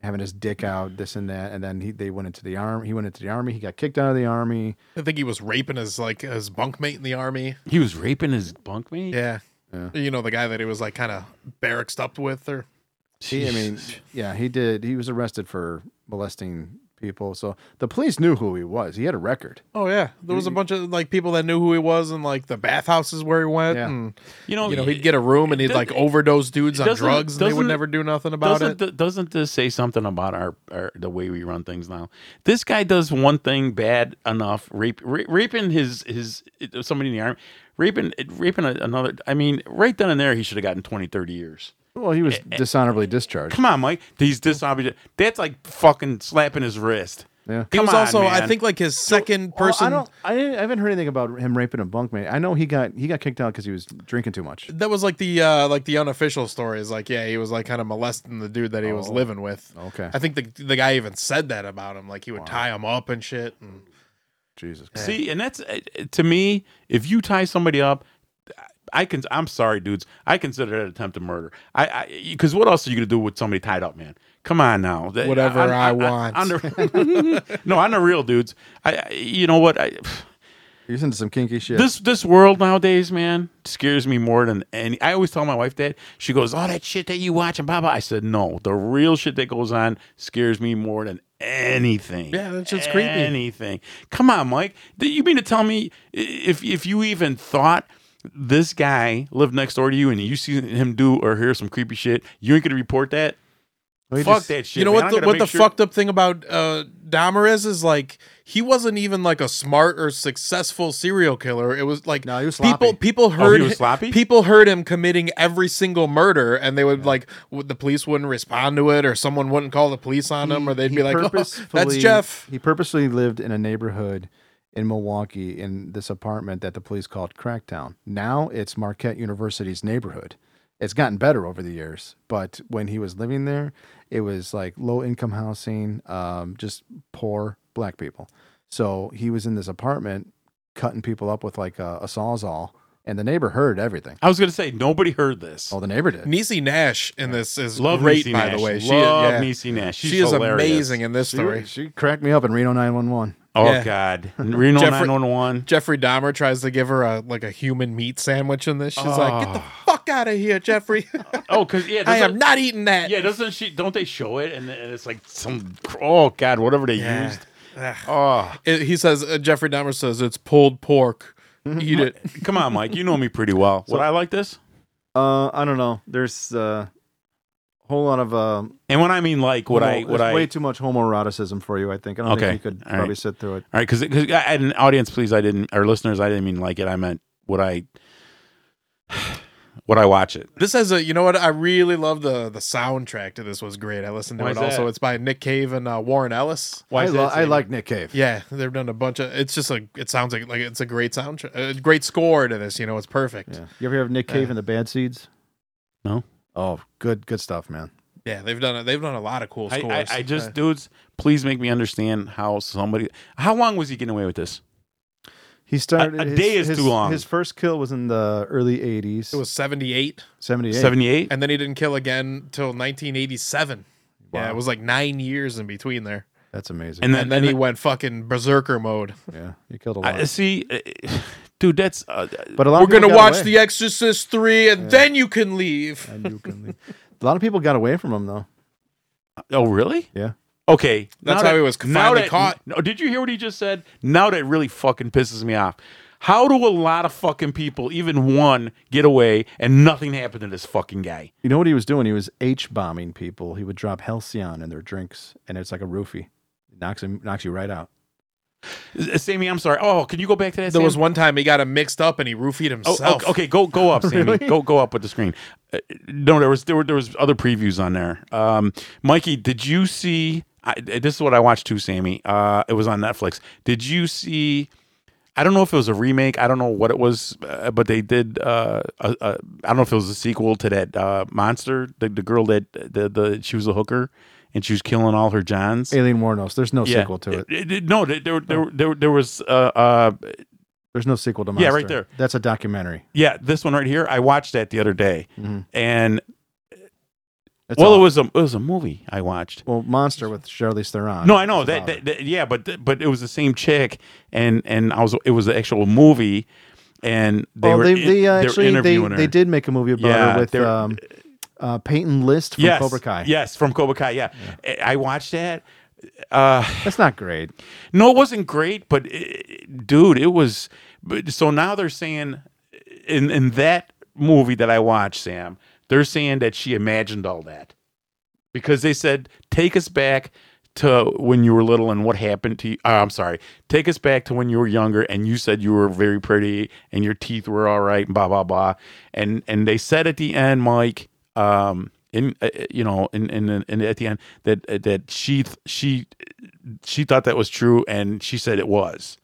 [SPEAKER 1] having his dick out, this and that. And then he they went into the army. He went into the army. He got kicked out of the army.
[SPEAKER 2] I think he was raping his like his bunkmate in the army.
[SPEAKER 3] He was raping his bunkmate.
[SPEAKER 2] Yeah.
[SPEAKER 1] Yeah.
[SPEAKER 2] You know the guy that he was like kind of barracked up with, or
[SPEAKER 1] He, I mean, yeah, he did. He was arrested for molesting people. So the police knew who he was. He had a record.
[SPEAKER 2] oh yeah, there was a bunch of like people that knew who he was, and like the bathhouses where he went,
[SPEAKER 1] Yeah.
[SPEAKER 2] and
[SPEAKER 3] you know,
[SPEAKER 2] you know he'd get a room and he'd
[SPEAKER 3] does-
[SPEAKER 2] like overdose dudes on
[SPEAKER 3] doesn't-
[SPEAKER 2] drugs, and they would
[SPEAKER 3] doesn't-
[SPEAKER 2] never do nothing about
[SPEAKER 3] doesn't
[SPEAKER 2] it.
[SPEAKER 3] th- doesn't this say something about our, our the way we run things now? This guy does one thing bad enough, rape, ra- raping his his somebody in the army, raping raping a, another. I mean, right then and there, he should have gotten 20, 30 years.
[SPEAKER 1] Well, he was dishonorably discharged.
[SPEAKER 3] Come on, Mike. These disobedient. That's like fucking slapping his wrist.
[SPEAKER 1] Yeah.
[SPEAKER 2] He
[SPEAKER 3] Come
[SPEAKER 2] was
[SPEAKER 3] on,
[SPEAKER 2] also, I
[SPEAKER 3] man.
[SPEAKER 2] think, like his second
[SPEAKER 1] Well, Oh,
[SPEAKER 2] person.
[SPEAKER 1] I don't. I, didn't, I haven't heard anything about him raping a bunkmate. I know he got he got kicked out because he was drinking too much.
[SPEAKER 2] that was like the uh like the unofficial story is like yeah he was like kind of molesting the dude that he was living with.
[SPEAKER 1] Oh, Okay.
[SPEAKER 2] I think the the guy even said that about him like he would tie him up and shit. And
[SPEAKER 1] Jesus.
[SPEAKER 3] See, and that's uh, uh, to me. If you tie somebody up, I can. I'm sorry, dudes. I consider that attempted murder. I because what else are you gonna do with somebody tied up, man? Come on now. That-
[SPEAKER 2] Whatever I want.
[SPEAKER 3] on the- no, I'm the real dudes. I, I you know what? I,
[SPEAKER 1] You're into some kinky shit.
[SPEAKER 3] this this world nowadays, man, scares me more than any. I always tell my wife that. She goes, "All that shit that you watch and blah blah." I said, "No, the real shit that goes on scares me more than anything."
[SPEAKER 2] Yeah, that shit's creepy.
[SPEAKER 3] Anything. Come on, Mike. Do You mean to tell me i- if if you even thought this guy lived next door to you and you see him do or hear some creepy shit, you ain't gonna report that?
[SPEAKER 1] Well, he
[SPEAKER 3] Fuck
[SPEAKER 1] just-
[SPEAKER 3] that shit.
[SPEAKER 2] you know
[SPEAKER 3] man. I'm
[SPEAKER 2] what the,
[SPEAKER 3] gonna
[SPEAKER 2] what
[SPEAKER 3] make
[SPEAKER 2] the
[SPEAKER 3] sure-
[SPEAKER 2] fucked up thing about uh Dahmer is is like he wasn't even like a smart or successful serial killer. It was like
[SPEAKER 1] No, he was
[SPEAKER 2] people
[SPEAKER 1] sloppy.
[SPEAKER 2] people heard
[SPEAKER 3] was sloppy?
[SPEAKER 2] people heard him committing every single murder and they would like w- the police wouldn't respond to it or someone wouldn't call the police on him or they'd
[SPEAKER 1] he
[SPEAKER 2] be like "Oh, that's
[SPEAKER 1] purposefully-
[SPEAKER 2] Jeff.
[SPEAKER 1] He purposely lived in a neighborhood in Milwaukee in this apartment that the police called Cracktown. Now it's Marquette University's neighborhood. It's gotten better over the years, but when he was living there, it was like low income housing, um, just poor black people. So he was in this apartment cutting people up with like a, a sawzall, and the neighbor heard everything.
[SPEAKER 3] I was gonna say nobody heard this.
[SPEAKER 1] Oh, the neighbor did.
[SPEAKER 2] Niecy Nash in this is
[SPEAKER 3] Love
[SPEAKER 2] great,
[SPEAKER 3] Niecy
[SPEAKER 2] by
[SPEAKER 3] Nash.
[SPEAKER 2] the way. She, uh,
[SPEAKER 3] Love
[SPEAKER 2] yeah.
[SPEAKER 3] Niecy Nash. She's
[SPEAKER 2] she is
[SPEAKER 3] hilarious.
[SPEAKER 2] amazing in this story.
[SPEAKER 1] She, she cracked me up in Reno 911.
[SPEAKER 3] Oh
[SPEAKER 2] Yeah.
[SPEAKER 3] God, Reno
[SPEAKER 2] Jeffrey-
[SPEAKER 3] 911.
[SPEAKER 2] Jeffrey Dahmer tries to give her a like a human meat sandwich in this. She's like, "Get the
[SPEAKER 3] Ah.
[SPEAKER 2] fuck out of here, Jeffrey!
[SPEAKER 3] Oh, because yeah,
[SPEAKER 2] I am
[SPEAKER 3] doesn't-
[SPEAKER 2] not eating that."
[SPEAKER 3] Yeah, doesn't she? Don't they show it? And, and it's like some oh God, whatever they
[SPEAKER 2] Yeah.
[SPEAKER 3] used. Oh,
[SPEAKER 2] It- he says uh, Jeffrey Dahmer says it's pulled pork.
[SPEAKER 3] Mm-hmm.
[SPEAKER 2] Eat it.
[SPEAKER 3] come on, Mike. You know me pretty well. Would I like this?
[SPEAKER 1] Uh, I don't know. There's uh, a whole lot of uh,
[SPEAKER 3] And when I mean like, would I?
[SPEAKER 1] homo-
[SPEAKER 3] Would
[SPEAKER 1] there's
[SPEAKER 3] I?
[SPEAKER 1] way too much homoeroticism for you. I think. I don't
[SPEAKER 3] Okay.
[SPEAKER 1] think you could
[SPEAKER 3] All right.
[SPEAKER 1] probably sit through it.
[SPEAKER 3] All right, because at an audience, please, I didn't or listeners, I didn't mean like it. I meant would I? Would I watch it?
[SPEAKER 2] This has a you know what I really love the the soundtrack to this was great. I listened to
[SPEAKER 3] Why
[SPEAKER 2] it
[SPEAKER 3] is that?
[SPEAKER 2] also. It's by Nick Cave and uh, Warren Ellis.
[SPEAKER 3] Why
[SPEAKER 1] I,
[SPEAKER 3] is that
[SPEAKER 1] lo- I
[SPEAKER 3] saying-
[SPEAKER 1] like Nick Cave.
[SPEAKER 2] Yeah, they've done a bunch of. It's just a. It sounds like like it's a great soundtrack, a great score to this. You know, it's perfect.
[SPEAKER 1] Yeah. You ever hear of Nick Cave and the Bad Seeds?
[SPEAKER 3] No.
[SPEAKER 1] Oh, good, good stuff, man.
[SPEAKER 2] Yeah, they've done it. They've done a lot of cool
[SPEAKER 3] I,
[SPEAKER 2] scores.
[SPEAKER 3] I, I just
[SPEAKER 2] Uh,
[SPEAKER 3] dudes, please make me understand how somebody. How long was he getting away with this?
[SPEAKER 1] He started.
[SPEAKER 3] a
[SPEAKER 1] his-
[SPEAKER 3] day is
[SPEAKER 1] his-
[SPEAKER 3] too long.
[SPEAKER 1] His first kill was in the early '80s.
[SPEAKER 2] it was seventy eight,
[SPEAKER 1] '78.
[SPEAKER 3] Seventy-eight.
[SPEAKER 2] and then he didn't kill again till nineteen eighty seven. Yeah,
[SPEAKER 1] Wow.
[SPEAKER 2] it was like nine years in between there.
[SPEAKER 1] That's amazing.
[SPEAKER 3] And then,
[SPEAKER 2] And then he went fucking berserker mode.
[SPEAKER 1] yeah, you killed a lot.
[SPEAKER 3] I, see, uh, dude, that's uh,
[SPEAKER 1] but a lot
[SPEAKER 2] We're
[SPEAKER 1] of people
[SPEAKER 2] gonna
[SPEAKER 1] got
[SPEAKER 2] watch
[SPEAKER 1] away.
[SPEAKER 2] The Exorcist three, and then you can leave.
[SPEAKER 1] And you can leave. a lot of people got away from him though.
[SPEAKER 3] oh really?
[SPEAKER 1] Yeah.
[SPEAKER 3] Okay,
[SPEAKER 2] That's
[SPEAKER 3] now
[SPEAKER 2] how he was
[SPEAKER 3] now
[SPEAKER 2] finally
[SPEAKER 3] that-
[SPEAKER 2] caught.
[SPEAKER 3] No, did you hear what he just said? Now that really fucking pisses me off. How do a lot of fucking people, even one, get away and nothing happened to this fucking guy?
[SPEAKER 1] You know what he was doing? He was H bombing people. He would drop Halcyon in their drinks, and it's like a roofie. Knocks him, knocks you right out.
[SPEAKER 3] S- Sammy, I'm sorry. Oh, can you go back to that?
[SPEAKER 2] There
[SPEAKER 3] Sammy?
[SPEAKER 2] was one time he got him mixed up and he roofied
[SPEAKER 3] Oh,
[SPEAKER 2] himself.
[SPEAKER 3] okay, okay, go go up, Sammy. Go go up with the screen. Uh, no, there was there were there was other previews on there. Um, Mikey, did you see? I, this is what I watched too, Sammy. Uh, it was on Netflix. Did you see? I don't know if it was a remake. I don't know what it was, uh, but they did. Uh, I a, I don't know if it was a sequel to that uh, monster, the, the girl that the, the she was a hooker and she was killing all her johns.
[SPEAKER 1] Alien Warnos. There's no sequel to it.
[SPEAKER 3] no, there there there, there, there was uh, uh,
[SPEAKER 1] There's no sequel to Monster.
[SPEAKER 3] Yeah, right there.
[SPEAKER 1] That's a documentary.
[SPEAKER 3] yeah this one right here. I watched that the other day,
[SPEAKER 1] Mhm.
[SPEAKER 3] and
[SPEAKER 1] That's
[SPEAKER 3] well,
[SPEAKER 1] all.
[SPEAKER 3] it was a it was a movie I watched.
[SPEAKER 1] well Monster with Charlize Theron.
[SPEAKER 3] No, I know
[SPEAKER 1] It's
[SPEAKER 3] that,
[SPEAKER 1] about
[SPEAKER 3] that,
[SPEAKER 1] her.
[SPEAKER 3] that- Yeah, but th- but it was the same chick, and and I was it was the actual movie, and they
[SPEAKER 1] well,
[SPEAKER 3] were
[SPEAKER 1] they,
[SPEAKER 3] in-
[SPEAKER 1] they uh,
[SPEAKER 3] were
[SPEAKER 1] actually they,
[SPEAKER 3] interviewing her.
[SPEAKER 1] they did make a movie about
[SPEAKER 3] Yeah,
[SPEAKER 1] her with
[SPEAKER 3] they're-
[SPEAKER 1] um, uh, Peyton List from
[SPEAKER 3] yes,
[SPEAKER 1] Cobra Kai.
[SPEAKER 3] Yes, from Cobra Kai. Yeah, I I watched that. Uh,
[SPEAKER 1] That's not great.
[SPEAKER 3] no, it wasn't great, but it, dude, it was. But, so now they're saying in in that movie that I watched, Sam, they're saying that she imagined all that because they said, "Take us back to when you were little and what happened to you." Uh, I'm sorry, take us back to when you were younger and you said you were very pretty and your teeth were all right, blah blah blah. And and they said at the end, Mike, um, in uh, uh, you know, in in, in at the end that uh, that she th- she she thought that was true and she said it was.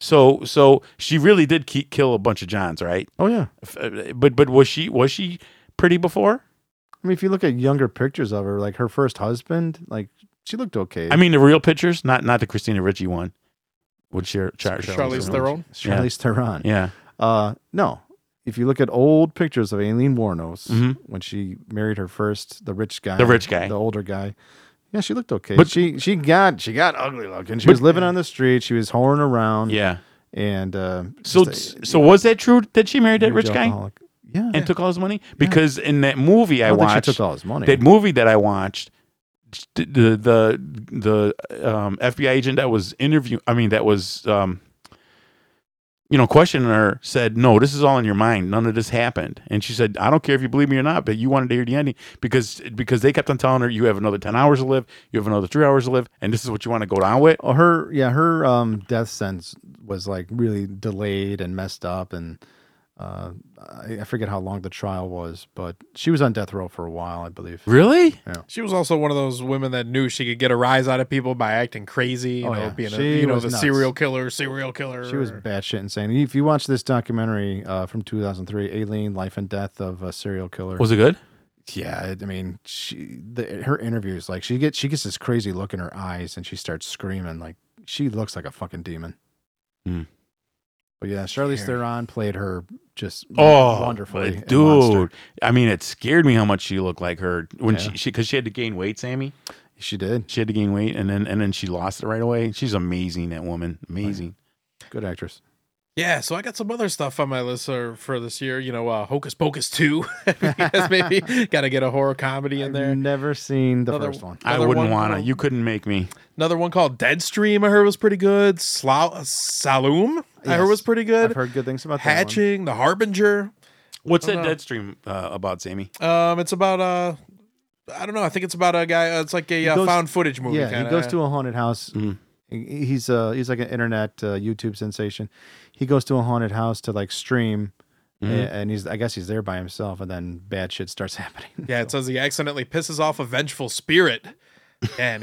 [SPEAKER 3] So so she really did keep, kill a bunch of Johns, right?
[SPEAKER 1] Oh yeah.
[SPEAKER 3] F- uh, But but was she was she pretty before?
[SPEAKER 1] I mean, if you look at younger pictures of her, like her first husband, like she looked okay.
[SPEAKER 3] I mean, the real pictures, not not the Christina Ricci one. Would share Char-
[SPEAKER 2] Charlie's
[SPEAKER 3] Theron.
[SPEAKER 2] Theron.
[SPEAKER 1] Charlize Theron.
[SPEAKER 3] Yeah,
[SPEAKER 1] Uh, no. If you look at old pictures of Aileen Warnos
[SPEAKER 3] Mhm.
[SPEAKER 1] when she married her first, the rich guy,
[SPEAKER 3] The rich guy.
[SPEAKER 1] the older guy, yeah, she looked okay.
[SPEAKER 3] But-
[SPEAKER 1] But she she got she got ugly looking. She
[SPEAKER 3] But-
[SPEAKER 1] was living on the street. She was whoring around.
[SPEAKER 3] yeah.
[SPEAKER 1] and uh,
[SPEAKER 3] So
[SPEAKER 1] Um, just a
[SPEAKER 3] so was that true that she married that rich
[SPEAKER 1] huge
[SPEAKER 3] guy
[SPEAKER 1] alcoholic. Yeah,
[SPEAKER 3] and took all his money? Because in that movie
[SPEAKER 1] I,
[SPEAKER 3] I,
[SPEAKER 1] don't think
[SPEAKER 3] watched,
[SPEAKER 1] she took all his money.
[SPEAKER 3] that movie that I watched, the the the, the um, FBI agent that was interview, I mean that was um, you know questioning her said, "No, this is all in your mind. None of this happened." And she said, "I don't care if you believe me or not, but you wanted to hear the ending because because they kept on telling her you have another ten hours to live, you have another three hours to live, and this is what you want to go down with."
[SPEAKER 1] Oh, her yeah, her um, death sentence was like really delayed and messed up, and uh, I, I forget how long the trial was, but she was on death row for a while, I believe.
[SPEAKER 3] Really?
[SPEAKER 2] She was also one of those women that knew she could get a rise out of people by acting crazy, you
[SPEAKER 1] Oh,
[SPEAKER 2] know,
[SPEAKER 1] yeah.
[SPEAKER 2] being a,
[SPEAKER 1] She
[SPEAKER 2] you know
[SPEAKER 1] was
[SPEAKER 2] the
[SPEAKER 1] nuts.
[SPEAKER 2] serial killer, serial killer.
[SPEAKER 1] She was batshit insane. If you watch this documentary uh, from 2003, Aileen: Life and Death of a Serial Killer,
[SPEAKER 3] Was it good?
[SPEAKER 1] yeah, I mean, she the, her interviews like she gets she gets this crazy look in her eyes, and she starts screaming like she looks like a fucking demon.
[SPEAKER 3] Hmm.
[SPEAKER 1] But yeah, Charlize
[SPEAKER 2] Yeah.
[SPEAKER 1] Theron played her just
[SPEAKER 3] Oh,
[SPEAKER 1] wonderfully,
[SPEAKER 3] but
[SPEAKER 1] in Monster.
[SPEAKER 3] dude! I mean, it scared me how much she looked like her when
[SPEAKER 1] Yeah.
[SPEAKER 3] she she because she had to gain weight, Sammy.
[SPEAKER 1] She did.
[SPEAKER 3] She had to gain weight, and then and then she lost it right away. She's amazing, that woman. Amazing.
[SPEAKER 1] Good actress.
[SPEAKER 2] Yeah, so I got some other stuff on my list for, for this year. You know, uh, Hocus Pocus two. Because maybe got to get a horror comedy in there.
[SPEAKER 1] Never seen the
[SPEAKER 2] Another-
[SPEAKER 1] first one.
[SPEAKER 3] I
[SPEAKER 2] Another
[SPEAKER 3] wouldn't
[SPEAKER 2] one
[SPEAKER 3] want to.
[SPEAKER 2] called-
[SPEAKER 3] You couldn't make me.
[SPEAKER 2] Another one called Deadstream. I heard was pretty good. Slou- Saloom. I heard
[SPEAKER 1] Yes,
[SPEAKER 2] was pretty
[SPEAKER 1] I've
[SPEAKER 2] good.
[SPEAKER 1] heard good things about that one.
[SPEAKER 2] Hatching, The Harbinger.
[SPEAKER 3] What's that dead stream uh, about, Sammy?
[SPEAKER 2] Um, it's about uh, I don't know. I think it's about a guy. Uh, it's like a uh,
[SPEAKER 1] goes-
[SPEAKER 2] found footage movie.
[SPEAKER 1] Yeah,
[SPEAKER 2] kinda.
[SPEAKER 1] he goes to a haunted house. He- He's uh he's like an internet uh, YouTube sensation. He goes to a haunted house to like stream, a- and, he's I guess he's there by himself, and then bad shit starts happening.
[SPEAKER 2] Yeah, it says he accidentally pisses off a vengeful spirit, and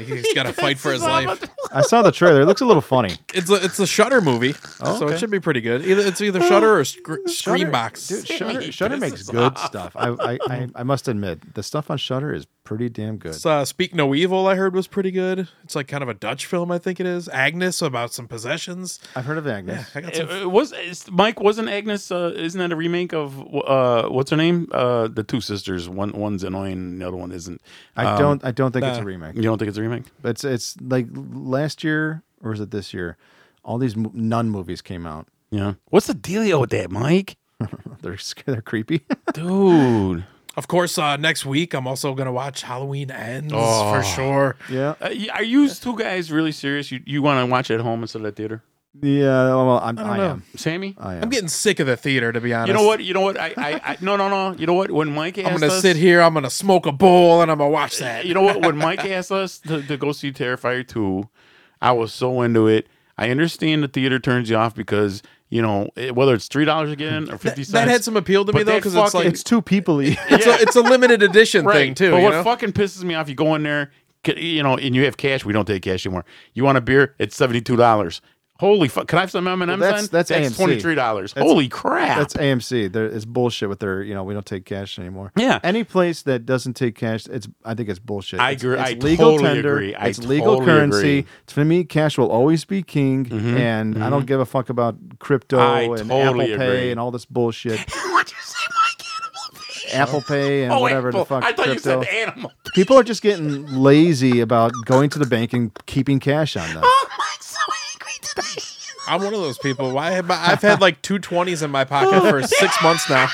[SPEAKER 2] he's got to fight for his life.
[SPEAKER 1] I saw the trailer. It looks a little funny.
[SPEAKER 2] It's a, it's a Shutter movie,
[SPEAKER 1] Oh,
[SPEAKER 2] so it should be pretty good. Either it's either Shutter or Scre- Screambox.
[SPEAKER 1] Dude, Shutter, Shutter makes good stuff. I, I I I must admit the stuff on Shutter is pretty damn good.
[SPEAKER 2] It's, uh, Speak No Evil, I heard was pretty good. It's like kind of a Dutch film, I think it is. Agnes about some possessions.
[SPEAKER 1] I've heard of Agnes.
[SPEAKER 2] I got
[SPEAKER 3] It,
[SPEAKER 2] some.
[SPEAKER 3] it was it's, Mike wasn't Agnes? Uh, isn't that a remake of uh, what's her name? Uh, the two sisters. One one's annoying, and the other one isn't.
[SPEAKER 1] I
[SPEAKER 3] Um,
[SPEAKER 1] don't. I don't think it's a
[SPEAKER 2] nah.
[SPEAKER 1] remake.
[SPEAKER 3] You don't think it's a remake?
[SPEAKER 1] It's it's like last year or is it this year? All these mo- nun movies came out.
[SPEAKER 3] Yeah. What's the dealio with that, Mike?
[SPEAKER 1] They're sc- they're creepy.
[SPEAKER 3] Dude.
[SPEAKER 2] Of course, uh, next week I'm also gonna watch Halloween Ends
[SPEAKER 3] Oh.
[SPEAKER 2] for sure.
[SPEAKER 1] yeah.
[SPEAKER 3] Uh, y- are you two guys really serious? You you want to watch it at home instead of the theater?
[SPEAKER 1] Yeah. Well, I'm, I,
[SPEAKER 2] know.
[SPEAKER 1] am.
[SPEAKER 3] Sammy?
[SPEAKER 1] I am.
[SPEAKER 2] I'm getting sick of the theater, to be honest.
[SPEAKER 3] You know what? You know what? I, I, I no no no. You know what? When Mike asked
[SPEAKER 2] I'm gonna
[SPEAKER 3] us,
[SPEAKER 2] sit here. I'm gonna smoke a bowl, and I'm gonna watch that.
[SPEAKER 3] You know what? When Mike asked us to, to go see Terrifier 2, I was so into it. I understand the theater turns you off because, you know, it, whether it's $3 again or 50 cents.
[SPEAKER 2] that had some appeal to me
[SPEAKER 3] But
[SPEAKER 2] though,
[SPEAKER 3] that
[SPEAKER 2] because it's
[SPEAKER 3] fucking-
[SPEAKER 2] like
[SPEAKER 1] it's too peoply.
[SPEAKER 2] it's, a, it's a limited edition thing too.
[SPEAKER 3] But
[SPEAKER 2] you
[SPEAKER 3] what
[SPEAKER 2] know?
[SPEAKER 3] fucking pisses me off, you go in there, c- you know, and you have cash. We don't take cash anymore. You want a beer? It's $72. Holy fuck! Can I have some M and M's?
[SPEAKER 1] that's- that's AMC.
[SPEAKER 3] twenty three dollars. Holy crap!
[SPEAKER 1] That's AMC. There is bullshit with their, you know, we don't take cash anymore.
[SPEAKER 3] Yeah.
[SPEAKER 1] Any place that doesn't take cash, it's I think it's bullshit.
[SPEAKER 3] I
[SPEAKER 1] It's-
[SPEAKER 3] agree-
[SPEAKER 1] It's,
[SPEAKER 3] I totally agree. I
[SPEAKER 1] it's legal
[SPEAKER 3] totally
[SPEAKER 1] currency.
[SPEAKER 3] agree. Mm-hmm.
[SPEAKER 1] To me, cash will always be king, and I don't give a fuck about crypto
[SPEAKER 3] I
[SPEAKER 1] and
[SPEAKER 3] totally
[SPEAKER 1] Apple Pay
[SPEAKER 3] agree.
[SPEAKER 1] and all this bullshit.
[SPEAKER 3] What'd you say, Mike? Animal
[SPEAKER 1] Apple Pay and
[SPEAKER 3] Oh,
[SPEAKER 1] whatever
[SPEAKER 3] Apple.
[SPEAKER 1] the fuck
[SPEAKER 3] I thought
[SPEAKER 1] crypto.
[SPEAKER 3] you said animal.
[SPEAKER 1] People are just getting lazy about going to the bank and keeping cash on them.
[SPEAKER 3] Oh, Mike's so angry today.
[SPEAKER 2] I'm one of those people. Why have I, I've had like two twenties in my pocket for six months now.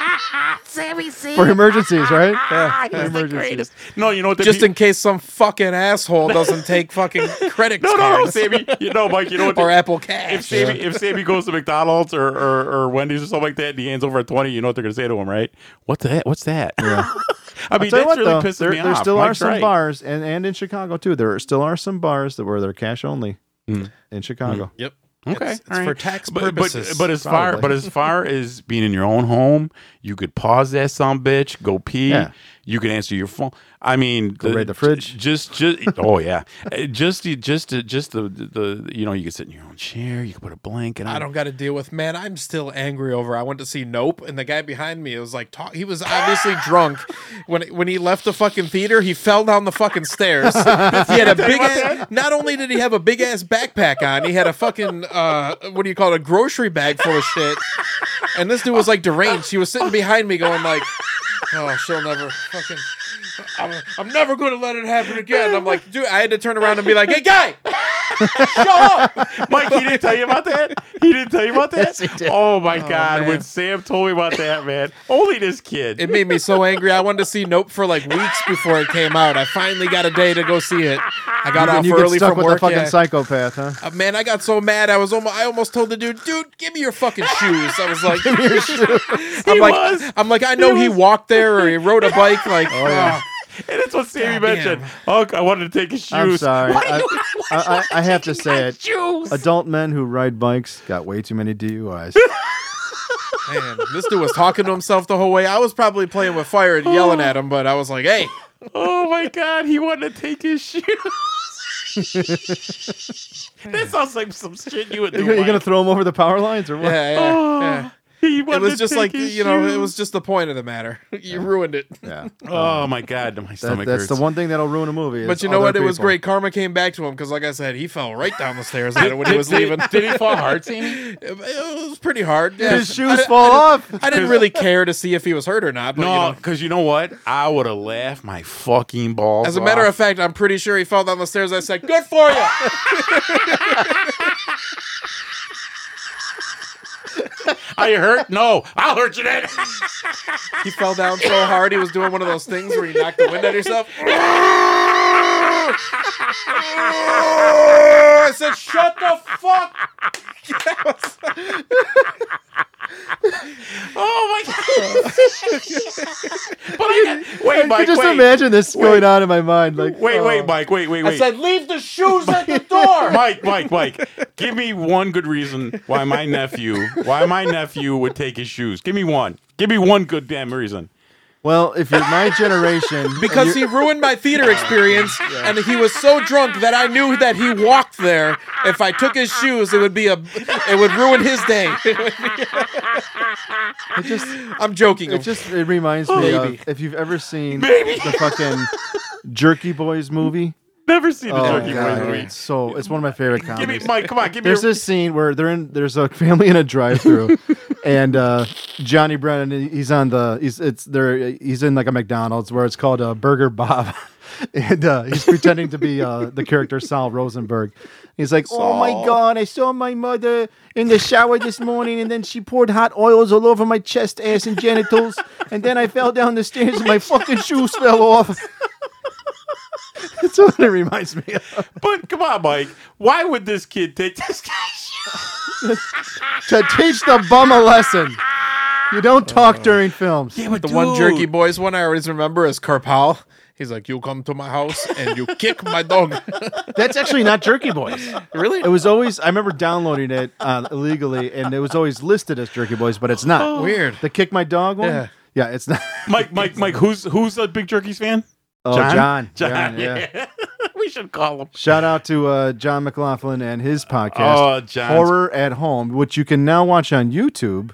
[SPEAKER 3] Ah, Sammy C. Ah,
[SPEAKER 1] For emergencies, right? Yeah,
[SPEAKER 3] He's the
[SPEAKER 1] emergencies.
[SPEAKER 3] greatest. No, you know what? the
[SPEAKER 2] just
[SPEAKER 3] pe-
[SPEAKER 2] in case some fucking asshole doesn't take fucking credit
[SPEAKER 3] no, no, no,
[SPEAKER 2] cards
[SPEAKER 3] Sammy. You know, Mike. You know what? the-
[SPEAKER 2] or Apple
[SPEAKER 3] if
[SPEAKER 2] Cash.
[SPEAKER 3] Sammy if Sammy goes to McDonald's or, or or Wendy's or something like that, and he hands over a twenty, you know what they're gonna say to him, right? What the heck? What's that? I mean,
[SPEAKER 1] Tell
[SPEAKER 3] that's
[SPEAKER 1] you
[SPEAKER 3] really
[SPEAKER 1] though,
[SPEAKER 3] pissing
[SPEAKER 1] there,
[SPEAKER 3] me
[SPEAKER 1] there
[SPEAKER 3] off.
[SPEAKER 1] still are
[SPEAKER 3] Mike's
[SPEAKER 1] some
[SPEAKER 3] right.
[SPEAKER 1] bars, and, and in Chicago too, there are- still are some bars that where they're cash only
[SPEAKER 2] Hmm.
[SPEAKER 1] in Chicago.
[SPEAKER 2] Yep.
[SPEAKER 3] Okay,
[SPEAKER 2] It's, it's
[SPEAKER 3] all right.
[SPEAKER 2] for tax
[SPEAKER 3] But- but-
[SPEAKER 2] purposes.
[SPEAKER 3] But, as far
[SPEAKER 1] Probably.
[SPEAKER 3] but as far as being in your own home, you could pause that some bitch, go pee.
[SPEAKER 1] Yeah.
[SPEAKER 3] You could answer your phone. I mean,
[SPEAKER 1] raid the fridge.
[SPEAKER 3] Just, just, oh yeah, Uh, just, the- just, the- just the, the, you know, you could sit in your own chair. You could put a blanket. on.
[SPEAKER 2] I don't got to deal with man. I'm still angry over. I went to see Nope, and the guy behind me was like, talk. He was obviously drunk when when he left the fucking theater. He fell down the fucking stairs. he had a big. Ass, not only did he have a big ass backpack on, he had a fucking uh, what do you call it? A grocery bag full of shit. And this dude was like deranged. He was sitting behind me, going like, "Oh, she'll never fucking." I'm, I'm never gonna let it happen again. I'm like, dude, I had to turn around and be like, "Hey, guy, show up."
[SPEAKER 3] Mike, he didn't tell you about that. He didn't tell you about that. Oh my god,
[SPEAKER 2] man.
[SPEAKER 3] when Sam told me about that, man, only this kid.
[SPEAKER 2] It made me so angry. I wanted to see Nope for like weeks before it came out. I finally got a day to go see it. I got
[SPEAKER 1] And
[SPEAKER 2] off
[SPEAKER 1] you get
[SPEAKER 2] early
[SPEAKER 1] stuck
[SPEAKER 2] from
[SPEAKER 1] with
[SPEAKER 2] work.
[SPEAKER 1] a fucking
[SPEAKER 2] yeah.
[SPEAKER 1] psychopath, huh?
[SPEAKER 2] Uh, man, I got so mad. I was almost. I almost told the dude, "Dude, give me your fucking shoes." I was like, "I'm
[SPEAKER 3] He
[SPEAKER 2] like,
[SPEAKER 3] was.
[SPEAKER 2] I'm like, I know he,
[SPEAKER 3] was.
[SPEAKER 2] walked there or he rode a bike. Like,
[SPEAKER 1] yeah.
[SPEAKER 2] ah.
[SPEAKER 3] And it's what Sammy mentioned. Oh, I wanted to take his shoes.
[SPEAKER 1] I'm sorry.
[SPEAKER 3] Why
[SPEAKER 1] I,
[SPEAKER 3] you-
[SPEAKER 1] I, I, I have to say it.
[SPEAKER 3] Shoes.
[SPEAKER 1] Adult men who ride bikes got way too many DUIs.
[SPEAKER 2] oh, man, this dude was talking to himself the whole way. I was probably playing with fire and yelling at him, but I was like, "Hey,
[SPEAKER 3] Oh my god, he wanted to take his shoes. that sounds like some shit you would do.
[SPEAKER 1] You're,
[SPEAKER 3] Mike.
[SPEAKER 1] gonna throw them over the power lines or what?
[SPEAKER 2] yeah, yeah,
[SPEAKER 3] Oh,
[SPEAKER 2] yeah."
[SPEAKER 3] He wanted
[SPEAKER 2] It was
[SPEAKER 3] to
[SPEAKER 2] just
[SPEAKER 3] take
[SPEAKER 2] like
[SPEAKER 3] his
[SPEAKER 2] you know, it
[SPEAKER 3] shoes.
[SPEAKER 2] was just the point of the matter. you ruined it.
[SPEAKER 1] Yeah.
[SPEAKER 3] Oh my god, my
[SPEAKER 1] That-
[SPEAKER 3] stomach
[SPEAKER 1] that's
[SPEAKER 3] hurts.
[SPEAKER 1] the one thing that'll ruin a movie.
[SPEAKER 2] But
[SPEAKER 1] is
[SPEAKER 2] you know
[SPEAKER 1] other
[SPEAKER 2] what? It was
[SPEAKER 1] people.
[SPEAKER 2] great. Karma came back to him because, like I said, he fell right down the stairs at it when he
[SPEAKER 3] Did-
[SPEAKER 2] was
[SPEAKER 3] did-
[SPEAKER 2] leaving.
[SPEAKER 3] Did he fall hard, Sammy?
[SPEAKER 2] It was pretty hard. Yeah.
[SPEAKER 1] His
[SPEAKER 2] I
[SPEAKER 1] shoes
[SPEAKER 2] di-
[SPEAKER 1] fall off.
[SPEAKER 2] I didn't really care to see if he was hurt or not. But, you
[SPEAKER 3] No,
[SPEAKER 2] know.
[SPEAKER 3] because you know what? I would have laughed my fucking balls.
[SPEAKER 2] As a matter
[SPEAKER 3] off.
[SPEAKER 2] of fact, I'm pretty sure he fell down the stairs. I said, "Good for you."
[SPEAKER 3] Are you hurt? No, I'll hurt you then.
[SPEAKER 2] he fell down so hard he was doing one of those things where you knock the wind out of yourself. I said, "Shut the fuck."
[SPEAKER 3] oh my god! but I got, wait,
[SPEAKER 1] I
[SPEAKER 3] Mike,
[SPEAKER 1] could just
[SPEAKER 3] wait,
[SPEAKER 1] imagine this going on in my mind. Like,
[SPEAKER 3] wait,
[SPEAKER 1] oh.
[SPEAKER 3] wait, Mike, wait, wait, wait.
[SPEAKER 2] I said, "Leave the shoes at the door."
[SPEAKER 3] Mike, Mike, Mike, give me one good reason why my nephew, why my nephew would take his shoes. Give me one. Give me one good damn reason.
[SPEAKER 1] Well, if you're my generation, and
[SPEAKER 2] because
[SPEAKER 1] you're-
[SPEAKER 2] he ruined my theater experience and he was so drunk that I knew that he walked there. If I took his shoes, it would be a it would ruin his day.
[SPEAKER 1] it just
[SPEAKER 2] I'm joking.
[SPEAKER 1] it just it reminds me
[SPEAKER 2] Baby.
[SPEAKER 1] of if you've ever seen the fucking Jerky Boys movie.
[SPEAKER 3] Never seen a
[SPEAKER 1] Oh,
[SPEAKER 3] turkey
[SPEAKER 1] God,
[SPEAKER 3] boy movie.
[SPEAKER 1] it's so it's one of my favorite
[SPEAKER 3] Give me
[SPEAKER 1] comedies.
[SPEAKER 3] Mike. Come on, give me.
[SPEAKER 1] There's
[SPEAKER 3] Your,
[SPEAKER 1] this scene where they're in. There's a family in a drive-through, and uh, Johnny Brennan. He's on the. He's it's there. He's in like a McDonald's where it's called a Burger Bob, and uh, he's pretending to be uh, the character Sal Rosenberg. He's like, "Oh my God! I saw my mother in the shower this morning, and then she poured hot oils all over my chest, ass, and genitals, and then I fell down the stairs, and my fucking shoes fell off." That's what it reminds me of.
[SPEAKER 3] but come on, Mike. Why would this kid take this guy's
[SPEAKER 1] to teach the bum a lesson. You don't talk during films.
[SPEAKER 3] Yeah, but
[SPEAKER 2] the one jerky boys one I always remember is Karpal. He's like, you come to my house and you kick my dog.
[SPEAKER 1] That's actually not Jerky Boys.
[SPEAKER 2] really?
[SPEAKER 1] It was always, I remember downloading it uh, illegally, and it was always listed as Jerky Boys, but it's not.
[SPEAKER 2] Weird.
[SPEAKER 1] The Kick My Dog one?
[SPEAKER 2] Yeah.
[SPEAKER 1] Yeah, it's not.
[SPEAKER 3] Mike, Mike, Mike. Who's who's a big jerky's fan?
[SPEAKER 1] Oh, John.
[SPEAKER 3] John.
[SPEAKER 1] John, yeah.
[SPEAKER 3] we should call him.
[SPEAKER 1] Shout out to uh, John McLaughlin and his
[SPEAKER 3] Oh,
[SPEAKER 1] podcast,
[SPEAKER 3] John's-
[SPEAKER 1] Horror at Home, which you can now watch on YouTube.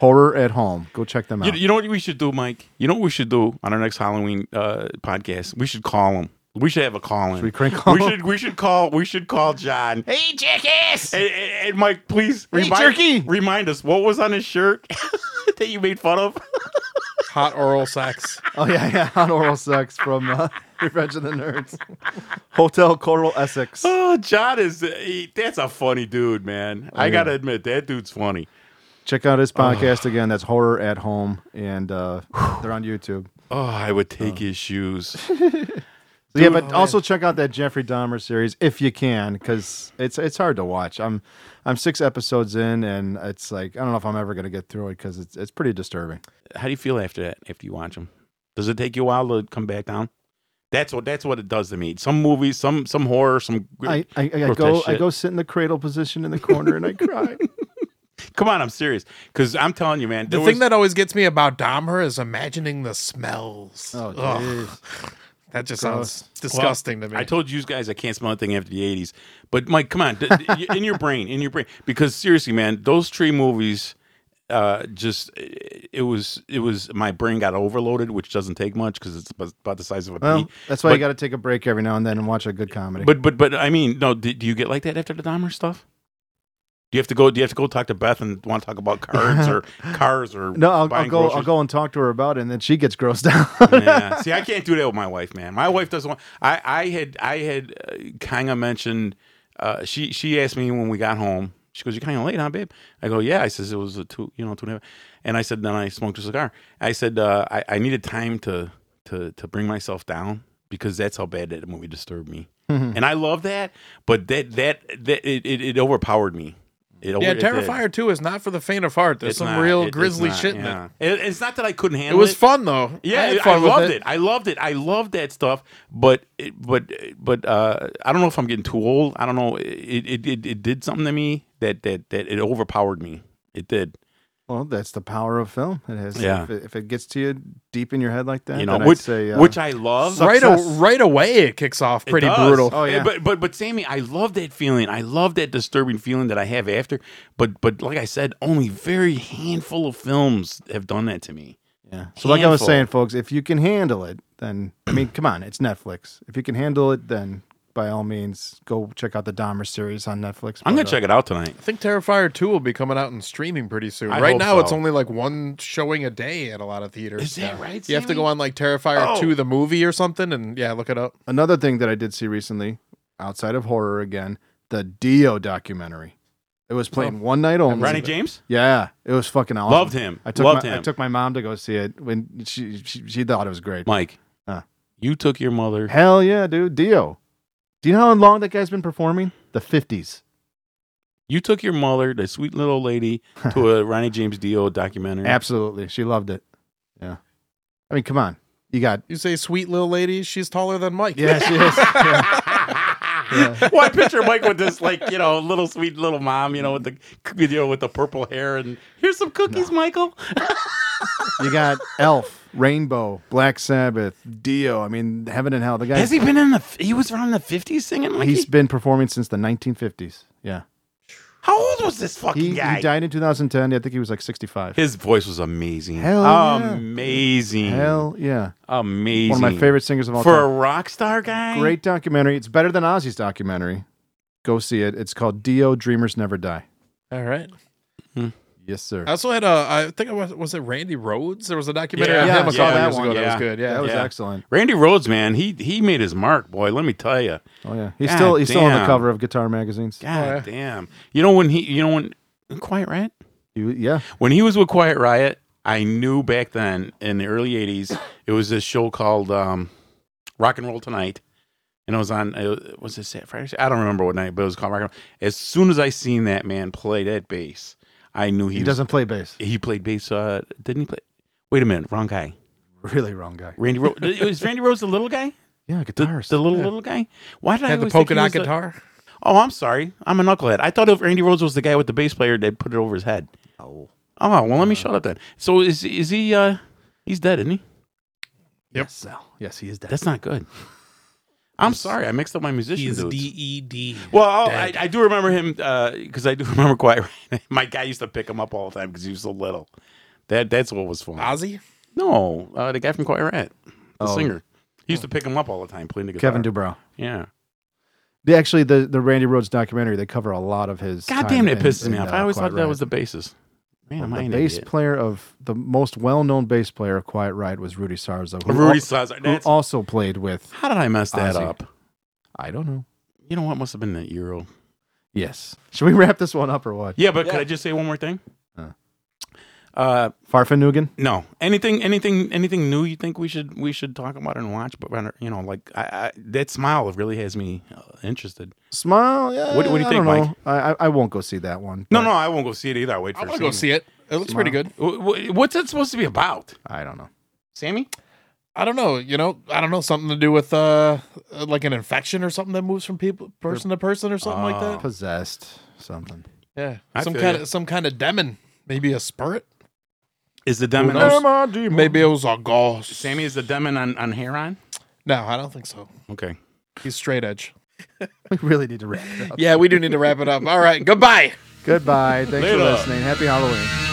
[SPEAKER 1] Horror at Home. Go check them out.
[SPEAKER 3] You, you know what we should do, Mike? You know what we should do on our next Halloween uh, podcast? We should call him. We should have a call in.
[SPEAKER 1] we crank call
[SPEAKER 3] We
[SPEAKER 1] him?
[SPEAKER 3] should. We should call. We should call John. Hey, jackass! And, and- and Mike, please remind,
[SPEAKER 1] jerky!
[SPEAKER 3] remind us what was on his shirt that you made fun of.
[SPEAKER 2] Hot oral sex.
[SPEAKER 1] Oh yeah, yeah, on oral sex from uh, Revenge of the Nerds, Hotel Coral Essex.
[SPEAKER 3] Oh, John is. He, that's a funny dude, man. I gotta admit, that dude's funny.
[SPEAKER 1] Check out his podcast again. That's Horror at Home, and uh, they're on YouTube.
[SPEAKER 3] Oh, I would take his shoes.
[SPEAKER 1] So, yeah, but also check out that Jeffrey Dahmer series if you can, because it's it's hard to watch. I'm I'm six episodes in, and it's like I don't know if I'm ever gonna get through it because it's it's pretty disturbing.
[SPEAKER 3] How do you feel after that? After you watch them, does it take you a while to come back down? That's what that's what it does to me. Some movies, some some horror, some. gr-
[SPEAKER 1] I I, I
[SPEAKER 3] Grotesque
[SPEAKER 1] go I
[SPEAKER 3] shit.
[SPEAKER 1] go sit in the cradle position in the corner and I cry.
[SPEAKER 3] Come on, I'm serious. Because I'm telling you, man.
[SPEAKER 2] The
[SPEAKER 3] there
[SPEAKER 2] thing
[SPEAKER 3] was-
[SPEAKER 2] that always gets me about Dahmer is imagining the smells.
[SPEAKER 1] oh,
[SPEAKER 2] Ugh,
[SPEAKER 1] jeez.
[SPEAKER 2] that just
[SPEAKER 1] Gross.
[SPEAKER 2] sounds disgusting to me.
[SPEAKER 3] I told you guys I can't smell anything after the '80s, but Mike, come on, d- d- in your brain, in your brain, because seriously, man, those three movies, uh, just it, it was it was my brain got overloaded, which doesn't take much because it's about about the size of a pea.
[SPEAKER 1] Well, that's why
[SPEAKER 3] but,
[SPEAKER 1] you got to take a break every now and then and watch a good comedy.
[SPEAKER 3] But but but I mean, no, do, do you get like that after the Dahmer stuff? Do you have to go? Do you have to go talk to Beth and want to talk about cards or cars or
[SPEAKER 1] No, I'll, I'll
[SPEAKER 3] buying
[SPEAKER 1] go. I'll
[SPEAKER 3] groceries?
[SPEAKER 1] go and talk to her about it, and then she gets grossed out.
[SPEAKER 3] yeah. See, I can't do that with my wife, man. My wife doesn't want. I I had I had uh, kind of mentioned. Uh, she she asked me when we got home. She goes, "You're kind of late, huh, babe?" I go, "Yeah." I says, "It was a two, you know, two and a half." And I said, "Then I smoked a cigar." I said, uh, "I I needed time to to to bring myself down because that's how bad that movie disturbed me."
[SPEAKER 2] Mm-hmm.
[SPEAKER 3] And I love that, but that that that it it, it overpowered me. It over,
[SPEAKER 2] yeah,
[SPEAKER 3] it did.
[SPEAKER 2] Terrifier 2 is not for the faint of heart. There's
[SPEAKER 3] It's
[SPEAKER 2] some
[SPEAKER 3] not- it-
[SPEAKER 2] real
[SPEAKER 3] it's
[SPEAKER 2] grisly
[SPEAKER 3] not,
[SPEAKER 2] shit in it.
[SPEAKER 3] yeah. it. It's not that I couldn't
[SPEAKER 2] It
[SPEAKER 3] handle
[SPEAKER 2] was fun though.
[SPEAKER 3] yeah,
[SPEAKER 2] I,
[SPEAKER 3] I,
[SPEAKER 2] had fun with
[SPEAKER 3] loved it. I loved it. I loved that stuff. But it, but but uh, I don't know if I'm getting too old. I don't know. It it, it it did something to me that that that it overpowered me. It did.
[SPEAKER 1] well, that's the power of film. It has.
[SPEAKER 3] Yeah.
[SPEAKER 1] If it, if it gets to you deep in your head like that,
[SPEAKER 3] You know,
[SPEAKER 1] then I'd
[SPEAKER 3] which
[SPEAKER 1] say, uh,
[SPEAKER 3] which I love.
[SPEAKER 1] Suck-
[SPEAKER 2] Right, a,
[SPEAKER 1] Success.
[SPEAKER 2] right away, it kicks off
[SPEAKER 3] It
[SPEAKER 2] pretty
[SPEAKER 3] does.
[SPEAKER 2] brutal.
[SPEAKER 1] Oh, yeah.
[SPEAKER 3] But but but Sammy, I love that feeling. I love that disturbing feeling that I have after. But but like I said, only very handful of films have done that to me.
[SPEAKER 1] yeah. So, like I was
[SPEAKER 3] handful.
[SPEAKER 1] saying, folks, if you can handle it, then I mean, come on, it's Netflix. If you can handle it, then by all means, go check out the Dahmer series on Netflix.
[SPEAKER 3] I'm
[SPEAKER 1] But,
[SPEAKER 3] gonna
[SPEAKER 1] uh,
[SPEAKER 3] check it out tonight.
[SPEAKER 2] I think Terrifier 2 will be coming out and streaming pretty soon.
[SPEAKER 3] I
[SPEAKER 2] right
[SPEAKER 3] hope
[SPEAKER 2] now, it's
[SPEAKER 3] so.
[SPEAKER 2] only like one showing a day at a lot of theaters.
[SPEAKER 3] Is that right,
[SPEAKER 2] You have to
[SPEAKER 3] Sammy?
[SPEAKER 2] go on like Terrifier
[SPEAKER 3] Oh.
[SPEAKER 2] 2, the movie or something, and yeah, look it up.
[SPEAKER 1] Another thing that I did see recently, outside of horror again, the Dio documentary. It was playing one night only.
[SPEAKER 3] Oh. Ronnie James
[SPEAKER 1] Yeah, it was fucking awesome.
[SPEAKER 3] loved him.
[SPEAKER 1] I took
[SPEAKER 3] loved
[SPEAKER 1] my,
[SPEAKER 3] him.
[SPEAKER 1] I took my mom to go see it when she she, she thought it was great.
[SPEAKER 3] Mike.
[SPEAKER 1] Huh.
[SPEAKER 3] You took your mother.
[SPEAKER 1] Hell yeah, dude. Dio. Do you know how long that guy's been performing? The 50s.
[SPEAKER 3] You took your mother, the sweet little lady, to a Ronnie James Dio documentary.
[SPEAKER 1] Absolutely. She loved it. Yeah. I mean, come on. You got.
[SPEAKER 2] You say sweet little lady, she's taller than Mike.
[SPEAKER 1] Yeah, she is. Yeah.
[SPEAKER 3] well, I picture Mike with this, like you know, little sweet little mom, you know, with the you know, with the purple hair, and here's some cookies, Michael.
[SPEAKER 1] You got Elf. Rainbow, Black Sabbath, Dio. I mean, Heaven and Hell. The guy
[SPEAKER 3] Has he been in the? He was around the fifties singing. Like
[SPEAKER 1] has been performing since the 1950s. Yeah,
[SPEAKER 3] how old was this fucking
[SPEAKER 1] he,
[SPEAKER 3] guy?
[SPEAKER 1] he died in 2010. I think he was like 65.
[SPEAKER 3] His voice was amazing.
[SPEAKER 1] Hell yeah.
[SPEAKER 3] amazing.
[SPEAKER 1] Hell yeah,
[SPEAKER 3] Amazing.
[SPEAKER 1] one of my favorite singers of all
[SPEAKER 3] for a
[SPEAKER 1] time.
[SPEAKER 3] rock star guy.
[SPEAKER 1] Great documentary. It's better than Ozzy's documentary. Go see it. It's called Dio: Dreamers Never Die.
[SPEAKER 2] All right.
[SPEAKER 1] Yes, sir.
[SPEAKER 2] I also had a. I think I was was it Randy Rhodes. There was a documentary
[SPEAKER 3] Yeah,
[SPEAKER 2] on
[SPEAKER 1] yeah,
[SPEAKER 2] him
[SPEAKER 1] I
[SPEAKER 2] a
[SPEAKER 1] saw
[SPEAKER 2] couple
[SPEAKER 1] that
[SPEAKER 2] years
[SPEAKER 1] one.
[SPEAKER 2] ago. That
[SPEAKER 3] Yeah.
[SPEAKER 2] was good. Yeah.
[SPEAKER 1] that was
[SPEAKER 3] yeah.
[SPEAKER 1] excellent.
[SPEAKER 3] Randy Rhodes, man, he he made his mark, boy. Let me tell you.
[SPEAKER 1] Oh yeah, he's
[SPEAKER 3] God
[SPEAKER 1] still he's still on the
[SPEAKER 3] damn.
[SPEAKER 1] cover of guitar magazines.
[SPEAKER 3] God
[SPEAKER 2] yeah.
[SPEAKER 3] damn. You know when he? You know when? Quiet Riot.
[SPEAKER 1] You- yeah,
[SPEAKER 3] When he was with Quiet Riot, I knew back then in the early '80s, it was this show called um, Rock and Roll Tonight, and it was on. It was this Sat- Friday? I don't remember what night, but it was called Rock and Roll. As soon as I seen that man play that bass, I knew he,
[SPEAKER 1] he
[SPEAKER 3] was-
[SPEAKER 1] doesn't play bass.
[SPEAKER 3] He played bass. Uh, didn't he play? Wait a minute, wrong guy.
[SPEAKER 1] Really wrong guy.
[SPEAKER 3] Randy Rose. was Randy Rose the little guy?
[SPEAKER 1] Yeah,
[SPEAKER 3] The,
[SPEAKER 1] guitarist.
[SPEAKER 3] the little
[SPEAKER 1] Yeah.
[SPEAKER 3] little guy? Why did I
[SPEAKER 2] Had the
[SPEAKER 3] always think
[SPEAKER 2] polka
[SPEAKER 3] he
[SPEAKER 2] dot
[SPEAKER 3] was the-
[SPEAKER 2] guitar.
[SPEAKER 3] Oh, I'm sorry. I'm a knucklehead. I thought if Randy Rose was the guy with the bass player, they'd put it over his head.
[SPEAKER 1] Oh.
[SPEAKER 3] Oh, well, let me shut up then. So is is he? uh He's dead, isn't he?
[SPEAKER 2] Yep.
[SPEAKER 1] Yes, Al. Yes, he is dead.
[SPEAKER 3] That's not good. I'm sorry. I mixed up my musicians.
[SPEAKER 2] He's D E D.
[SPEAKER 3] Well, I'll- I, I do remember him because I do remember Quiet. Riot. My guy used to pick him up all the time because he was so little. That that's what was fun.
[SPEAKER 2] Ozzy.
[SPEAKER 3] No, uh, the guy from Quiet Riot, the
[SPEAKER 1] Uh, Oh.
[SPEAKER 3] singer. He used to pick him up all the time playing the guitar.
[SPEAKER 1] Kevin Dubrow.
[SPEAKER 3] Yeah.
[SPEAKER 1] They actually the the Randy Rhodes documentary. They cover a lot of his.
[SPEAKER 3] God
[SPEAKER 1] time
[SPEAKER 3] damn, that
[SPEAKER 1] in-
[SPEAKER 3] pisses me
[SPEAKER 1] in,
[SPEAKER 3] off.
[SPEAKER 1] uh,
[SPEAKER 3] I always
[SPEAKER 1] Quiet
[SPEAKER 3] thought that
[SPEAKER 1] Riot.
[SPEAKER 3] was the bassist. Man, am I
[SPEAKER 1] the
[SPEAKER 3] an
[SPEAKER 1] bass
[SPEAKER 3] idiot.
[SPEAKER 1] player of the most well known bass player of Quiet Riot was Rudy Sarzo, who,
[SPEAKER 3] Rudy
[SPEAKER 1] al-
[SPEAKER 3] Slazar.
[SPEAKER 1] who
[SPEAKER 3] That's-
[SPEAKER 1] also played with.
[SPEAKER 3] How did I mess that
[SPEAKER 1] Ozzy.
[SPEAKER 3] up?
[SPEAKER 1] I don't know.
[SPEAKER 3] You know what? Must have been that Euro.
[SPEAKER 1] Yes. Should we wrap this one up or what?
[SPEAKER 3] Yeah, but could I just say one more thing?
[SPEAKER 1] Huh.
[SPEAKER 3] Uh,
[SPEAKER 1] Farfanugan.
[SPEAKER 3] no. Anything, anything, anything new you think we should we should talk about and watch? But you know, like I, I, that smile really has me uh, interested.
[SPEAKER 1] Smile. Yeah,
[SPEAKER 3] What- what do you
[SPEAKER 1] I
[SPEAKER 3] think,
[SPEAKER 1] don't know.
[SPEAKER 3] Mike?
[SPEAKER 1] I, I I won't go see that one.
[SPEAKER 3] No,
[SPEAKER 1] but
[SPEAKER 3] no, I won't go see it either. I will wait for.
[SPEAKER 2] I'm gonna go see it. It looks pretty good.
[SPEAKER 3] What's it supposed to be about,
[SPEAKER 1] I don't know.
[SPEAKER 3] Sammy?
[SPEAKER 2] I don't know. You know, I don't know something to do with uh uh, like an infection or something that moves from people person to person or something like
[SPEAKER 1] Oh.
[SPEAKER 2] that.
[SPEAKER 1] Possessed something.
[SPEAKER 2] Yeah,
[SPEAKER 3] I
[SPEAKER 2] some
[SPEAKER 3] feel
[SPEAKER 2] kind
[SPEAKER 3] ya.
[SPEAKER 2] of some kind of demon. Maybe a spirit.
[SPEAKER 3] Is the demon?
[SPEAKER 2] knows?
[SPEAKER 3] on-
[SPEAKER 2] Maybe it was a ghost.
[SPEAKER 3] Sammy is the demon on on Heron?
[SPEAKER 2] No, I don't think so.
[SPEAKER 3] Okay.
[SPEAKER 2] He's straight edge.
[SPEAKER 1] We really need to wrap it up.
[SPEAKER 2] Yeah, we do need to wrap it up. All right, goodbye.
[SPEAKER 1] Goodbye. Thanks for
[SPEAKER 3] Later.
[SPEAKER 1] listening. Happy Halloween.